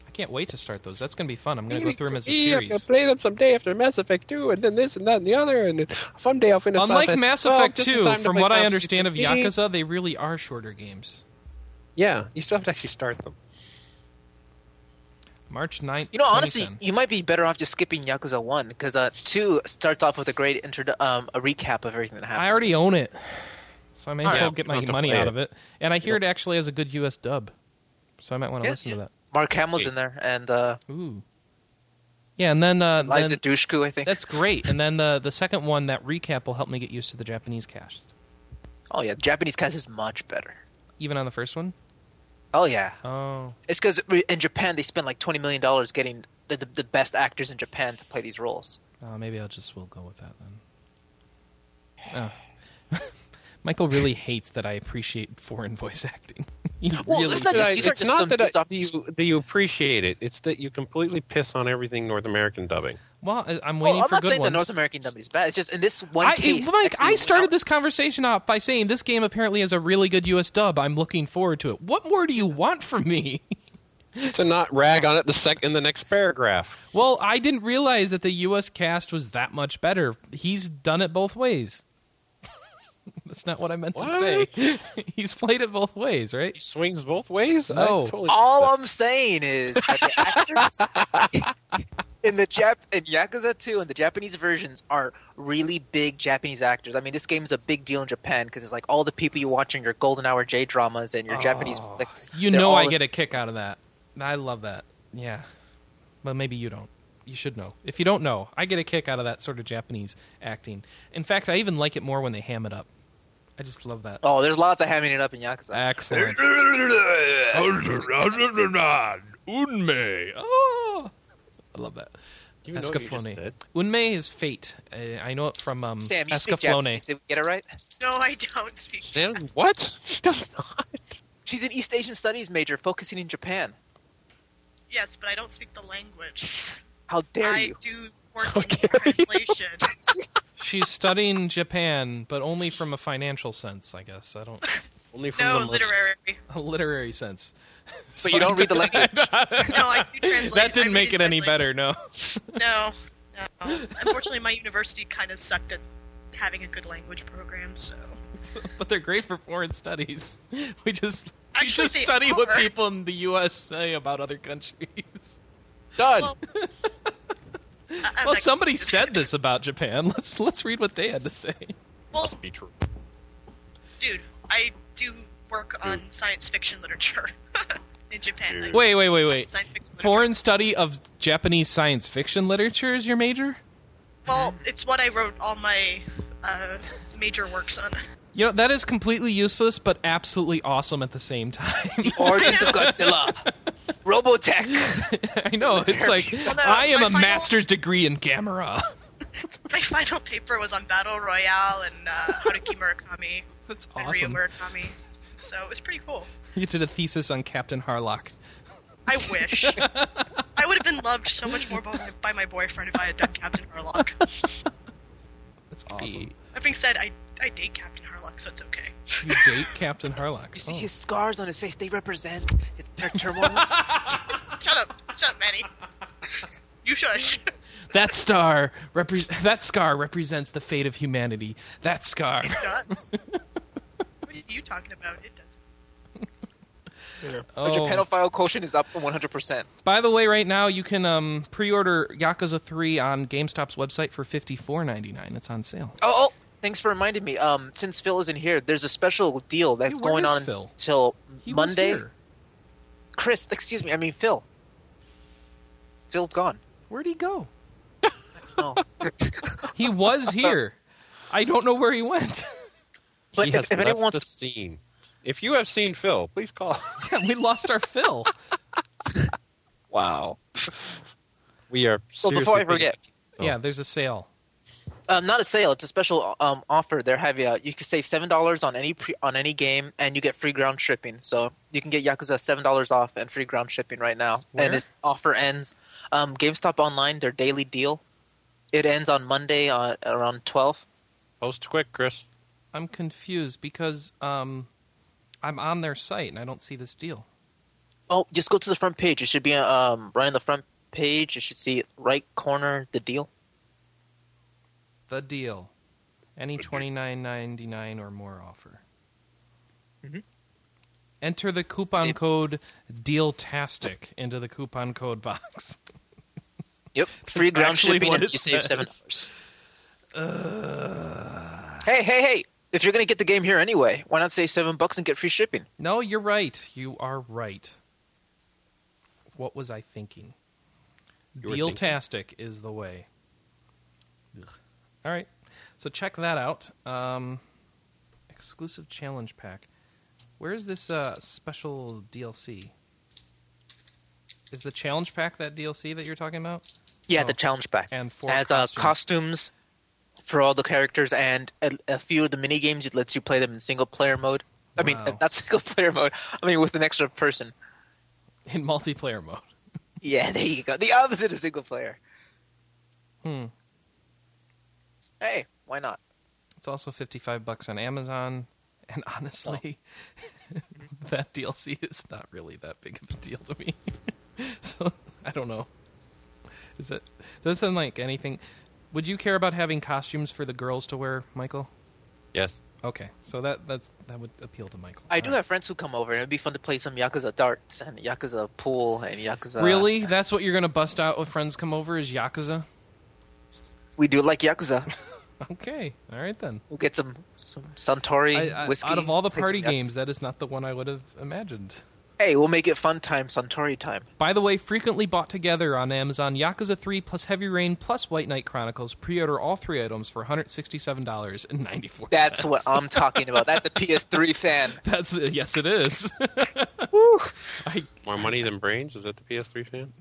I can't wait to start those. That's going to be fun. I'm going to go through them as a
Yeah, I'm gonna
series.
E, play them someday after Mass Effect 2, and then this and that and the other, and then someday I'll finish.
Unlike
Effect
Mass
12,
Effect
just in
2,
time to
from
play E.
what I
Final
understand of
Fantasy 15.
Yakuza, they really are shorter games.
yeah, you still have to actually start them.
March 9th.
You know, honestly,
2010.
you might be better off just skipping Yakuza one because uh, two starts off with a great intro, um, a recap of everything that happened.
I already own it, so I may as
Yeah,
well
you
get
don't
my
have to
money
play
out
it.
of it. And I hear it actually has a good US dub, so I might want to
Yeah,
listen to that.
Mark Hamill's in there, and uh,
Ooh. Yeah, and then uh,
Liza
then-
Dushku, I think.
that's great. And then the the second one, that recap will help me get used to the Japanese cast.
Oh yeah, Japanese cast is much better.
Even on the first one.
Oh yeah,
Oh,
It's because in Japan they spend like twenty million dollars getting the, the, the best actors in Japan to play these roles.
uh, maybe I'll just will go with that then. Oh. (laughs) Michael really hates that I appreciate foreign voice acting. (laughs) He
Well,
really
it's not
does.
just- these are
it's
just
not
some
that,
dudes
I-
off-
you, that you appreciate it. It's that you completely piss on everything North American dubbing.
Well, I- I'm
Well,
waiting
I'm
for
not
good
saying
ones.
the North American dummy is bad. It's just in this one
I,
case.
Mike,
actually
I
went
started
out-
this conversation off by saying this game apparently has a really good US dub. I'm looking forward to it. What more do you want from me? (laughs)
to not rag on it the sec in the next paragraph.
Well, I didn't realize that the U.S. cast was that much better. He's done it both ways. (laughs) That's not what I meant to say. (laughs) He's played it both ways, right?
He swings both ways. I
No.
totally
All I'm saying is that the
(laughs)
actors in the Jap in Yakuza 2 and the Japanese versions are really big Japanese actors. I mean, this game is a big deal in Japan because it's like all the people you watch in your Golden Hour J dramas and your Japanese
Oh,
flicks.
You
they're
know
all
I
in-
get a kick out of that. I love that. Yeah. Well, maybe you don't. You should know. If you don't know, I get a kick out of that sort of Japanese acting. In fact, I even like it more when they ham it up. I just love that.
Oh, there's lots of hamming it up in Yakuza.
Excellent. Unme. Oh. I love that.
You know what you just
Escaflowne.
did.
Unme is fate. Uh, I know it from um,
Sam, you speak
Escaflowne.
Japanese. Did we get it right?
No, I don't speak.
Sam, what? He does not.
She's an East Asian Studies major focusing in Japan.
Yes, but I don't speak the language.
How dare
I
you?
(laughs)
do work in translation.
She's studying Japan, but only from a financial sense, I guess. I don't
Only from
no,
the money.
literary.
a literary (laughs) sense.
So you don't read
(laughs)
the language.
(laughs) No, I do translate.
that
I
didn't
read
make
in
it any
translation.
better. No.
No, no. Unfortunately, my university kind of sucked at having a good language program, so.
(laughs) but they're great for foreign studies. We just we
Actually,
just
they
study what
are.
people in the U.S. say about other
(laughs)
countries.
Done.
(laughs)
Well, I- I'm
Well,
not-
somebody said this about Japan. (laughs) Let's let's read what they had to say.
Well,
Must be true.
dude, I do work on science fiction literature (laughs) in Japan. I-
Wait, wait, wait, wait.
Science fiction literature.
Foreign study of Japanese science fiction literature is your major?
Well, it's what I wrote all my uh, major works on. (laughs)
You know, that is completely useless but absolutely awesome at the same (laughs) time.
the origins (laughs) of Godzilla.
(laughs)
Robotech.
I know. It's like
Although,
I am
my
a
final-
master's degree in Gamera.
My final paper was on Battle Royale and uh, Haruki Murakami
(laughs) That's
and Ryu
awesome.
Murakami. So it was pretty cool.
You did a thesis on Captain Harlock.
I wish. I would have been loved so much more by, by my boyfriend if I had done Captain Harlock.
That's
Speed.
That being said, I, I date Captain Harlock, so it's okay.
You date Captain Harlock.
You see
Oh.
his scars on his face; they represent his
(laughs)
turmoil.
Shut up. Shut up, Manny. You shush.
That star repre- that scar represents the fate of humanity. That scar.
Nuts. What are you talking about? It does.
But your
Oh.
pedophile quotient is up 100. percent
By the way, right now you can um, pre-order Yakuza 3 on GameStop's website for $54.99. It's on sale.
Oh, oh, thanks for reminding me. Um, since Phil isn't here, there's a special deal that's
Hey, where
going
is
on
Phil?
till
He was
Monday.
here.
Chris, excuse me, I mean Phil. Phil's gone.
Where'd he go?
Oh.
(laughs) He was here. I don't know where he went. (laughs)
But
he
if,
has
if anyone
left
wants
the scene. If you have seen Phil,
(laughs)
please call.
Yeah, we lost our Phil.
wow. (laughs) We are.
Well, before I
seriously
forget,
Oh.
Yeah, there's a sale.
um, not a sale. It's a special um, offer. They're having. Uh, you can save seven dollars on any pre- on any game, and you get free ground shipping. So you can get Yakuza seven dollars off and free ground shipping right now.
Where?
And this offer ends. Um, GameStop Online, their daily deal. It ends on Monday uh, around twelve.
Post quick, Chris.
I'm confused because um, I'm on their site and I don't see this deal.
Oh, just go to the front page. It should be um, right on the front page. You should see right corner the deal.
The deal. Any twenty nine ninety nine or more offer. Enter the coupon
Same.
code DEALTASTIC into the coupon code box.
Yep. Free ground
actually
shipping
what
and
it
you save
says.
seven dollars. Hey, hey, hey! If you're gonna get the game here anyway, why not save seven bucks and get free shipping?
No, you're right. You are right. What was I thinking?
You were thinking.
Dealtastic is the way. All right. So check that out. Um, exclusive challenge pack. Where is this uh, special DLC? Is the challenge pack that DLC that you're talking about?
Yeah,
Oh.
the challenge pack
And for
as
costumes.
uh, costumes for all the characters and a, a few of the mini games. It lets you play them in single player mode. I mean,
Wow.
not (laughs) single player mode. I mean, with an extra person.
(laughs) in multiplayer mode.
Yeah, there you go. The opposite of single player.
Hmm.
Hey, why not?
It's also 55 bucks on Amazon. (laughs) And honestly,
Oh.
(laughs) that DLC is not really that big of a deal to me. (laughs) so I don't know. Is it? Does it sound like anything? Would you care about having costumes for the girls to wear, Michael?
Yes.
Okay, so that that's that would appeal to Michael.
I do
All right.
have friends who come over, and it'd be fun to play some Yakuza darts and Yakuza pool and Yakuza.
Really? That's what you're gonna bust out when friends come over is Yakuza?
We do like Yakuza.
Okay, all right then.
We'll get some some Suntory
I, I,
whiskey.
out of all the
play some
party
Yakuza.
games, that is not the one I would have imagined.
hey, we'll make it fun time, Suntory time.
By the way, frequently bought together on Amazon, Yakuza 3 plus Heavy Rain plus White Knight Chronicles. Pre-order all three items for $167.94. (laughs)
That's what I'm talking about. That's a PS3 fan.
That's uh, yes, it is. (laughs)
More money than brains? Is that the PS3 fan?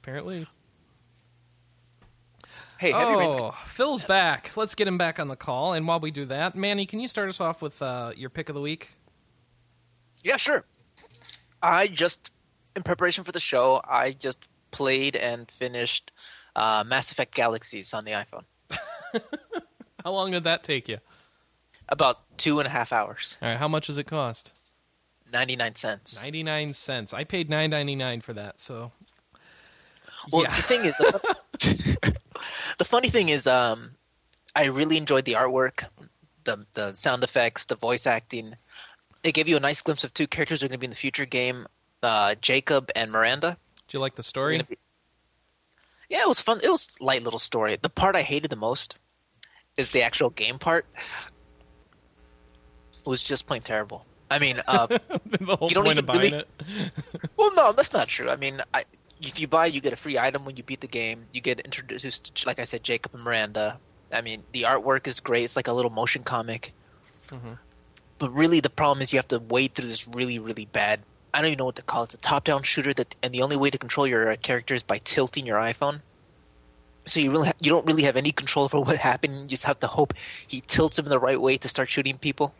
Apparently.
Hey, Heavy Rain's
Oh, Phil's back. Let's get him back on the call. And while we do that, Manny, can you start us off with uh, your pick of the week? (laughs)
Yeah, sure. I just, in preparation for the show, I just played and finished uh, Mass Effect Galaxies on the iPhone.
How long did that take you?
About two and a half hours,
All right, how much does it cost?
99 cents.
99 cents. I paid 9.99 for that. So,
Well,
Yeah.
the thing is, the, the funny thing is, um, I really enjoyed the artwork, the the sound effects, the voice acting. It gave you a nice glimpse of two characters who are going to be in the future game, uh, Jacob and Miranda.
do you like the
They're
story?
gonna be- Yeah, it was fun. It was a light little story. The part I hated the most is the actual game part. It was just plain terrible. I mean,
(laughs)
uh,
the whole
you don't
point of
even
buying
really-
it.
Well, no, that's not true. I mean, I, if you buy, you get a free item when you beat the game. You get introduced, to, like I said, Jacob and Miranda. I mean, the artwork is great. It's like a little motion comic. But really, the problem is you have to wade through this really, really bad. I don't even know what to call it. It's a top-down shooter that, and the only way to control your uh, character is by tilting your iPhone. So you really ha- you don't really have any control over (laughs) what happened. You just have to hope he tilts him the right way to start shooting people.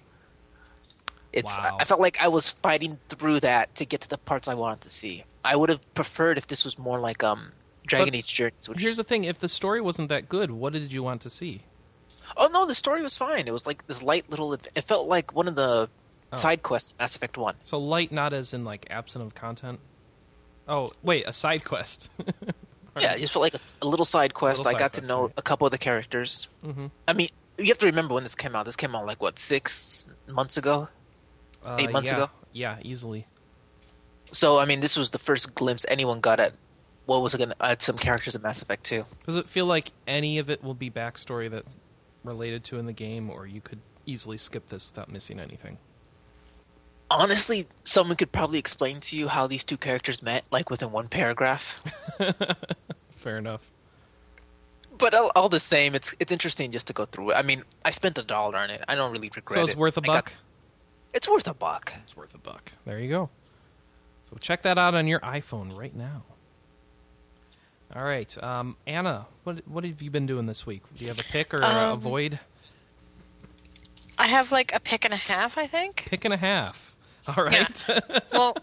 It's I-
Wow.
I felt like I was fighting through that to get to the parts I wanted to see. I would have preferred if this was more like um Dragon
But
Age Journeys. Which,
Here's the thing: if the story wasn't that good, what did you want to see?
oh no, the story was fine. It was like this light little. It felt like one of the
Oh.
side quests, in Mass Effect One.
So light, not as in like absent of content. Oh wait, a side quest. (laughs)
Yeah, it just felt like a, s- a little side quest.
Little
I
side
got
quest,
to know
right.
a couple of the characters.
mm-hmm.
I mean, you have to remember when this came out. This came out like what six months ago.
uh,
Eight months
yeah.
ago?
Yeah, easily.
So I mean, this was the first glimpse anyone got at what was going to at some characters in Mass Effect Two.
Does it feel like any of it will be backstory that's related to in the game, or you could easily skip this without missing anything?
Honestly, someone could probably explain to you how these two characters met, like within one paragraph. (laughs)
Fair enough.
But all, all the same, it's it's interesting just to go through it. I mean, I spent a dollar on it. I don't really regret
so
it.
it's worth a
I got-
buck.
it's worth a buck.
It's worth a buck. There you go. So check that out on your iPhone right now. All right, um, Anna, what what have you been doing this week? Do you have a pick or a- a
Um,
void?
I have like a pick and a half, I think.
Pick and a half. (laughs) All right. (laughs)
Well,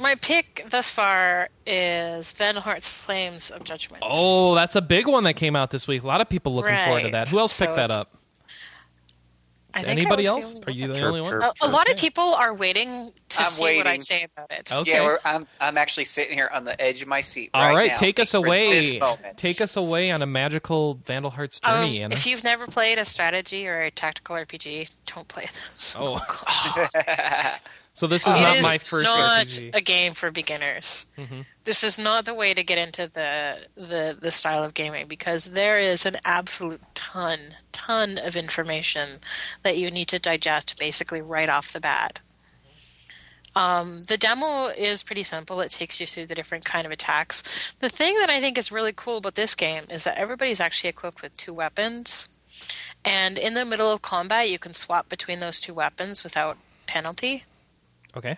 my pick thus far is Van Hart's Flames of Judgment.
oh, that's a big one that came out this week. A lot of people looking forward to
Right.
that. Who else picked
So
that
it's-
up?
I think I
Anybody
was
else?
the only
Are you the
Chirp,
only one?
chirp.
one. A, a lot of
Yeah.
people are waiting to
I'm
see what I
waiting.
say about it.
Okay.
Yeah, we're, I'm I'm actually sitting here on the edge of my seat.
All right,
now,
take us
for this
away.
moment.
Take us away on a magical Vandal Hearts
Um,
journey, Anna.
if you've never played a strategy or a tactical RPG, don't play this.
Oh.
God.
(laughs) so this is
It
not
is
my first
not
RPG.
a game for beginners.
Mhm.
This is not the way to get into the, the the style of gaming because there is an absolute ton ton of information that you need to digest basically right off the bat. Um, the demo is pretty simple. It takes you through the different kind of attacks. The thing that I think is really cool about this game is that everybody's actually equipped with two weapons, and in the middle of combat, you can swap between those two weapons without penalty.
Okay.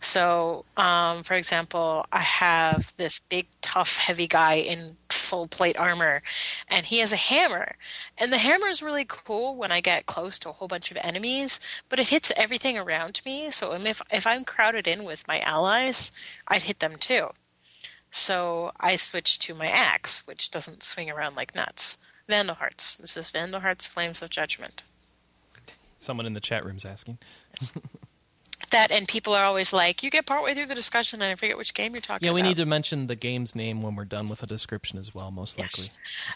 So, um, for example, I have this big, tough, heavy guy in full plate armor, and he has a hammer. And the hammer is really cool when I get close to a whole bunch of enemies, but it hits everything around me. So, um, if if I'm crowded in with my allies, I'd hit them too. So I switched to my axe, which doesn't swing around like nuts. Vandal Hearts. This is Vandal Hearts: Flames of Judgment.
Someone in the chat room's asking.
That and people are always like, you get partway through the discussion and I forget which game you're talking
Yeah,
about.
we need to mention the game's name when we're done with a description as well, most likely.
Yes.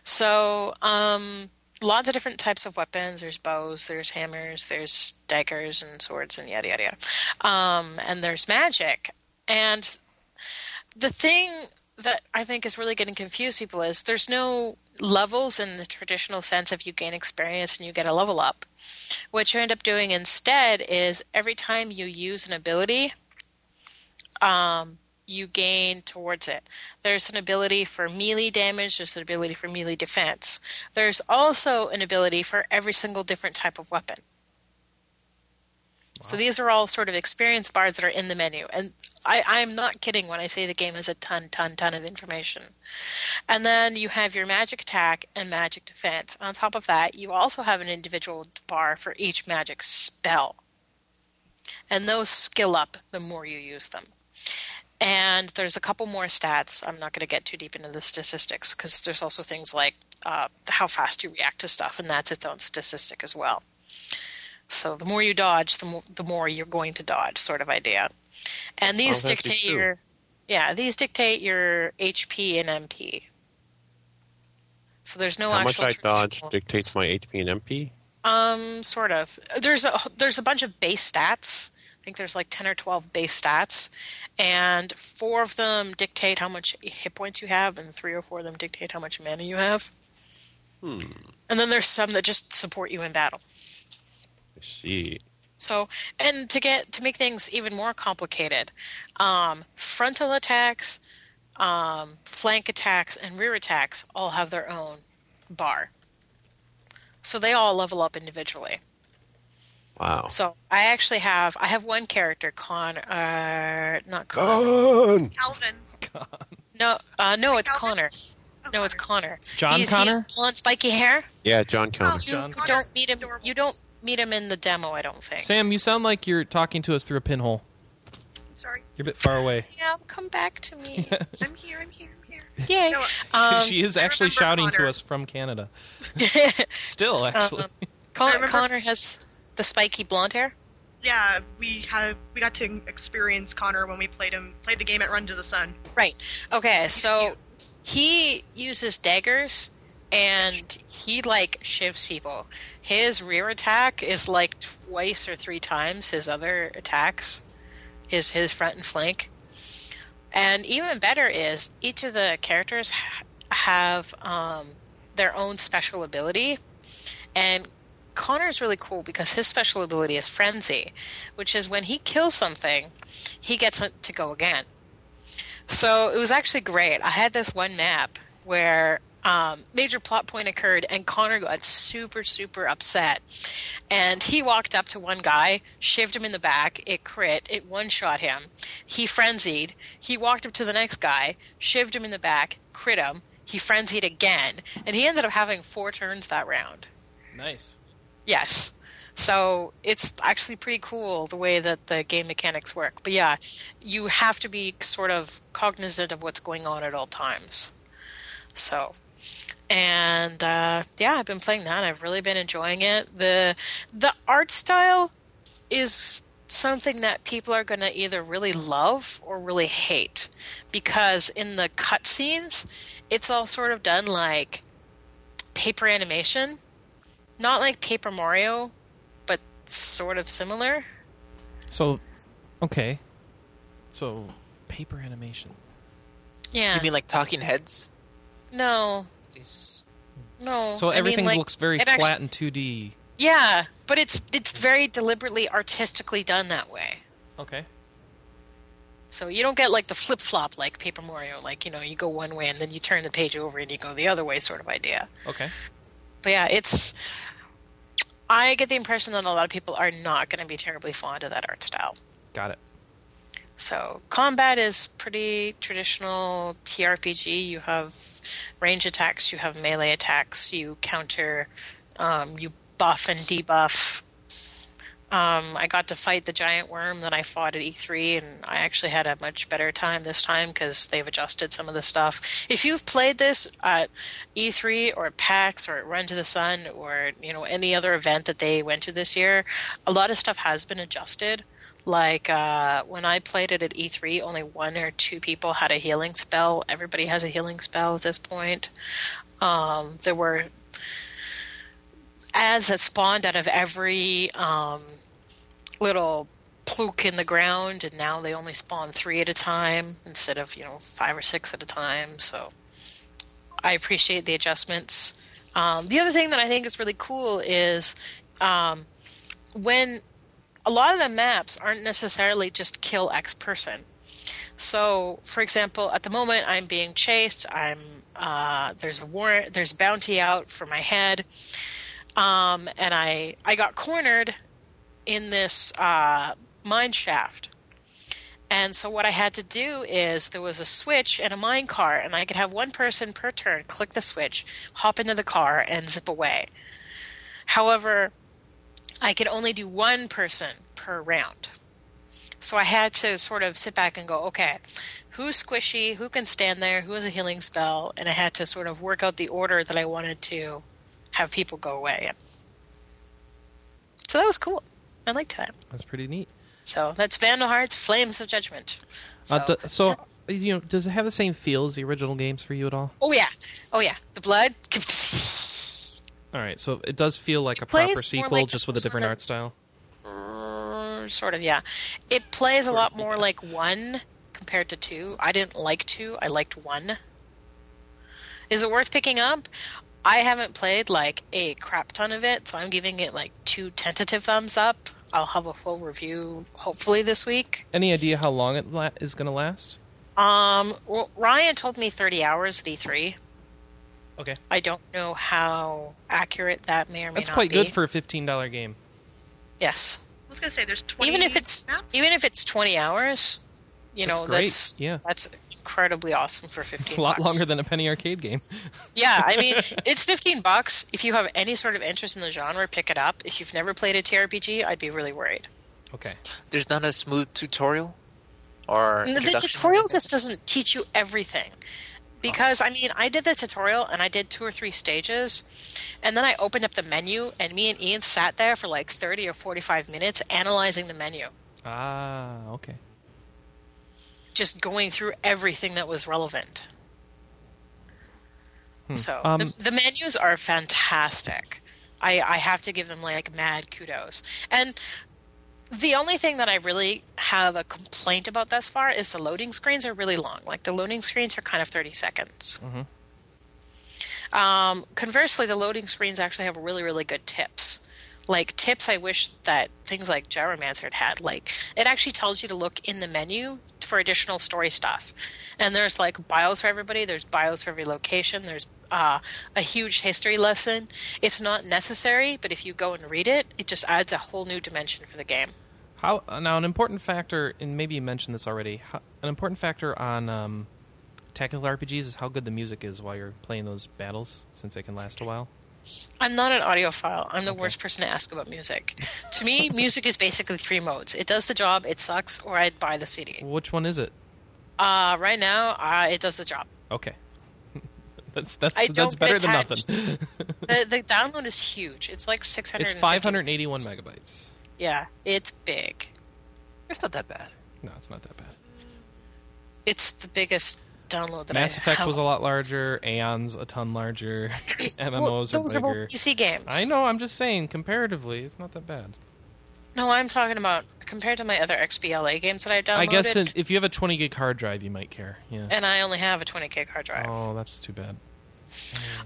So, um, lots of different types of weapons. There's bows, there's hammers, there's daggers and swords, and yada yada yada. Um, and there's magic. And the thing that I think is really getting confused people is there's no levels in the traditional sense of you gain experience and you get a level up. What you end up doing instead is every time you use an ability, um, you gain towards it. There's an ability for melee damage, there's an ability for melee defense. There's also an ability for every single different type of weapon. So these are all sort of experience bars that are in the menu. And I, I'm not kidding when I say the game has a ton, ton, ton of information. And then you have your magic attack and magic defense. On top of that, you also have an individual bar for each magic spell. And those skill up the more you use them. And there's a couple more stats. I'm not going to get too deep into the statistics because there's also things like uh, how fast you react to stuff, and that's its own statistic as well. So the more you dodge, the more, the more you're going to dodge, sort of idea. And these
Well, that's
dictate
true.
your, yeah, these dictate your HP and MP. So there's no
How much
actual
I dodge
traditional-
dictates my HP and MP.
um, sort of. There's a there's a bunch of base stats. I think there's like ten or twelve base stats, and four of them dictate how much hit points you have, and three or four of them dictate how much mana you have.
Hmm.
And then there's some that just support you in battle.
I see.
So, and to get to make things even more complicated, um, frontal attacks, um, flank attacks, and rear attacks all have their own bar. So they all level up individually.
Wow.
So I actually have I have one character, Con, uh, not
Oh.
Connor.
Gone.
Calvin.
No, uh, no, it's
Calvin?
Connor.
Oh,
No, it's Connor.
John
He's- He
Connor?
has blonde, spiky hair.
Yeah, John Connor.
Oh, You
John-
You don't meet him. You don't meet him in the demo. I don't think.
Sam, you sound like you're talking to us through a pinhole.
Sorry,
You're a bit far away.
Sam, come back to me.
(laughs)
I'm here. I'm here. I'm here. here.
Yay.
No,
(laughs) Um,
she is
I
actually
remember
shouting to
Connor.
us from Canada.
(laughs)
Still, actually. (laughs)
Um, Con-
I remember-
Connor has the spiky blonde hair.
Yeah, we had we got to experience Connor when we played him played the game at Run to the Sun.
Right. Okay, so he uses daggers and he like shivs people. His rear attack is like twice or three times his other attacks. His his front and flank. And even better is each of the characters ha- have um, their own special ability. And Connor's really cool because his special ability is frenzy, which is when he kills something, he gets it to go again. So it was actually great. I had this one map where um, major plot point occurred, and Connor got super, super upset. And he walked up to one guy, shaved him in the back, it crit, it one shot him. He frenzied. He walked up to the next guy, shaved him in the back, crit him. He frenzied again, and he ended up having four turns that round.
Nice.
Yes. So it's actually pretty cool the way that the game mechanics work. But yeah, you have to be sort of cognizant of what's going on at all times. So, and uh, yeah, I've been playing that. I've really been enjoying it. the The art style is something that people are going to either really love or really hate because in the cutscenes, it's all sort of done like paper animation not like Paper Mario, but sort of similar.
So, okay. So, paper animation.
Yeah.
You mean like talking heads?
no,
These-
no.
So
I mean,
everything
like,
looks very
it
flat
actu-
and 2D.
yeah, but it's it's very deliberately artistically done that way.
Okay.
So you don't get like the flip flop like Paper Mario, like you know you go one way and then you turn the page over and you go the other way sort of idea.
Okay.
But yeah, it's. I get the impression that a lot of people are not going to be terribly fond of that art style.
Got it.
So combat is pretty traditional TRPG. You have range attacks, you have melee attacks, you counter, um, you buff and debuff. Um, I got to fight the giant worm that I fought at E3, and I actually had a much better time this time because they've adjusted some of the stuff. If you've played this at E3 or at PAX or at Run to the Sun or you know any other event that they went to this year, a lot of stuff has been adjusted. Like uh, when I played it at E3, only one or two people had a healing spell. Everybody has a healing spell at this point. Um, there were ads that spawned out of every um, little pluke in the ground, and now they only spawn three at a time instead of you know five or six at a time. So I appreciate the adjustments. Um, the other thing that I think is really cool is um, when a lot of the maps aren't necessarily just kill X person. So, for example, at the moment I'm being chased. I'm uh, there's a warrant, there's bounty out for my head, um, and I I got cornered in this uh, mine shaft. And so what I had to do is there was a switch and a mine car, and I could have one person per turn click the switch, hop into the car, and zip away. However, I could only do one person per round. So I had to sort of sit back and go, okay, who's squishy? Who can stand there? Who has a healing spell? And I had to sort of work out the order that I wanted to have people go away. in. So that was cool. I liked that.
That's pretty neat.
So that's Vandal Hearts Flames of Judgment. So,
uh, d- so you know, does it have the same feel as the original games for you at all?
oh yeah, oh yeah, the blood. (laughs)
All right. So it does feel like a
plays
proper
more
sequel,
like the
just with a
first one
different
that-
art style.
sort of yeah. It plays a lot more like one compared to two. I didn't like two. I liked one. Is it worth picking up? I haven't played like a crap ton of it, so I'm giving it like two tentative thumbs up. I'll have a full review hopefully this week.
Any idea how long it la- is going to last?
Um, well, Ryan told me 30 hours at E3.
Okay.
I don't know how accurate that may or may
That's
not
quite
be.
good for a fifteen dollar game.
yes.
I was gonna say there's twenty.
Even if it's
maps?
even if it's 20 hours, you
That's
know
great.
that's
Yeah. (laughs)
that's incredibly awesome for 15.
It's a lot
bucks.
longer than a penny arcade game.
Yeah,
(laughs)
I mean, it's 15 bucks. If you have any sort of interest in the genre, pick it up. If you've never played a TRPG, I'd be really worried.
Okay.
There's not a smooth tutorial, or
And The
introduction?
tutorial just doesn't teach you everything. Because I mean, I did the tutorial and I did two or three stages, and then I opened up the menu, and me and Ian sat there for like thirty or forty-five minutes analyzing the menu,
Ah, okay.
just going through everything that was relevant. So
Um,
the, the menus are fantastic. I, I have to give them like mad kudos. And the only thing that I really have a complaint about thus far is the loading screens are really long. Like the loading screens are kind of thirty seconds. Um, conversely, the loading screens actually have really really good tips. Like tips, I wish that things like Gyromancer had had. Like it actually tells you to look in the menu for additional story stuff. And there's like bios for everybody. There's bios for every location. There's uh, a huge history lesson. It's not necessary, but if you go and read it, it just adds a whole new dimension for the game.
How uh, now? An important factor, and maybe you mentioned this already. How, an important factor on um, tactical RPGs is how good the music is while you're playing those battles, since they can last a while.
I'm not an audiophile. I'm the worst person to ask about music. to me, (laughs) music is basically three modes. It does the job, it sucks, or I'd buy the CD.
Which one is it?
Uh, right now, uh, it does the job.
Okay, (laughs) that's that's
I
that's
don't
better
get
than
attached.
nothing. (laughs)
the, the download is huge. It's like 600.
it's 581 megabytes.
Yeah, it's big.
It's not that bad.
No, it's not that bad.
It's the biggest download that
Mass
I
Effect
have.
was a lot larger. Aeon's a ton larger.
(coughs)
(laughs)
Well,
MMOs
those
are
are both
bigger.
PC games.
I know. I'm just saying, comparatively, it's not that bad.
No, I'm talking about compared to my other XBLA games that I downloaded.
I guess in, if you have a 20 gig hard drive, you might care. Yeah.
and I only have a 20k hard drive.
Oh, that's too bad.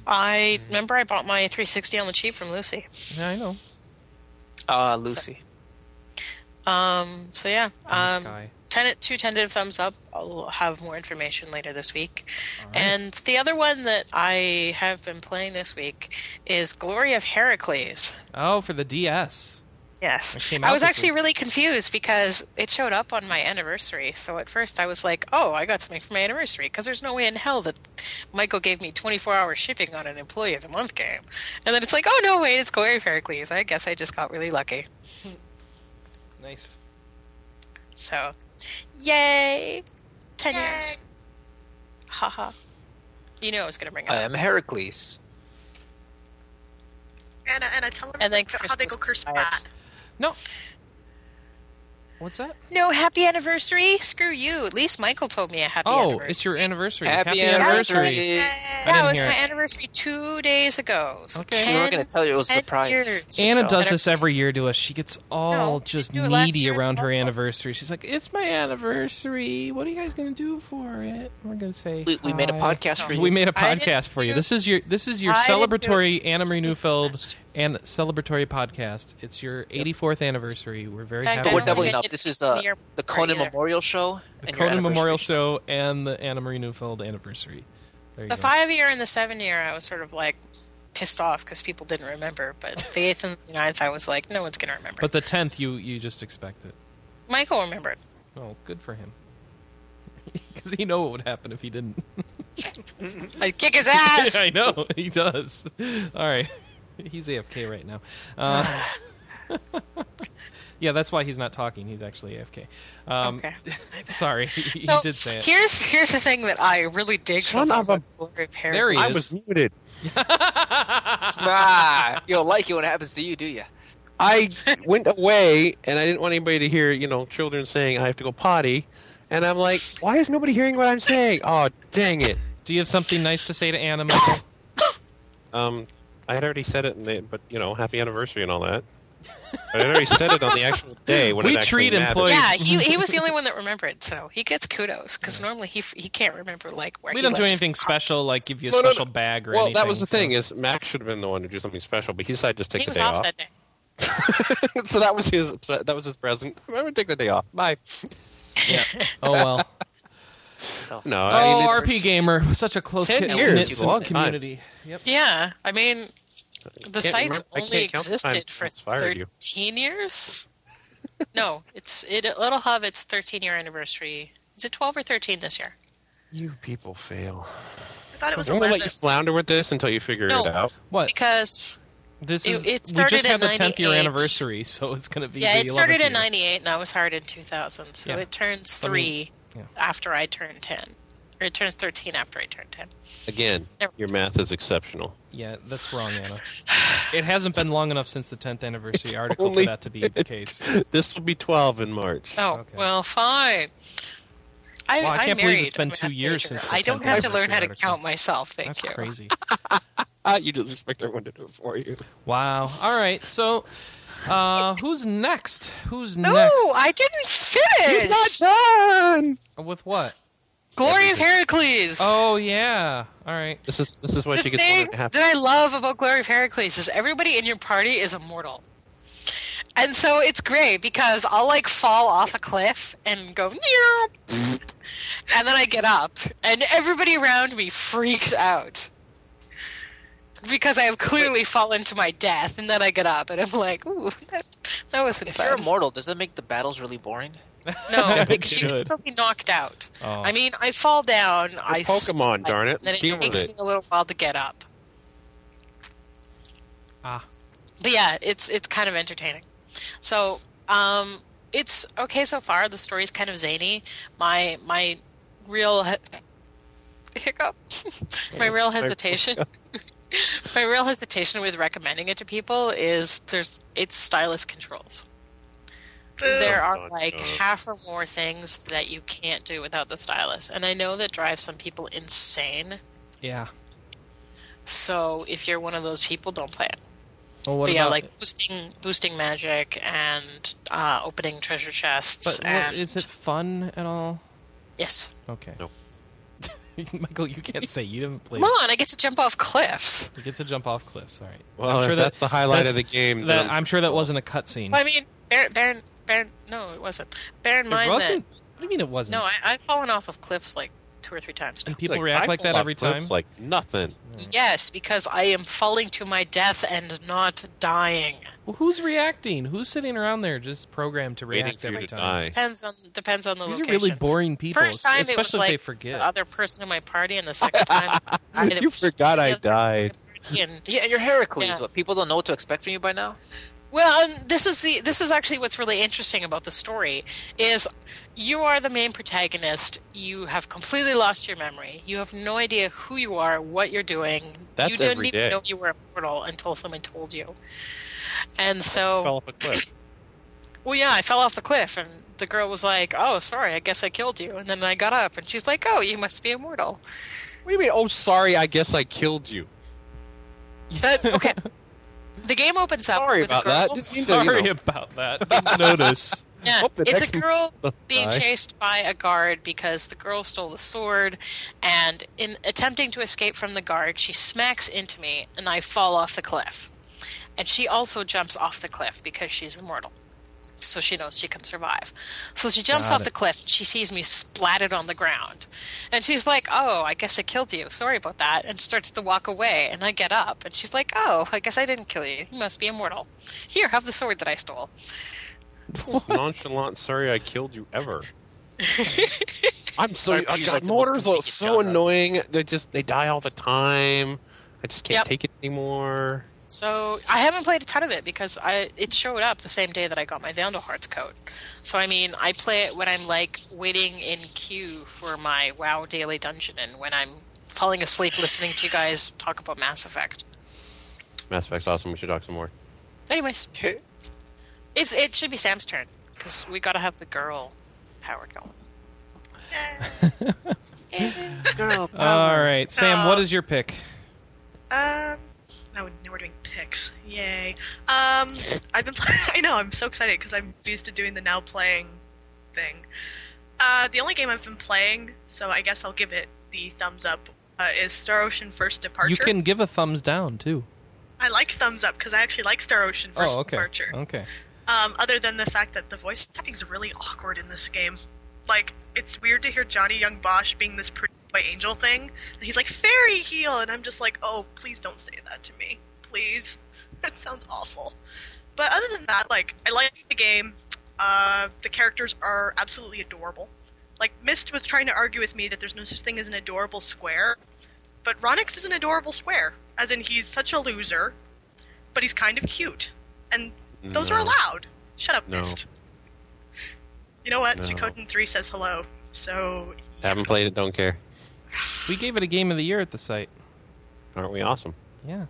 I remember I bought my 360 on the cheap from Lucy.
Yeah, I know.
Ah, Lucy.
Um, so yeah,
the
um,
sky.
ten, two tentative thumbs up. I'll have more information later this week. And the other one that I have been playing this week is Glory of Heracles.
Oh, for the DS. It
Yes.
came
I
out
was
this
actually
week.
really confused because it showed up on my anniversary. So at first I was like, oh, I got something for my anniversary because there's no way in hell that Michael gave me 24 hour shipping on an Employee of the Month game. And then it's like, oh, no, wait, it's Glory of Heracles. I guess I just got really lucky.
Nice.
So, yay! 10 years. Haha. You knew I was going to bring it
I
up.
am Heracles.
Anna, Anna, tell them
And then
how they
Chris was
go curse
quiet.
bat.
No. What's that?
No, happy anniversary? Screw you. At least Michael told me a happy
oh,
anniversary.
it's your anniversary.
Happy,
anniversary.
anniversary.
Yay.
I
Yeah,
didn't
it was
hear
my
it.
anniversary two days ago. So
Okay.
We were
10
going to tell you it was a
10
surprise.
years.
Anna
So-
does this every year to us. She gets all
No, she
just
didn't do it last
needy
year.
around her anniversary. She's like, "It's my anniversary. What are you guys gonna do for it?" We're gonna say
We, we made a
hi.
podcast for you.
Uh, We made a
I didn't
podcast for you.
do-
This is your this is your
I didn't do
celebratory
it.
Anna Marie Neufeld
Last
and celebratory podcast. It's your 84th anniversary. We're very
In fact,
happy.
but
I
we're
don't
doubling
think I
up.
did
This is
the
uh,
year
the
before
Conan
either.
Memorial Show.
the
and your
Conan
(laughs)
Memorial
anniversary
Show and the Anna Marie Neufeld anniversary. There you
The
go.
five year and the seven year, I was sort of like pissed off because people didn't remember. But the eighth and the ninth, I was like, no one's going to remember.
But the tenth, you you just expect it.
Michael remembered.
Oh, good for him. (laughs) Because he know what would happen if he didn't.
I'd kick his
(laughs)
ass.
Yeah, I know he does. All right, (laughs) he's AFK right now. Uh, (laughs) yeah, that's why he's not talking. He's actually AFK. Um,
okay.
(laughs) Sorry, he
So
did say it.
here's here's the thing that I really dig.
Son
so far
of a-
about Glory of Heracles.
There he
I
is.
was muted.
ah, you don't like it when it happens to you, do you?
I went away and I didn't want anybody to hear, you know, children saying I have to go potty. And I'm like, why is nobody hearing what I'm saying? Oh, dang it.
(laughs) Do you have something nice to say to Anna? Michael?
Um, I had already said it, in the, but you know, happy anniversary and all that. But I had already said it on the actual day when
We
it actually
treat
mattered.
employees-
Yeah, he he was the only one that remembered, so he gets kudos because normally he f- he can't remember like where.
we
he
don't do
left his
anything
cards.
special, like give you a
No, no,
special
no.
bag or
well,
anything.
that was the
so-
thing is Max should have been the one to do something special, but he decided to just take
He
the
was
day
off
off.
that day.
(laughs) so that was his that was his present. I'm gonna take the day off. Bye. (laughs)
Oh well.
So
No, I mean,
oh,
it's-
RP gamer, (laughs) such a close
10
knit
years is a long time.
community. Yep.
Yeah, I mean, the
Can't
site's
remember- I
only
can't count the
existed
times
for
it's fired you.
thirteen
(laughs)
years. no, it's it, it'll have its thirteen year anniversary. Is it twelve or thirteen this year?
You people fail.
I thought it was
I'm gonna
11.
let you flounder with this until you figure
No.
it out.
What?
Because
This
It-
is
it
we just
started
had
at
the tenth year
98.
anniversary, so it's going to be.
yeah,
the
it started
11th
in
year.
ninety eight, and I was hired in two thousand, so
Yeah.
it turns
Let me-
three
yeah.
after I turned ten. Or it turns 13 after I turn 10.
Again,
Never-
your math is exceptional. (laughs)
Yeah, that's wrong, Anna. It hasn't been long enough since the 10th anniversary
It's
article
only
for that to be
(laughs)
the case.
This will be 12 in March.
Oh,
Okay.
well, fine. I,
Wow, I
I'm
can't believe
married.
it's been
I'm a
two years
half-major.
since the
I don't
10th
have to learn how to
anniversary
count myself. Thank
That's
you.
crazy.
Ah, you just expect everyone to do it for you.
Wow. All right. So, uh, who's next? Who's
No,
next?
I didn't finish.
done.
With what?
Glory of Heracles.
Oh yeah. All right.
This is this is why
the
she gets
thing
one and a
that
half.
I love about Glory of Heracles is everybody in your party is immortal. And so it's great because I'll like fall off a cliff and go, "Meow." and then I get up, and everybody around me freaks out because I have clearly fallen to my death. And then I get up, and I'm like, "Ooh, that, that wasn't
If
fun."
you're immortal, does that make the battles really boring?
No,
It
but you can
should.
still be knocked out.
Oh.
I mean, I fall down. I
Pokemon,
slide,
darn it.
Then it
Deal with
takes
it.
me a little while to get up.
Ah.
But yeah, it's it's kind of entertaining. So um, it's okay so far. The story's kind of zany. My my real (laughs) he- hiccup. (laughs) my
(laughs)
real hesitation. (laughs) my real hesitation with recommending it to people is there's it's stylus controls there
Dun,
are
dun,
like
dun.
half or more things that you can't do without the stylus. And I know that drives some people insane.
Yeah.
So if you're one of those people, don't play it.
Well, what
but
about?
yeah, like boosting boosting magic and uh, opening treasure chests.
but what,
and,
is it fun at all?
Yes.
Okay.
No.
(laughs) Michael, you can't say you didn't play.
Come on, I get to jump off cliffs.
You get to jump off cliffs. All right.
Well,
I'm
if
sure
that's
that-
the highlight
that's-
of the game.
That,
then
I'm sure that wasn't a cutscene.
Well, I mean, bear, bear, bear, no, it wasn't. Bear in
It
mind
wasn't. What do you mean it
that
wasn't?
no, I, I've fallen off of cliffs like two or three times. now.
and people
Like, I
react like that
fall
every
off cliffs
time.
Like nothing.
Yes, because I am falling to my death and not dying.
Well, who's reacting? Who's sitting around there just programmed to
Waiting
react
for you
every
to
time?
die.
Depends on depends on the
These are
location.
really boring people,
First time
especially
it was
if
like uh,
they forget.
the other person in my party, and the second time I did it
You
with
forgot
the
I
other
died.
party, And,
Yeah, and you're Heracles.
Yeah.
What people don't know what to expect from you by now.
well, and this is the this is actually what's really interesting about the story is you are the main protagonist. You have completely lost your memory. You have no idea who you are, what you're doing.
That's
you didn't
every
even
day.
know you were a portal until someone told you. And
I
so
Fell off a cliff.
well, yeah, I fell off the cliff, and the girl was like, "Oh, sorry, I guess I killed you." And then I got up, and she's like, "Oh, you must be immortal."
What do you mean? Oh, sorry. I guess I killed you.
That
(laughs)
okay. the game opens up.
Sorry
with
about
a girl.
that. Didn't mean to,
(laughs)
you
Sorry
know.
about that.
(laughs)
Didn't (laughs) notice.
Yeah,
Hope the
it's a
next
girl
one
being
die.
chased by a guard because the girl stole the sword, and in attempting to escape from the guard, she smacks into me, and I fall off the cliff. And she also jumps off the cliff because she's immortal. So she knows she can survive. So she jumps
Got
off
it.
the cliff. And she sees me splatted on the ground. And she's like, Oh, I guess I killed you. Sorry about that. And starts to walk away. And I get up. And she's like, Oh, I guess I didn't kill you. You must be immortal. Here, have the sword that I stole.
Nonchalant. Sorry, I killed you.
(laughs)
Ever. I'm so.
Sorry,
I
she's
got
like the most
motors are
complete
so
genre.
annoying. They just they die all the time. I just can't
Yep.
take it anymore.
So I haven't played a ton of it because I it showed up the same day that I got my Vandal Hearts code. So I mean, I play it when I'm like waiting in queue for my WoW daily dungeon, and when I'm falling asleep listening to you guys talk about Mass Effect.
Mass Effect's awesome. We should talk some more.
Anyways, it's it should be Sam's turn because we gotta have the girl power going. Oh,
Girl,
All right, Sam.
No.
Uh,
What is your pick?
Um, now, now we're doing picks. Yay. Um, I've been (laughs) playing. I know, I'm so excited because I'm used to doing the now playing thing. Uh, the only game I've been playing, so I guess I'll give it the thumbs up, uh, is Star Ocean First Departure.
You can give a thumbs down too.
I like thumbs up because I actually like Star Ocean First
oh, okay.
Departure.
Okay.
Um, other than the fact that the voice acting's really awkward in this game. Like, it's weird to hear Johnny Young Bosch being this pretty boy angel thing, and he's like, fairy heel! And I'm just like, oh, please don't say that to me. Please. (laughs) That sounds awful. But other than that, like, I like the game. Uh, the characters are absolutely adorable. Like, Mist was trying to argue with me that there's no such thing as an adorable square, but Ronix is an adorable square. As in, he's such a loser, but he's kind of cute. And those are
No.
allowed. Shut up,
No.
Mist. You know what?
No.
Suikoden 3 says hello. So,
Haven't played it. Don't care.
We gave it a game of the year at the site.
Aren't we awesome?
Yeah.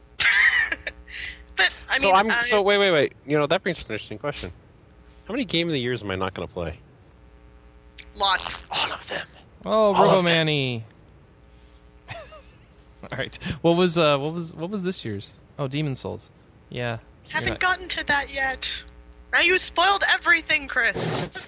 But I
so
mean, uh,
I'm
I-
so wait wait wait. You know that brings up an interesting question. How many game of the years am I not going to play?
lots.
All of them.
Oh,
All of
Robomanny. (laughs) All right. What was uh what was what was this year's? Oh, Demon Souls. Yeah.
Haven't gotten to that yet. Now you spoiled everything,
(laughs)
Chris.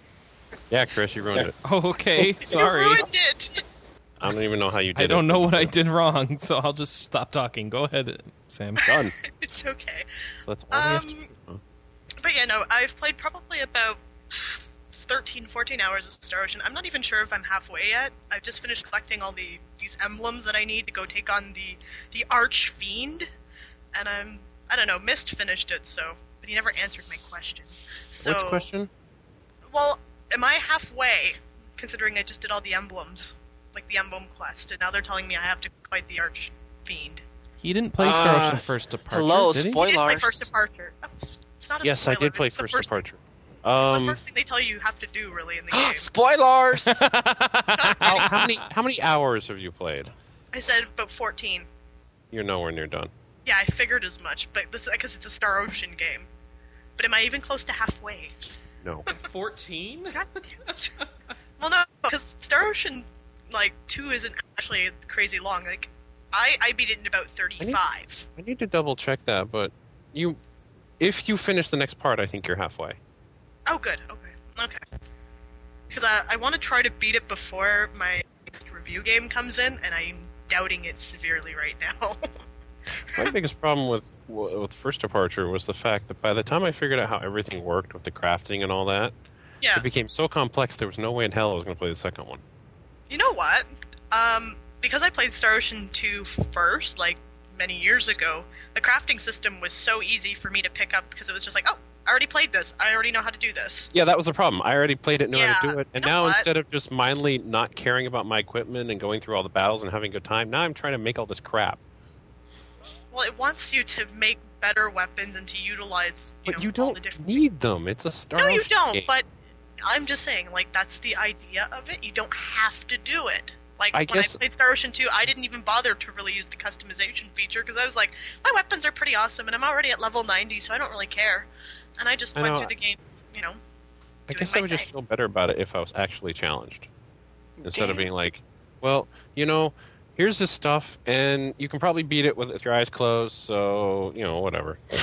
Yeah, Chris, you ruined it.
Oh, okay.
(laughs) You
Sorry.
ruined it. (laughs)
I don't even know how you did
I
it.
don't know what I did wrong, so I'll just stop talking. Go ahead, Sam.
Done.
It's okay.
So that's all we have to Oh.
Um,
do.
But yeah, no, I've played probably about 13, 14 hours of Star Ocean. I'm not even sure if I'm halfway yet. I've just finished collecting all the these emblems that I need to go take on the the arch fiend, and I'm I don't know. Mist finished it, so but he never answered my question. So
Which question?
Well, am I halfway? Considering I just did all the emblems, like the emblem quest, and now they're telling me I have to fight the arch fiend.
He didn't play Star
Uh,
Ocean First Departure.
hello,
did he?
spoil-
He did play
Spoilers.
first departure. Oh, It's not a
Yes, I
spoiler,
did play
it's the
First
first
Departure.
It's
Um,
(laughs) the first thing they tell you you have to do, really,
(gasps)
in the
(gasps)
game.
(laughs) Spoilers.
how,
(laughs)
how many how many hours have you played?
I said about 14.
You're nowhere near done.
Yeah, I figured as much, but this because it's a Star Ocean game. But am I even close to halfway?
No.
Fourteen.
God damn it. well, no, because Star Ocean like two isn't actually crazy long. Like, I I beat it in about 35.
I need to double check that, but you, if you finish the next part, I think you're halfway.
Oh, good. Okay. Okay. Because I, I want to try to beat it before my next review game comes in, and I'm doubting it severely right now. (laughs)
My biggest problem with with first departure was the fact that by the time I figured out how everything worked with the crafting and all that,
yeah.
it became so complex there was no way in hell I was going to play the second one.
You know what? Um, because I played Star Ocean 2 first, like many years ago, the crafting system was so easy for me to pick up because it was just like, oh, I already played this. I already know how to do this.
Yeah, that was the problem. I already played it, knew how
Yeah,
to do it, and
you know
now
what?
instead of just mindly not caring about my equipment and going through all the battles and having a good time, now I'm trying to make all this crap.
Well, it wants you to make better weapons and to utilize. You
But
know,
you
all the
don't
different...
need them. It's a Star
No, you
Ocean
don't.
game.
But I'm just saying, like that's the idea of it. You don't have to do it. Like
I
when
guess-
I played Star Ocean 2, I didn't even bother to really use the customization feature because I was like, my weapons are pretty awesome, and I'm already at level 90, so I don't really care. And I just
I
went
know.
through the game, you know.
I
doing
guess
my
I would just
thing.
feel better about it if I was actually challenged. Instead of being like, well, you know, here's this stuff, and you can probably beat it with, with your eyes closed, so, you know, whatever.
Eh.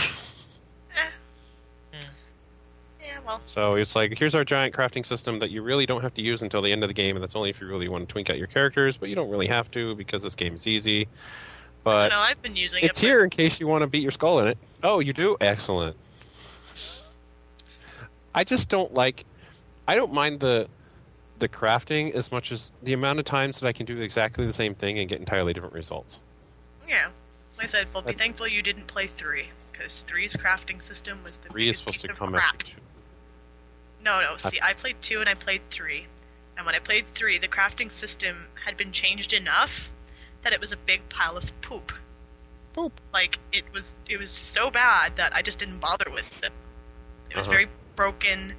Yeah, well,
So it's like, here's our giant crafting system that you really don't have to use until the end of the game, and that's only if you really want to twink out your characters, but you don't really have to because this game is easy.
I
But
don't know. I've been using
it's
it. but-
here in case you want to beat your skull in it. Oh, you do? Excellent. I just don't like. I don't mind the the crafting as much as the amount of times that I can do exactly the same thing and get entirely different results.
Yeah. Like I said, well, be
But-
thankful you didn't play 3 because 3's crafting system was the
Three is
biggest
supposed
piece
to
of
come
crap.
after two.
No, no. See, I played two and I played three. And when I played three, the crafting system had been changed enough that it was a big pile of poop.
Poop.
Like it was, it was so bad that I just didn't bother with it. It was
Uh-huh.
very broken.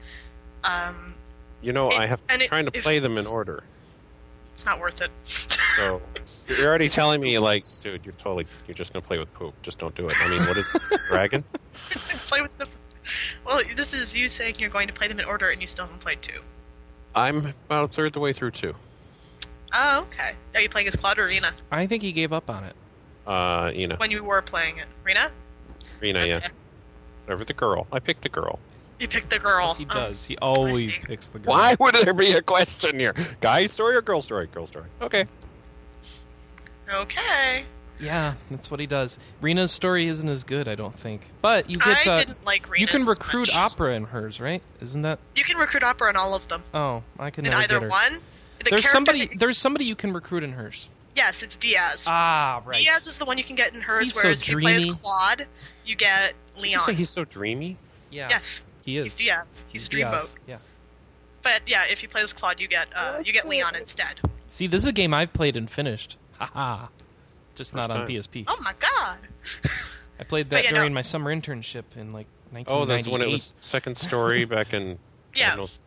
Um,
You know,
It-
I have
and it-
trying to
if-
play them in order.
it's not worth it. (laughs)
So you're already telling me, like, dude, you're totally you're just gonna play with poop. Just don't do it. (laughs) I mean, what is dragon?
Play with the. (laughs) Well, this is you saying you're going to play them in order, and you still haven't played two.
I'm about a third of the way through two.
Oh, okay. Are you playing as Cloud or Rena?
I think he gave up on it.
Uh, you know,
When you were playing it, Rena,
Rena, yeah,
Okay.
whatever the girl. I picked the girl.
you picked the girl.
He
Oh.
does. He always
see.
picks the girl.
Why would there be a question here? Guy story or girl story? Girl story. Okay.
Oh, Okay.
Yeah, that's what he does. Rena's story isn't as good, I don't think. But you get.
I
uh,
didn't like Rena.
you can recruit opera in hers, right? Isn't that?
You can recruit opera in all of them.
Oh, I can
in
never
either
get her.
one. The
there's
character
somebody.
that-
There's somebody you can recruit in hers.
yes, it's Diaz.
Ah, right.
Diaz is the one you can get in hers.
He's so
whereas if you play as
dreamy.
Claude, you get
You say
Leon.
he's so dreamy.
Yeah,
yes,
he is.
he's Diaz. He's, Dreamboat.
Diaz, Yeah.
But yeah, if you play as Claude, you get uh, you get Leon instead.
See, this is a game I've played and finished. Haha. Just not
First
on
time.
PSP.
Oh my god!
I played
but
that
yeah, no.
during my summer internship in like 1998.
Oh, that's when it was second story back in.
Yeah,
Cardinals.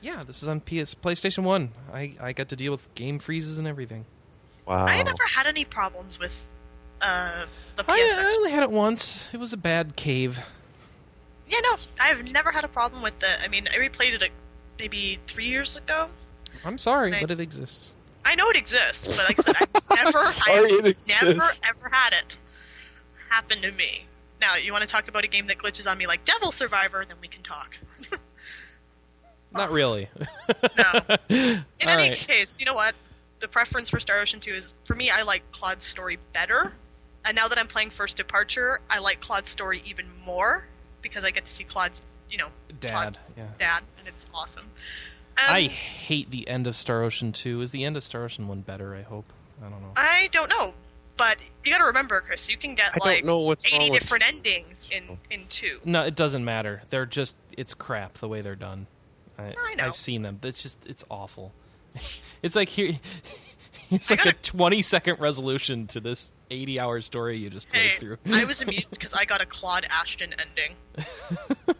Yeah, this is on PS PlayStation One. I I got to deal with game freezes and everything.
Wow.
I never had any problems with uh, the
I,
PSX.
I only had it once. It was a bad cave.
yeah, no, I've never had a problem with the. I mean, I replayed it uh, maybe three years ago.
I'm sorry,
Right.
but it exists.
I know it exists, but like I said, I've never,
Sorry,
I've
it
never,
exists.
ever had it happen to me. Now, you want to talk about a game that glitches on me like Devil Survivor? Then we can talk.
Not really. (laughs)
No.
In
Oh. (laughs) In any case, you know what? The preference for Star Ocean 2 is for me I like Claude's story better. And now that I'm playing First Departure, I like Claude's story even more because I get to see Claude's, you know,
Dad.
Claude's
Yeah.
dad and it's awesome. Um,
I hate the end of Star Ocean 2. Is the end of Star Ocean 1 better, I hope? I don't know.
I don't know, but you got to remember, Chris, you can get
I
like
don't know what's
80
wrong with- Mm,
different endings in in 2.
No, it doesn't matter. They're just it's crap the way they're done. I,
I know.
I've seen them. It's just it's awful. (laughs) It's like here (laughs) it's
I
like a
gotta-
20 second resolution to this 80 hour story you just played
Hey,
through.
I was amused because I got a Claude Ashton ending.
(laughs)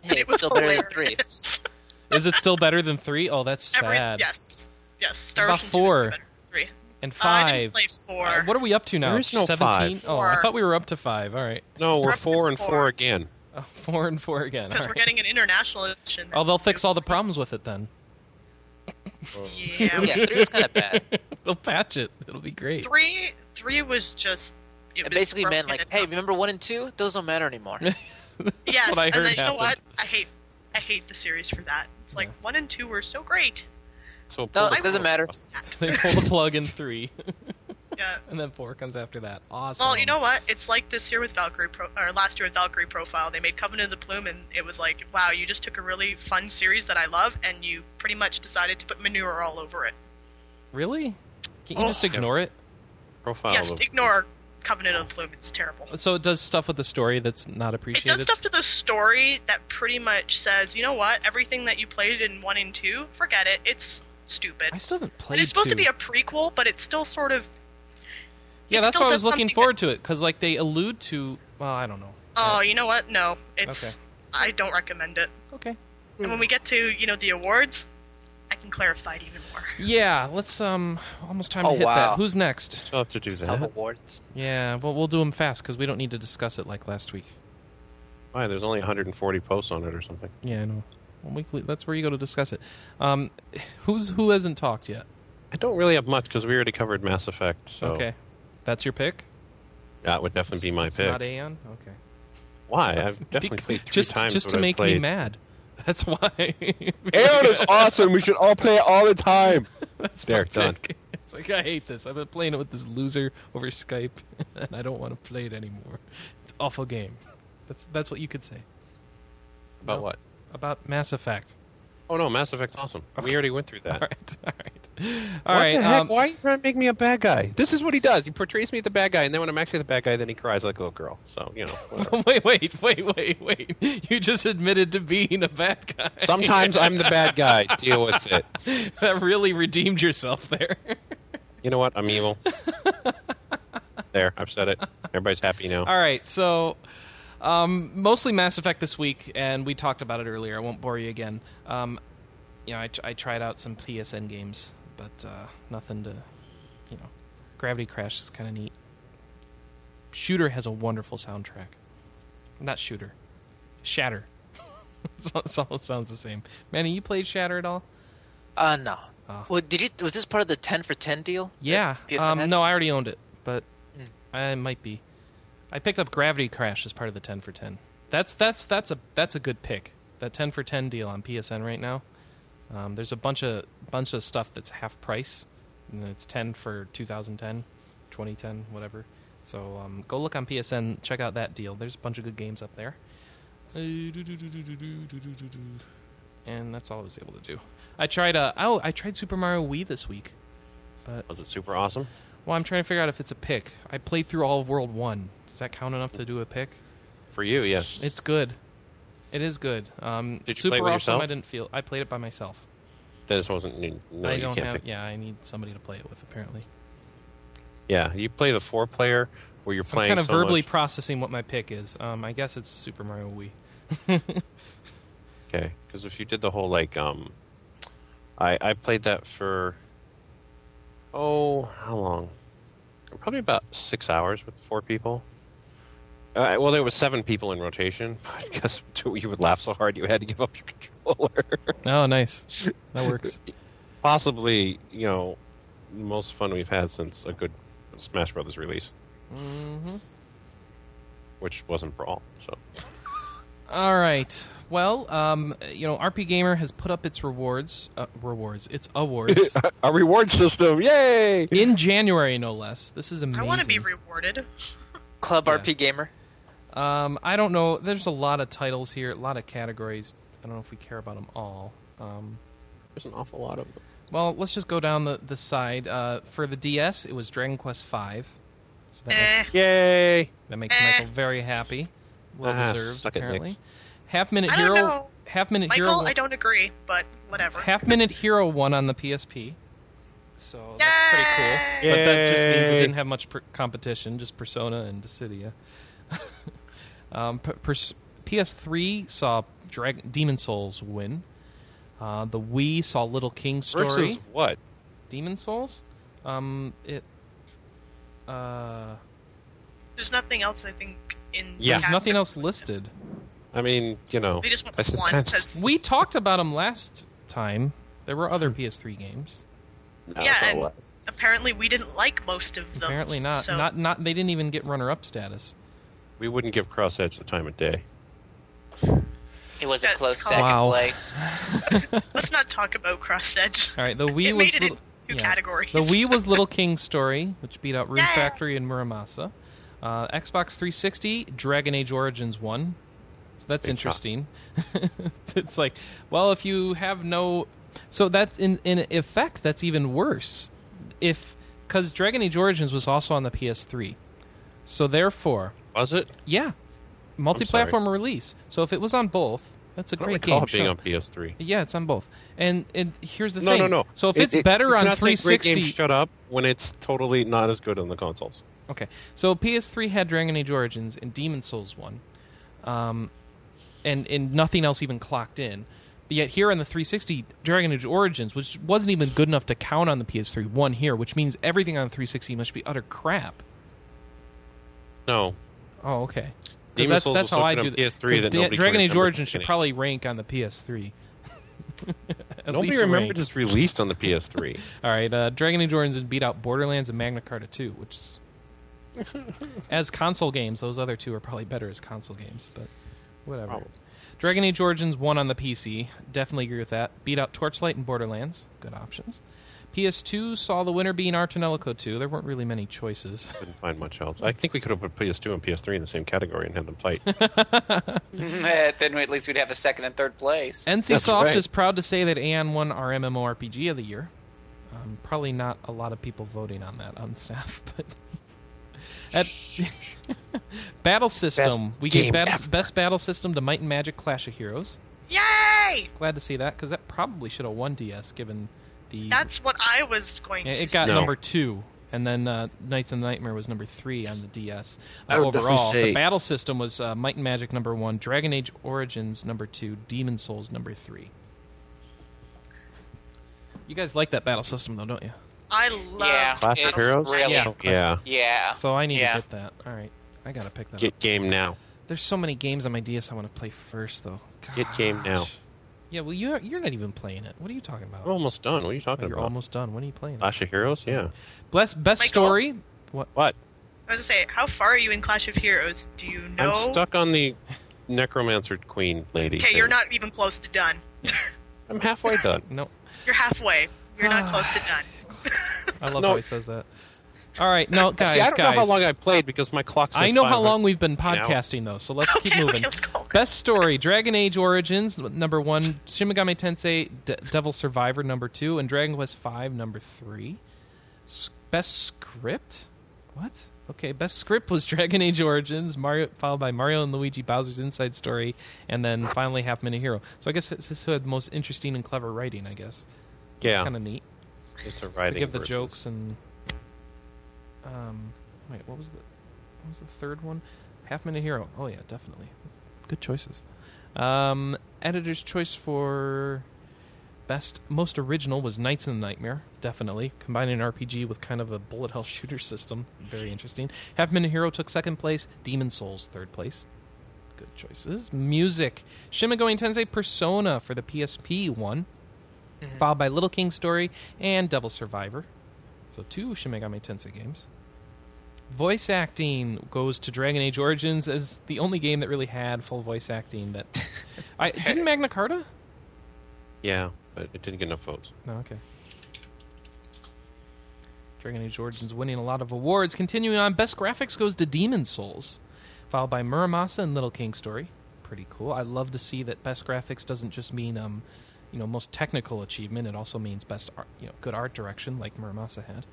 Hey,
It
it's
was
still better than three.
hilarious.
(laughs) Is it still better than 3? Oh, that's
Every,
sad.
yes. Yes, Star
About
Ocean 2 is
four?
better than 3.
And
Uh,
5.
I didn't play 4.
Uh, what are we up to now?
There is no
17?
five.
Oh, I
Four.
thought we were up to 5. All right. (laughs)
No, we're
We're up to
four and
four.
four again.
Oh, 4 and 4 again.
Because
All
we're
right.
getting an international edition.
Oh, they'll fix all the problems with it then. (laughs)
Yeah.
Yeah, three was kind of (laughs) bad.
they'll patch it. It'll be great.
(laughs) three, three was just. It
It
was
basically meant
broken
like,
and-
hey, remember one and two? Those don't matter anymore.
yes,
what I
and
heard
then, you know what?
happened.
I hate, I hate the series for that. It's like one and two were so great.
So
No,
pull the
it doesn't
four.
matter.
(laughs) They pull the plug in 3
(laughs) Yeah.
(laughs) and then 4 comes after that. Awesome.
Well, you know what? It's like this year with Valkyrie, Pro- or last year with Valkyrie Profile. They made Covenant of the Plume, and it was like, wow, you just took a really fun series that I love, and you pretty much decided to put manure all over it.
Really? Can't
Oh.
you just
Ugh.
ignore it?
Profile.
yes,
of-
ignore Covenant of the Plume. It's terrible.
So it does stuff with the story that's not
It
appreciated.
does stuff to the story that pretty much says, you know what? Everything that you played in one and two, forget it. It's stupid.
I still haven't played.
And it's supposed to
two.
be a prequel, but it's still sort of.
yeah.
it
That's
still
why I
does
was looking
something
forward to it because like they allude to. Well, I don't know.
Oh, you know what? No, it's. I don't recommend it.
Okay.
And when
Hmm.
we get to you know the awards, I can clarify it even more.
Yeah. Let's um. Almost time
Oh,
to hit
wow.
that. Who's next?
I'll have to do
Top
that.
awards.
Yeah. Well, we'll do them fast because we don't need to discuss it like last week.
Why? There's only 140 posts on it or something.
Yeah. I know. Well, weekly. That's where you go to discuss it. Um, who's who hasn't talked yet?
I don't really have much because we already covered Mass Effect. So
Okay. That's your pick.
That Oh. would definitely be my
It's
pick.
Not Aeon. Okay.
Why? I've definitely
Bec-
played three
just
times.
just
what
to
I've
make me
played.
mad. That's why.
Aaron
(laughs)
is awesome. We should all play it all the time.
That's
There,
my
done.
pick. (laughs) It's like I hate this. I've been playing it with this loser over Skype, (laughs) and I don't want to play it anymore. It's an awful game. That's that's what you could say
About
No.
what?
about Mass Effect. (laughs)
Oh no, Mass Effect's awesome. We already went through that.
All right, all right, all
what
right.
the heck?
um,
Why are you trying to make me a bad guy? This is what he does. He portrays me as the bad guy, and then when I'm actually the bad guy, then he cries like a little girl. So (laughs) you know. whatever.
um, (laughs) Wait, wait, wait, wait, wait! You just admitted to being a bad guy.
Sometimes I'm the bad guy. Deal with it.
(laughs) that really redeemed yourself there.
you know what?
(laughs)
I'm evil. there, I've said it. Everybody's happy now.
All right, so um, mostly Mass Effect this week, and we talked about it earlier. I won't bore you again. Um, you know, I, tr- I tried out some PSN games, but uh, nothing to, you know, Gravity Crash is kind of neat. Shooter has a wonderful soundtrack. Not Shooter, Shatter. (laughs) It's all- it's all- it sounds the same. Manny, you played Shatter at all?
Uh, no.
Oh.
Well, did you? Was this part of the ten for ten deal?
Yeah.
PSN
Um,
had?
no, I already owned it, but I might be. I picked up Gravity Crash as part of the ten for ten. That's that's that's a that's a good pick. That ten for ten deal on PSN right now. Um, there's a bunch of bunch of stuff that's half price, and then it's ten for 2010, 2010, whatever. So um, go look on PSN, check out that deal. There's a bunch of good games up there. And that's all I was able to do. I tried uh oh I tried Super Mario Wii this week.
Was it super awesome?
Well, I'm trying to figure out if it's a pick. I played through all of World 1. Does that count enough to do a pick?
For you, yes.
It's good. It is good. Um,
Did you
super
play it with
awesome,
yourself?
I didn't feel. I played it by myself.
Dennis wasn't. you- No,
I
you
don't
can't
have.
pick.
Yeah, I need somebody to play it with, apparently.
Yeah, you play the four player where you're
So I'm
playing.
kind of
so
verbally
much-
processing what my pick is. Um, I guess it's Super Mario Wii.
okay, because if you did the whole like, um, I I played that for. Oh, how long? probably about six hours with four people. Uh, well, there was seven people in rotation. (laughs) I guess you would laugh so hard you had to give up your (laughs) controller.
Oh, nice. That
(laughs)
works.
Possibly, you know, the most fun we've had since a good Smash Brothers release,
hmm
which wasn't Brawl. So
All right. Well, um, you know, RP Gamer has put up its rewards, uh, rewards, its
(laughs)
awards
our reward system, yay!
in January, no less. This is amazing.
I want to be rewarded.
Club
Yeah.
RP Gamer.
Um, I don't know. There's a lot of titles here, a lot of categories. I don't know if we care about them all. Um,
There's an awful lot of them.
well, let's just go down the the side. Uh, for the DS, it was Dragon Quest V. So that
Eh.
makes,
Yay!
that makes
Eh.
Michael very happy. Well
Ah,
deserved,
suck it, Nick.
apparently. Half minute
I don't
hero.
know.
Half minute
Michael,
hero.
I don't agree, but whatever.
Half Minute Hero won on the PSP. So that's pretty cool. But that just means it
Yay.
didn't have much per- competition, just Persona and Dissidia. (laughs) um, P- Pers- PS3 saw Drag- Demon Souls win. Uh, the Wii saw Little King Story.
Versus what?
Demon Souls? Um, it. Uh,
There's nothing else I think in.
Yeah.
There's nothing else listed.
I mean, you know,
They just want
that's just
one
kind of-
because
We talked about them last time. There were other PS3 games.
no,
Yeah,
it's
and-
all-
apparently we didn't like most of them.
Apparently not.
So
Not not. They didn't even get runner-up status.
we wouldn't give Cross Edge the time of day.
It was a
That's
close
called-
second
Wow.
place.
let's not talk about Cross
(laughs)
Edge.
All right,
(laughs)
the Wii
it
was
made it
little,
in two
(laughs) yeah.
categories.
the Wii was Little King's Story, which beat out Rune
Yeah.
Factory and Muramasa. Uh, Xbox 360, Dragon Age Origins won. So that's
Big shock.
interesting. (laughs) it's like, well, if you have no, so that's in in effect that's even worse. If because Dragon Age Origins was also on the PS3, so therefore,
Was it?
yeah, multi-platform release. So if it was on both, that's a
I don't
great
recall
game.
it being
Sure.
on PS3.
Yeah, it's on both. And and here's the
No,
thing.
no, no.
So if
It-
it's
it-
better
you
on
cannot say great
360,
game, shut up when it's totally not as good on the consoles.
okay. So PS3 had Dragon Age Origins and Demon Souls one, um, and and nothing else even clocked in. But yet here on the 360, Dragon Age Origins, which wasn't even good enough to count on the PS3, won here, which means everything on the 360 must be utter crap.
No,
Oh, okay. 'Cause
Demon
that's,
Souls
that's
was
how I
something
do
on
th-
PS3
'cause
that
Da-
nobody
Dragon
can
Age
remember
Origins should
beginning.
probably rank on the PS3. (laughs) At
nobody
least
remembered
rank.
it's released on the PS3.
All right, uh, Dragon Age Origins beat out Borderlands and Magna Carta 2, which, is- as console games, those other two are probably better as console games, but whatever.
Probably.
Dragon Age Origins won on the PC. Definitely agree with that. Beat out Torchlight and Borderlands. Good options. PS2 saw the winner being Artanelico 2. There weren't really many choices.
(laughs)
(laughs)
Couldn't find much else. I think we could have put PS2 and PS3 in the same category and had them fight.
Eh, (laughs) then at least we'd have a second and third place.
NCSoft
That's
Soft
right.
is proud to say that Aeon won our MMORPG of the year. Um, probably not a lot of people voting on that on staff, (laughs) but at (laughs) Battle System, we gave
game
battle,
ever.
best Battle System to Might and Magic: Clash of Heroes.
Yay!
Glad to see that because that probably should have won DS given the
That's what I was going
Yeah,
to.
it got
say.
No.
number two, and then uh, Knights of the Nightmare was number three on the DS. Uh,
I would definitely
overall, the
say-
Battle System was uh, Might and Magic number one, Dragon Age Origins number two, Demon Souls number three. You guys like that battle system though, don't you?
I love
Yeah.
Clash of
It's
Heroes?
(laughs)
really-
Yeah.
yeah.
Yeah.
So I need
Yeah.
to get that. All right, I gotta pick that. up.
Get game now.
There's so many games on my DS I want to play first though.
Get game now.
Gosh. Yeah, well you're you're not even playing it. What are you talking about?
We're almost done. What are you talking
you're
about?
almost done. When are you playing? it?
Clash of Heroes? Yeah.
Best best
Michael.
story. What?
What?
I was gonna say, how far are you in Clash of Heroes? Do you know?
I'm stuck on the Necromancer Queen lady.
Okay,
thing.
you're not even close to done.
I'm halfway done.
No,
You're halfway. You're not
(sighs)
close to done.
I love
No.
how he says that. All right, no, guys,
(laughs) See, I don't
guys.
know how long I played because my clock says
I know how
500.
long we've been
hours.
podcasting though, so
(laughs)
let's keep
(laughs) okay,
moving.
okay, let's go.
Best story: Dragon Age Origins number one, Shin Megami Tensei De- Devil Survivor number two, and Dragon Quest V number three. S- best script? What? Okay, best script was (laughs) Dragon Age Origins, Mario followed by Mario and Luigi Bowser's Inside Story, and then finally Half Minute Hero. So I guess this is who had the most interesting and clever writing. I guess.
Yeah,
It's kind of neat.
it's a
to
writing.
give the
versus-
jokes and um wait what was the what was the third one half minute hero oh yeah definitely That's good choices um editor's choice for Best, most original was Knights in the Nightmare, definitely. Combining an RPG with kind of a bullet hell (laughs) shooter system. Very interesting. Half Minute Hero took second place, Demon Souls third place. Good choices. Music. Shin Megami Tensei Persona for the PSP one, followed by Little King Story and Devil Survivor. So two Shin Megami Tensei games. Voice acting goes to Dragon Age Origins as the only game that really had full voice acting. That I didn't Magna Carta.
Yeah, but it didn't get enough votes.
No, Oh, okay. Dragon Age Origins winning a lot of awards. Continuing on, best graphics goes to Demon Souls, followed by Muramasa and Little King Story. Pretty cool. I love to see that best graphics doesn't just mean um, you know, most technical achievement. It also means best art, you know, good art direction, like Muramasa had.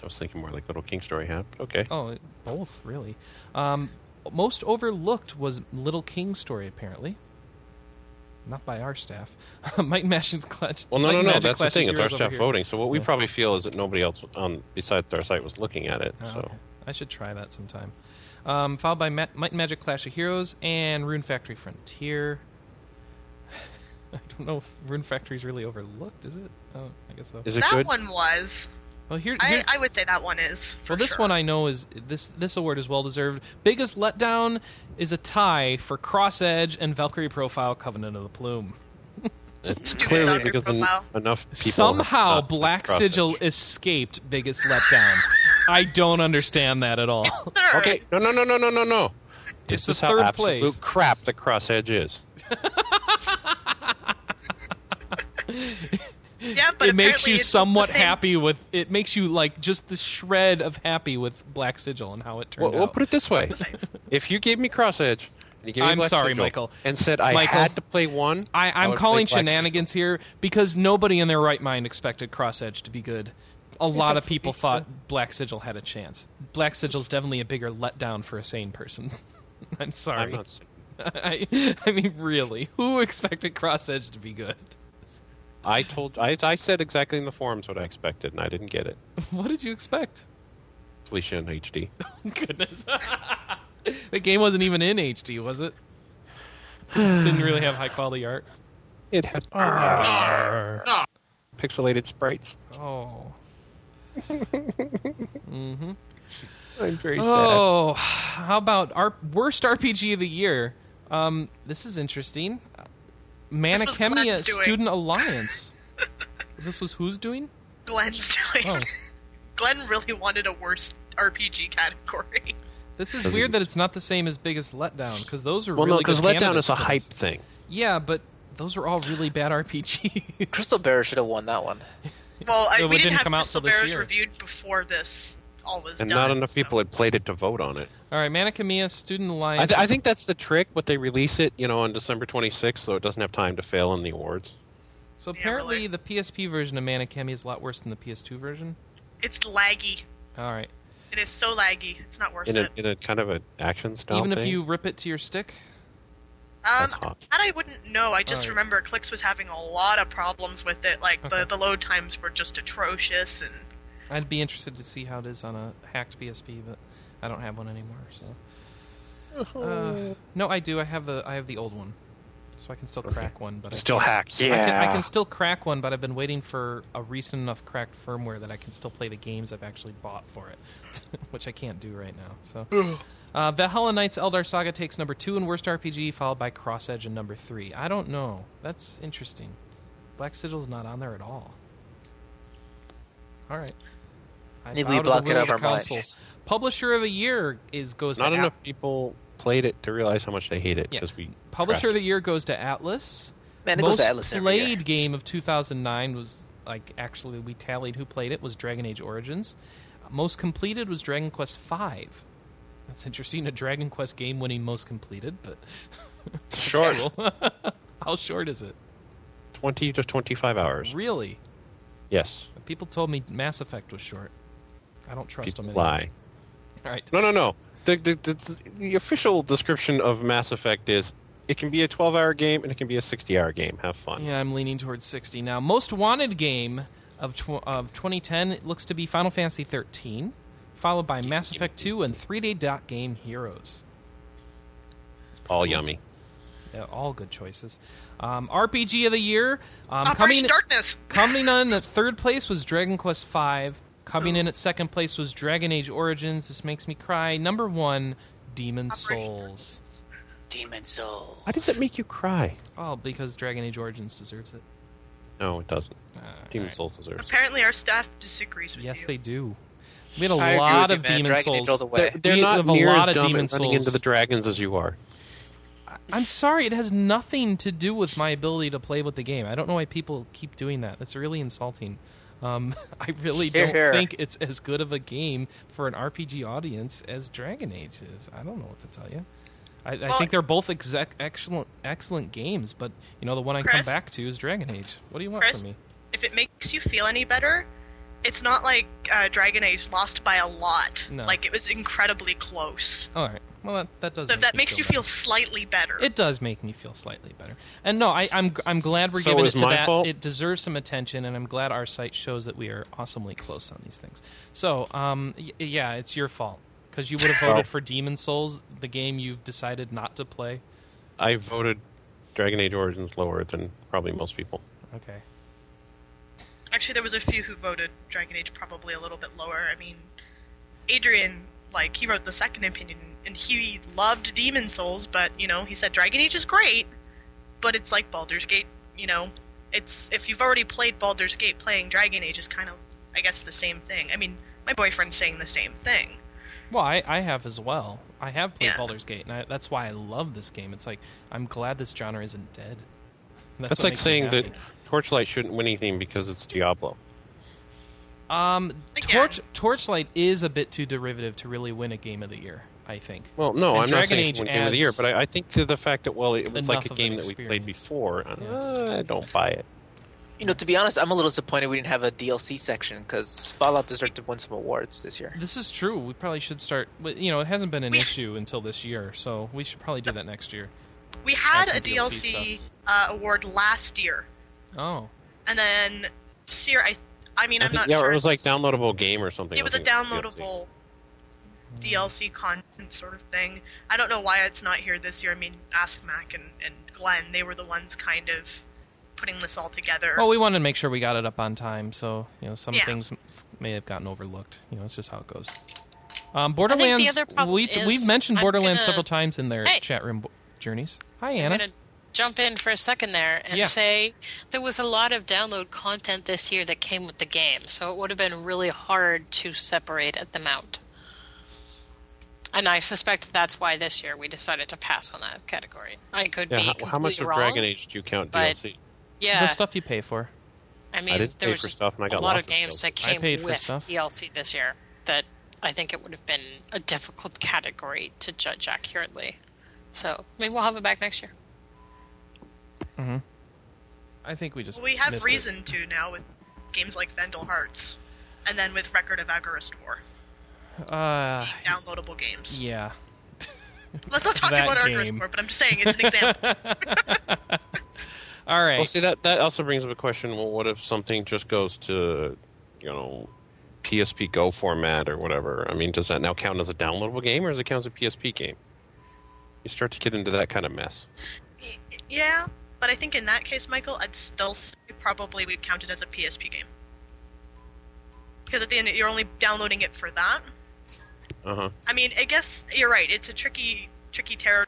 I was thinking more like Little King Story had. but Okay.
Oh, it- both really. Um, most overlooked was Little King Story, apparently. Not by our staff. (laughs) Mike Mashin's clutch.
Well, no,
Mike
no, no.
Magic
That's the
Clash of
thing. It's our
Heroes over
staff
here.
voting. So what we
Yeah.
probably feel is that nobody else on besides our site was looking at it.
Oh,
so
okay. I should try that sometime. Um, followed by Ma- Might and Magic Clash of Heroes and Rune Factory Frontier. (laughs) I don't know if Rune Factory's really overlooked, is it? Oh, I guess so.
is it
That
good?
one was.
Well, here,
I,
here
I would say that one is. For
well, this
sure.
one I know is this this award is well deserved. Biggest letdown is a tie for Cross Edge and Valkyrie Profile Covenant of the Plume.
It's
Stupid
clearly
Valkyrie
because en-
profile.
enough people
Somehow
have not
Black
crossed it.
Sigil escaped biggest letdown. I don't understand that at all.
Third.
Okay, no, no, no, no, no, no, no.
It's
This
the
is how
third
absolute
place.
crap the cross edge is.
Yeah, but
it makes
apparently
you
it's
somewhat
the same-
happy with it makes you like just the shred of happy with Black Sigil and how it turned
Well, we'll
out.
put it
(laughs)
this way: if you gave me cross edge and you gave me
I'm
Black
sorry,
Sigil
Michael.
and said I
Michael.
had to play one,
I,
I
I'm
would
calling
play Black Sigil.
shenanigans here because nobody in their right mind expected Cross Edge to be good. A lot of people thought Black Sigil had a chance. Black Sigil's definitely a bigger letdown for a sane person. (laughs) I'm
I'm
sorry.
not.
(laughs) I, I mean, really, who expected Cross Edge to be good? (laughs)
I told. I, I said exactly in the forums what I expected, and I didn't get it.
What did you expect?
Felicia in HD.
Goodness. (laughs) the game wasn't even in HD, was it? Didn't really have high quality art.
It (laughs) had pixelated sprites.
Oh.
I'm very
Oh, how about our worst RPG of the year? Um, this is interesting.
was Glenn's
Manichemia
doing.
Student Alliance. this was who's doing?
Glenn's doing.
Oh.
(laughs) Glenn really wanted a worst
(laughs)
RPG category.
This is
Doesn't-
weird that it's not the same as Biggest Letdown because those are
Well,
really
no, because
good
letdown
candidates
is a
for this.
hype thing.
Yeah, but those are all really bad RPGs.
Crystal Bearer should have won that one.
Well, I,
No, it
we
didn't
didn't have
come out
Crystal
till this
Bears
year.
reviewed before this all was
And
done.
not enough
so-
people had played it to vote on it.
(laughs) all right, Manichemia Student Alliance.
I, th- I think that's the trick, but they release it, you know, on December 26th, so it doesn't have time to fail in the awards.
so
Yeah,
apparently
really.
the PSP version of Manichemia is a lot worse than the PS2 version.
It's laggy.
All right,
It is so laggy. It's not worth
In a,
it.
in a kind of an action style
even if
thing.
you rip it to your stick.
Um,
That's hot.
that I wouldn't know. I just
Alright.
remember Clicks was having a lot of problems with it. Like
Okay.
the, the load times were just atrocious, and
I'd be interested to see how it is on a hacked PSP, but I don't have one anymore. So, uh, no, I do. I have the I have the old one, so I can still crack one. But I-
Still hack,
I,
yeah.
can, I can still crack one, but I've been waiting for a recent enough cracked firmware that I can still play the games I've actually bought for it, (laughs) which I can't do right now. So, uh, Valhalla Knights Eldar Saga takes number two in worst RPG, followed by Cross Edge in number three. I don't know. That's interesting. Black Sigil's not on there at all. All right. I
Maybe
bow
we
to the
blocked it
will
out
of the
of our minds.
council. Publisher of the year is goes
Not
to
enough
App-
people played it to realize how much they hate it
Yeah.
because we
Publisher of
crashed.
the year goes to Atlas.
Man, it
Most
goes to Atlas every year.
played game of 2009 was like actually we tallied who played it was Dragon Age Origins. Most completed was Dragon Quest V. That's interesting. A Dragon Quest game winning most completed, but (laughs)
short
how short is it?
20 to 25 hours.
Really?
Yes.
People told me Mass Effect was short. I don't trust
People
them. anymore.
lie.
All right.
No, no, no. The, the, the, the official description of Mass Effect is it can be a 12 hour game and it can be a 60 hour game. Have fun.
Yeah, I'm leaning towards 60 now. Most wanted game of tw- of 2010 looks to be Final Fantasy 13, followed by Mass Effect 2 and 3-day dot game Heroes.
All yummy.
Yeah, all good choices. Um, RPG of the year. Um,
Operation Darkness.
Coming on at third place was Dragon Quest V. Coming in at second place was Dragon Age Origins. This makes me cry. Number one, Demon
Operation
Souls.
Demon Soul.
Why does that make you cry?
Oh, because Dragon Age Origins deserves it.
No, it doesn't.
Uh,
Demon
alright.
Souls deserves. it.
Apparently, our staff disagrees with
Yes,
you.
they do. We had a
I agree
lot
with you,
of
man.
Demon
Dragon Age
Souls.
all the way.
They're, they're
We
not
have a
near
lot
as
of
dumb
Demon
at running
Souls.
into the dragons as you are.
I'm sorry, it has nothing to do with my ability to play with the game. I don't know why people keep doing that. That's really insulting. Um, (laughs) I really
Here,
don't
here.
think it's as good of a game for an RPG audience as Dragon Age is. I don't know what to tell you. I, I
Well-
think they're both exec- excellent, excellent games, but you know the one I come
Chris?
back to is Dragon Age. What do you want
Chris?
from me?
If it makes you feel any better, it's not like uh, Dragon Age lost by a lot.
No.
Like it was incredibly close.
All right. Well, that, that does.
So if that makes you
better.
feel slightly better.
It does make me feel slightly better. And no, I, I'm I'm glad we're
So
giving it
is
to
my
that.
fault?
It deserves some attention, and I'm glad our site shows that we are awesomely close on these things. So, um, y- yeah, it's your fault because you would have voted for Demon Souls, the game you've decided not to play.
I voted Dragon Age Origins lower than probably most people.
Okay.
Actually, there was a few who voted Dragon Age probably a little bit lower. I mean, Adrian, like he wrote the second opinion, and he loved Demon Souls, but you know he said Dragon Age is great, but it's like Baldur's Gate. You know, it's if you've already played Baldur's Gate, playing Dragon Age is kind of, I guess, the same thing. I mean, my boyfriend's saying the same thing.
Well, I, I have as well. I have played
Yeah.
Baldur's Gate, and I, that's why I love this game. It's like I'm glad this genre isn't dead. (laughs)
That's,
what
like
makes me
saying that
happy.
Torchlight shouldn't win anything because it's Diablo.
Um,
Again.
Torch, Torchlight is a bit too derivative to really win a game of the year. I think.
Well, no,
And
I'm
Dragon
not saying
Age
it's one game of the year,
adds
but I, I think to the fact that well, it was like
enough
a
of an
game that we played
experience.
before. uh,
Yeah.
I don't buy it.
You know, to be honest, I'm a little disappointed we didn't have a DLC section because Fallout deserved to win some awards this year.
This is true. We probably should start. but, You know, it hasn't been an
We-
issue until this year, so we should probably do that next year.
We
Add
had
some
a
DLC
DLC, uh, award last year,
Oh,
and then this year, I, I mean,
I
I'm
think-
not
yeah,
sure.
it was like
it's-
downloadable game or something.
It was
I
a
think it was DLC.
downloadable DLC. content sort of thing. I don't know why it's not here this year. I mean, Ask Mac and, and Glenn, they were the ones kind of putting this all
Er.
together.
well, we wanted to make sure we got it up on time, so you know some
Yeah.
things may have gotten overlooked. You know, it's just how it goes. Um,
the
Borderlands.
other problem
we
is
we've mentioned
I'm
Borderlands
gonna-
several times in their
Hey.
chat room bo- journeys. Hi,
I'm
Anna.
going to jump in for a second there and
Yeah.
say there was a lot of download content this year that came with the game, so it would have been really hard to separate them out. And I suspect that's why this year we decided to pass on that category. I could
Yeah,
be
how,
completely
how much of
wrong.
Dragon Age do you count
but-
DLC?
Yeah,
The stuff you pay for.
I mean,
I didn't
there
pay
was
for stuff and I
a
got
lot of
lots of
games
DLC.
that
I
came
paid for
with
stuff.
DLC this year that I think it would have been a difficult category to judge accurately. So maybe we'll have it back next year.
I think we just
we have
missed it.
reason to now with games like Vendel Hearts, and then with Record of Agarist War,
Uh,
downloadable games.
yeah.
Let's not talk
That
about
game.
Agarist War, but I'm just saying
(laughs)
it's an example.
All right.
Well, see that that also brings up a question. Well, what if something just goes to, you know, PSP Go format or whatever? I mean, does that now count as a downloadable game or does it count as a PSP game? You start to get into that kind of mess.
Y- yeah, but I think in that case, Michael, I'd still say probably we'd count it as a PSP game. Because at the end, you're only downloading it for that.
Uh huh.
I mean, I guess you're right. It's a tricky, tricky territory,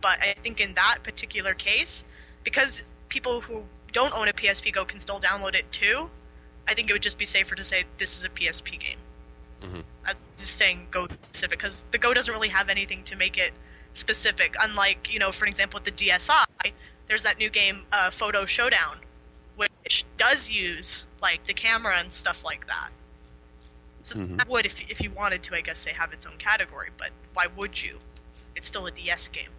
but I think in that particular case, because people who don't own a PSP Go can still download it too, I think it would just be safer to say this is a PSP game.
Mhm.
As just saying Go specific, because the Go doesn't really have anything to make it specific. Unlike, you know, for example, with the DSi, there's that new game, uh, Photo Showdown, which does use like the camera and stuff like that. So
Mhm.
that would, if, if you wanted to, I guess they have its own category, but why would you? It's still a DS game.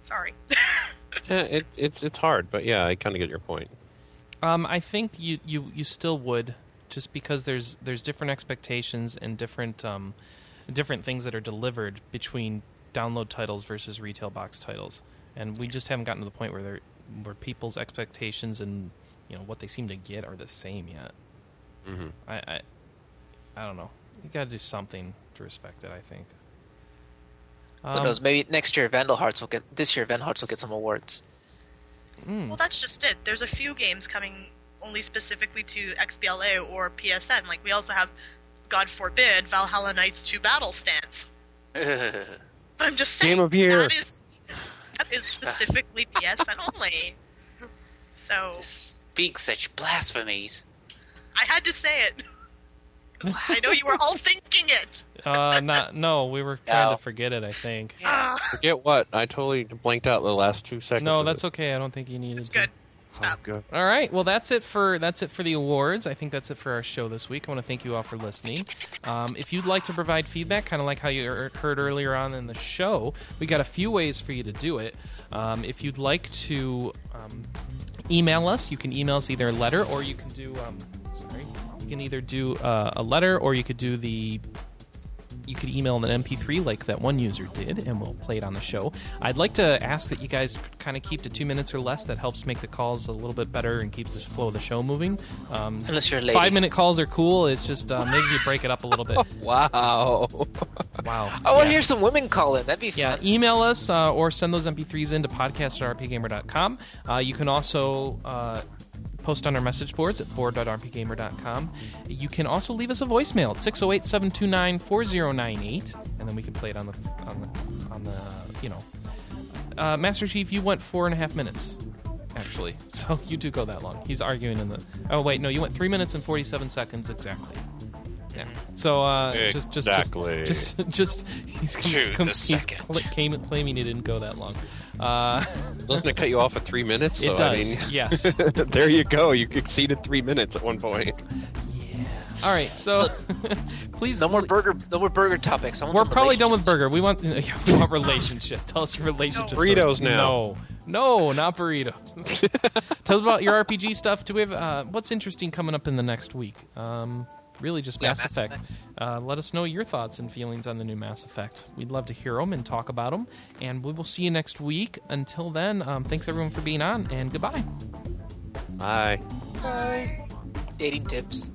Sorry.
Yeah, it, it's it's hard, but yeah, I kind of get your point.
Um, I think you, you, you still would, just because there's there's different expectations and different um, different things that are delivered between download titles versus retail box titles, and we just haven't gotten to the point where they're, where people's expectations and you know what they seem to get are the same yet.
Mm-hmm.
Mhm.
I, I I don't know. You got to do something to respect it. I think.
Who knows? Maybe next year Vandal Hearts will get this year Vandal Hearts will get some awards.
Hmm.
Um,
Well, that's just it. There's a few games coming only specifically to XBLA or PSN. Like we also have, God forbid, Valhalla Knights 2 Battle Stance.
(laughs)
But I'm just saying
Game of year.
that is that is specifically PSN only. So
Speak such blasphemies.
I had to say it. I know you were all thinking it.
Uh, not, no, we were trying
No.
to forget it, I think.
Ah,
Forget what? I totally blanked out the last two seconds.
No,
of
that's
it.
okay. I don't think you needed
it's
to.
good. Stop.
Oh, good.
All right. Well, that's it for that's it for the awards. I think that's it for our show this week. I want to thank you all for listening. Um, if you'd like to provide feedback, kind of like how you er- heard earlier on in the show, we got a few ways for you to do it. Um, if you'd like to um, email us, you can email us either a letter or you can do um, sorry, you can either do uh, a letter or you could do the you could email an MP3 like that one user did, and we'll play it on the show. I'd like to ask that you guys kind of keep to two minutes or less. That helps make the calls a little bit better and keeps the flow of the show moving. Um,
Unless you're a lady.
five minute calls are cool. It's just uh, maybe you break it up a little
(laughs)
bit.
Wow.
Wow.
I want
Yeah.
to hear some women call in. That'd be
Yeah,
fun.
email us uh, or send those MP3s in to podcast at rpgamer.com. Uh, you can also uh, post on our message boards at board.rpgamer.com. You can also leave us a voicemail at 608 729 4098, and then we can play it on the, on the, on the you know. Uh, Master Chief, you went four and a half minutes, actually. (laughs) So you do go that long. He's arguing in the. Oh, wait, no, you went three minutes and 47 seconds exactly. Yeah. So uh, just, just, just
Exactly.
(laughs) just just he's com-
To the
com- he's
second.
cl- came claiming he didn't go that long. Uh,
Doesn't it cut you off at three minutes? So,
it does.
I mean, (laughs)
yes.
there you go. You exceeded three minutes at one point.
All right. So, (laughs) please.
No more burger. No more burger topics. I want
We're
some
probably done with
relationship
burger. We
topics.
want yeah, we want (laughs) relationship. Tell us your relationship.
Burritos
stories.
now.
No. No,
(laughs)
not burritos. Tell us about your RPG stuff. Do we have uh, what's interesting coming up in the next week? Um, really, just
Yeah,
Mass,
Mass
Effect. Uh, let us know your thoughts and feelings on the new Mass Effect. We'd love to hear them and talk about them. And we will see you next week. Until then, um, thanks everyone for being on, and goodbye.
Bye.
dating tips.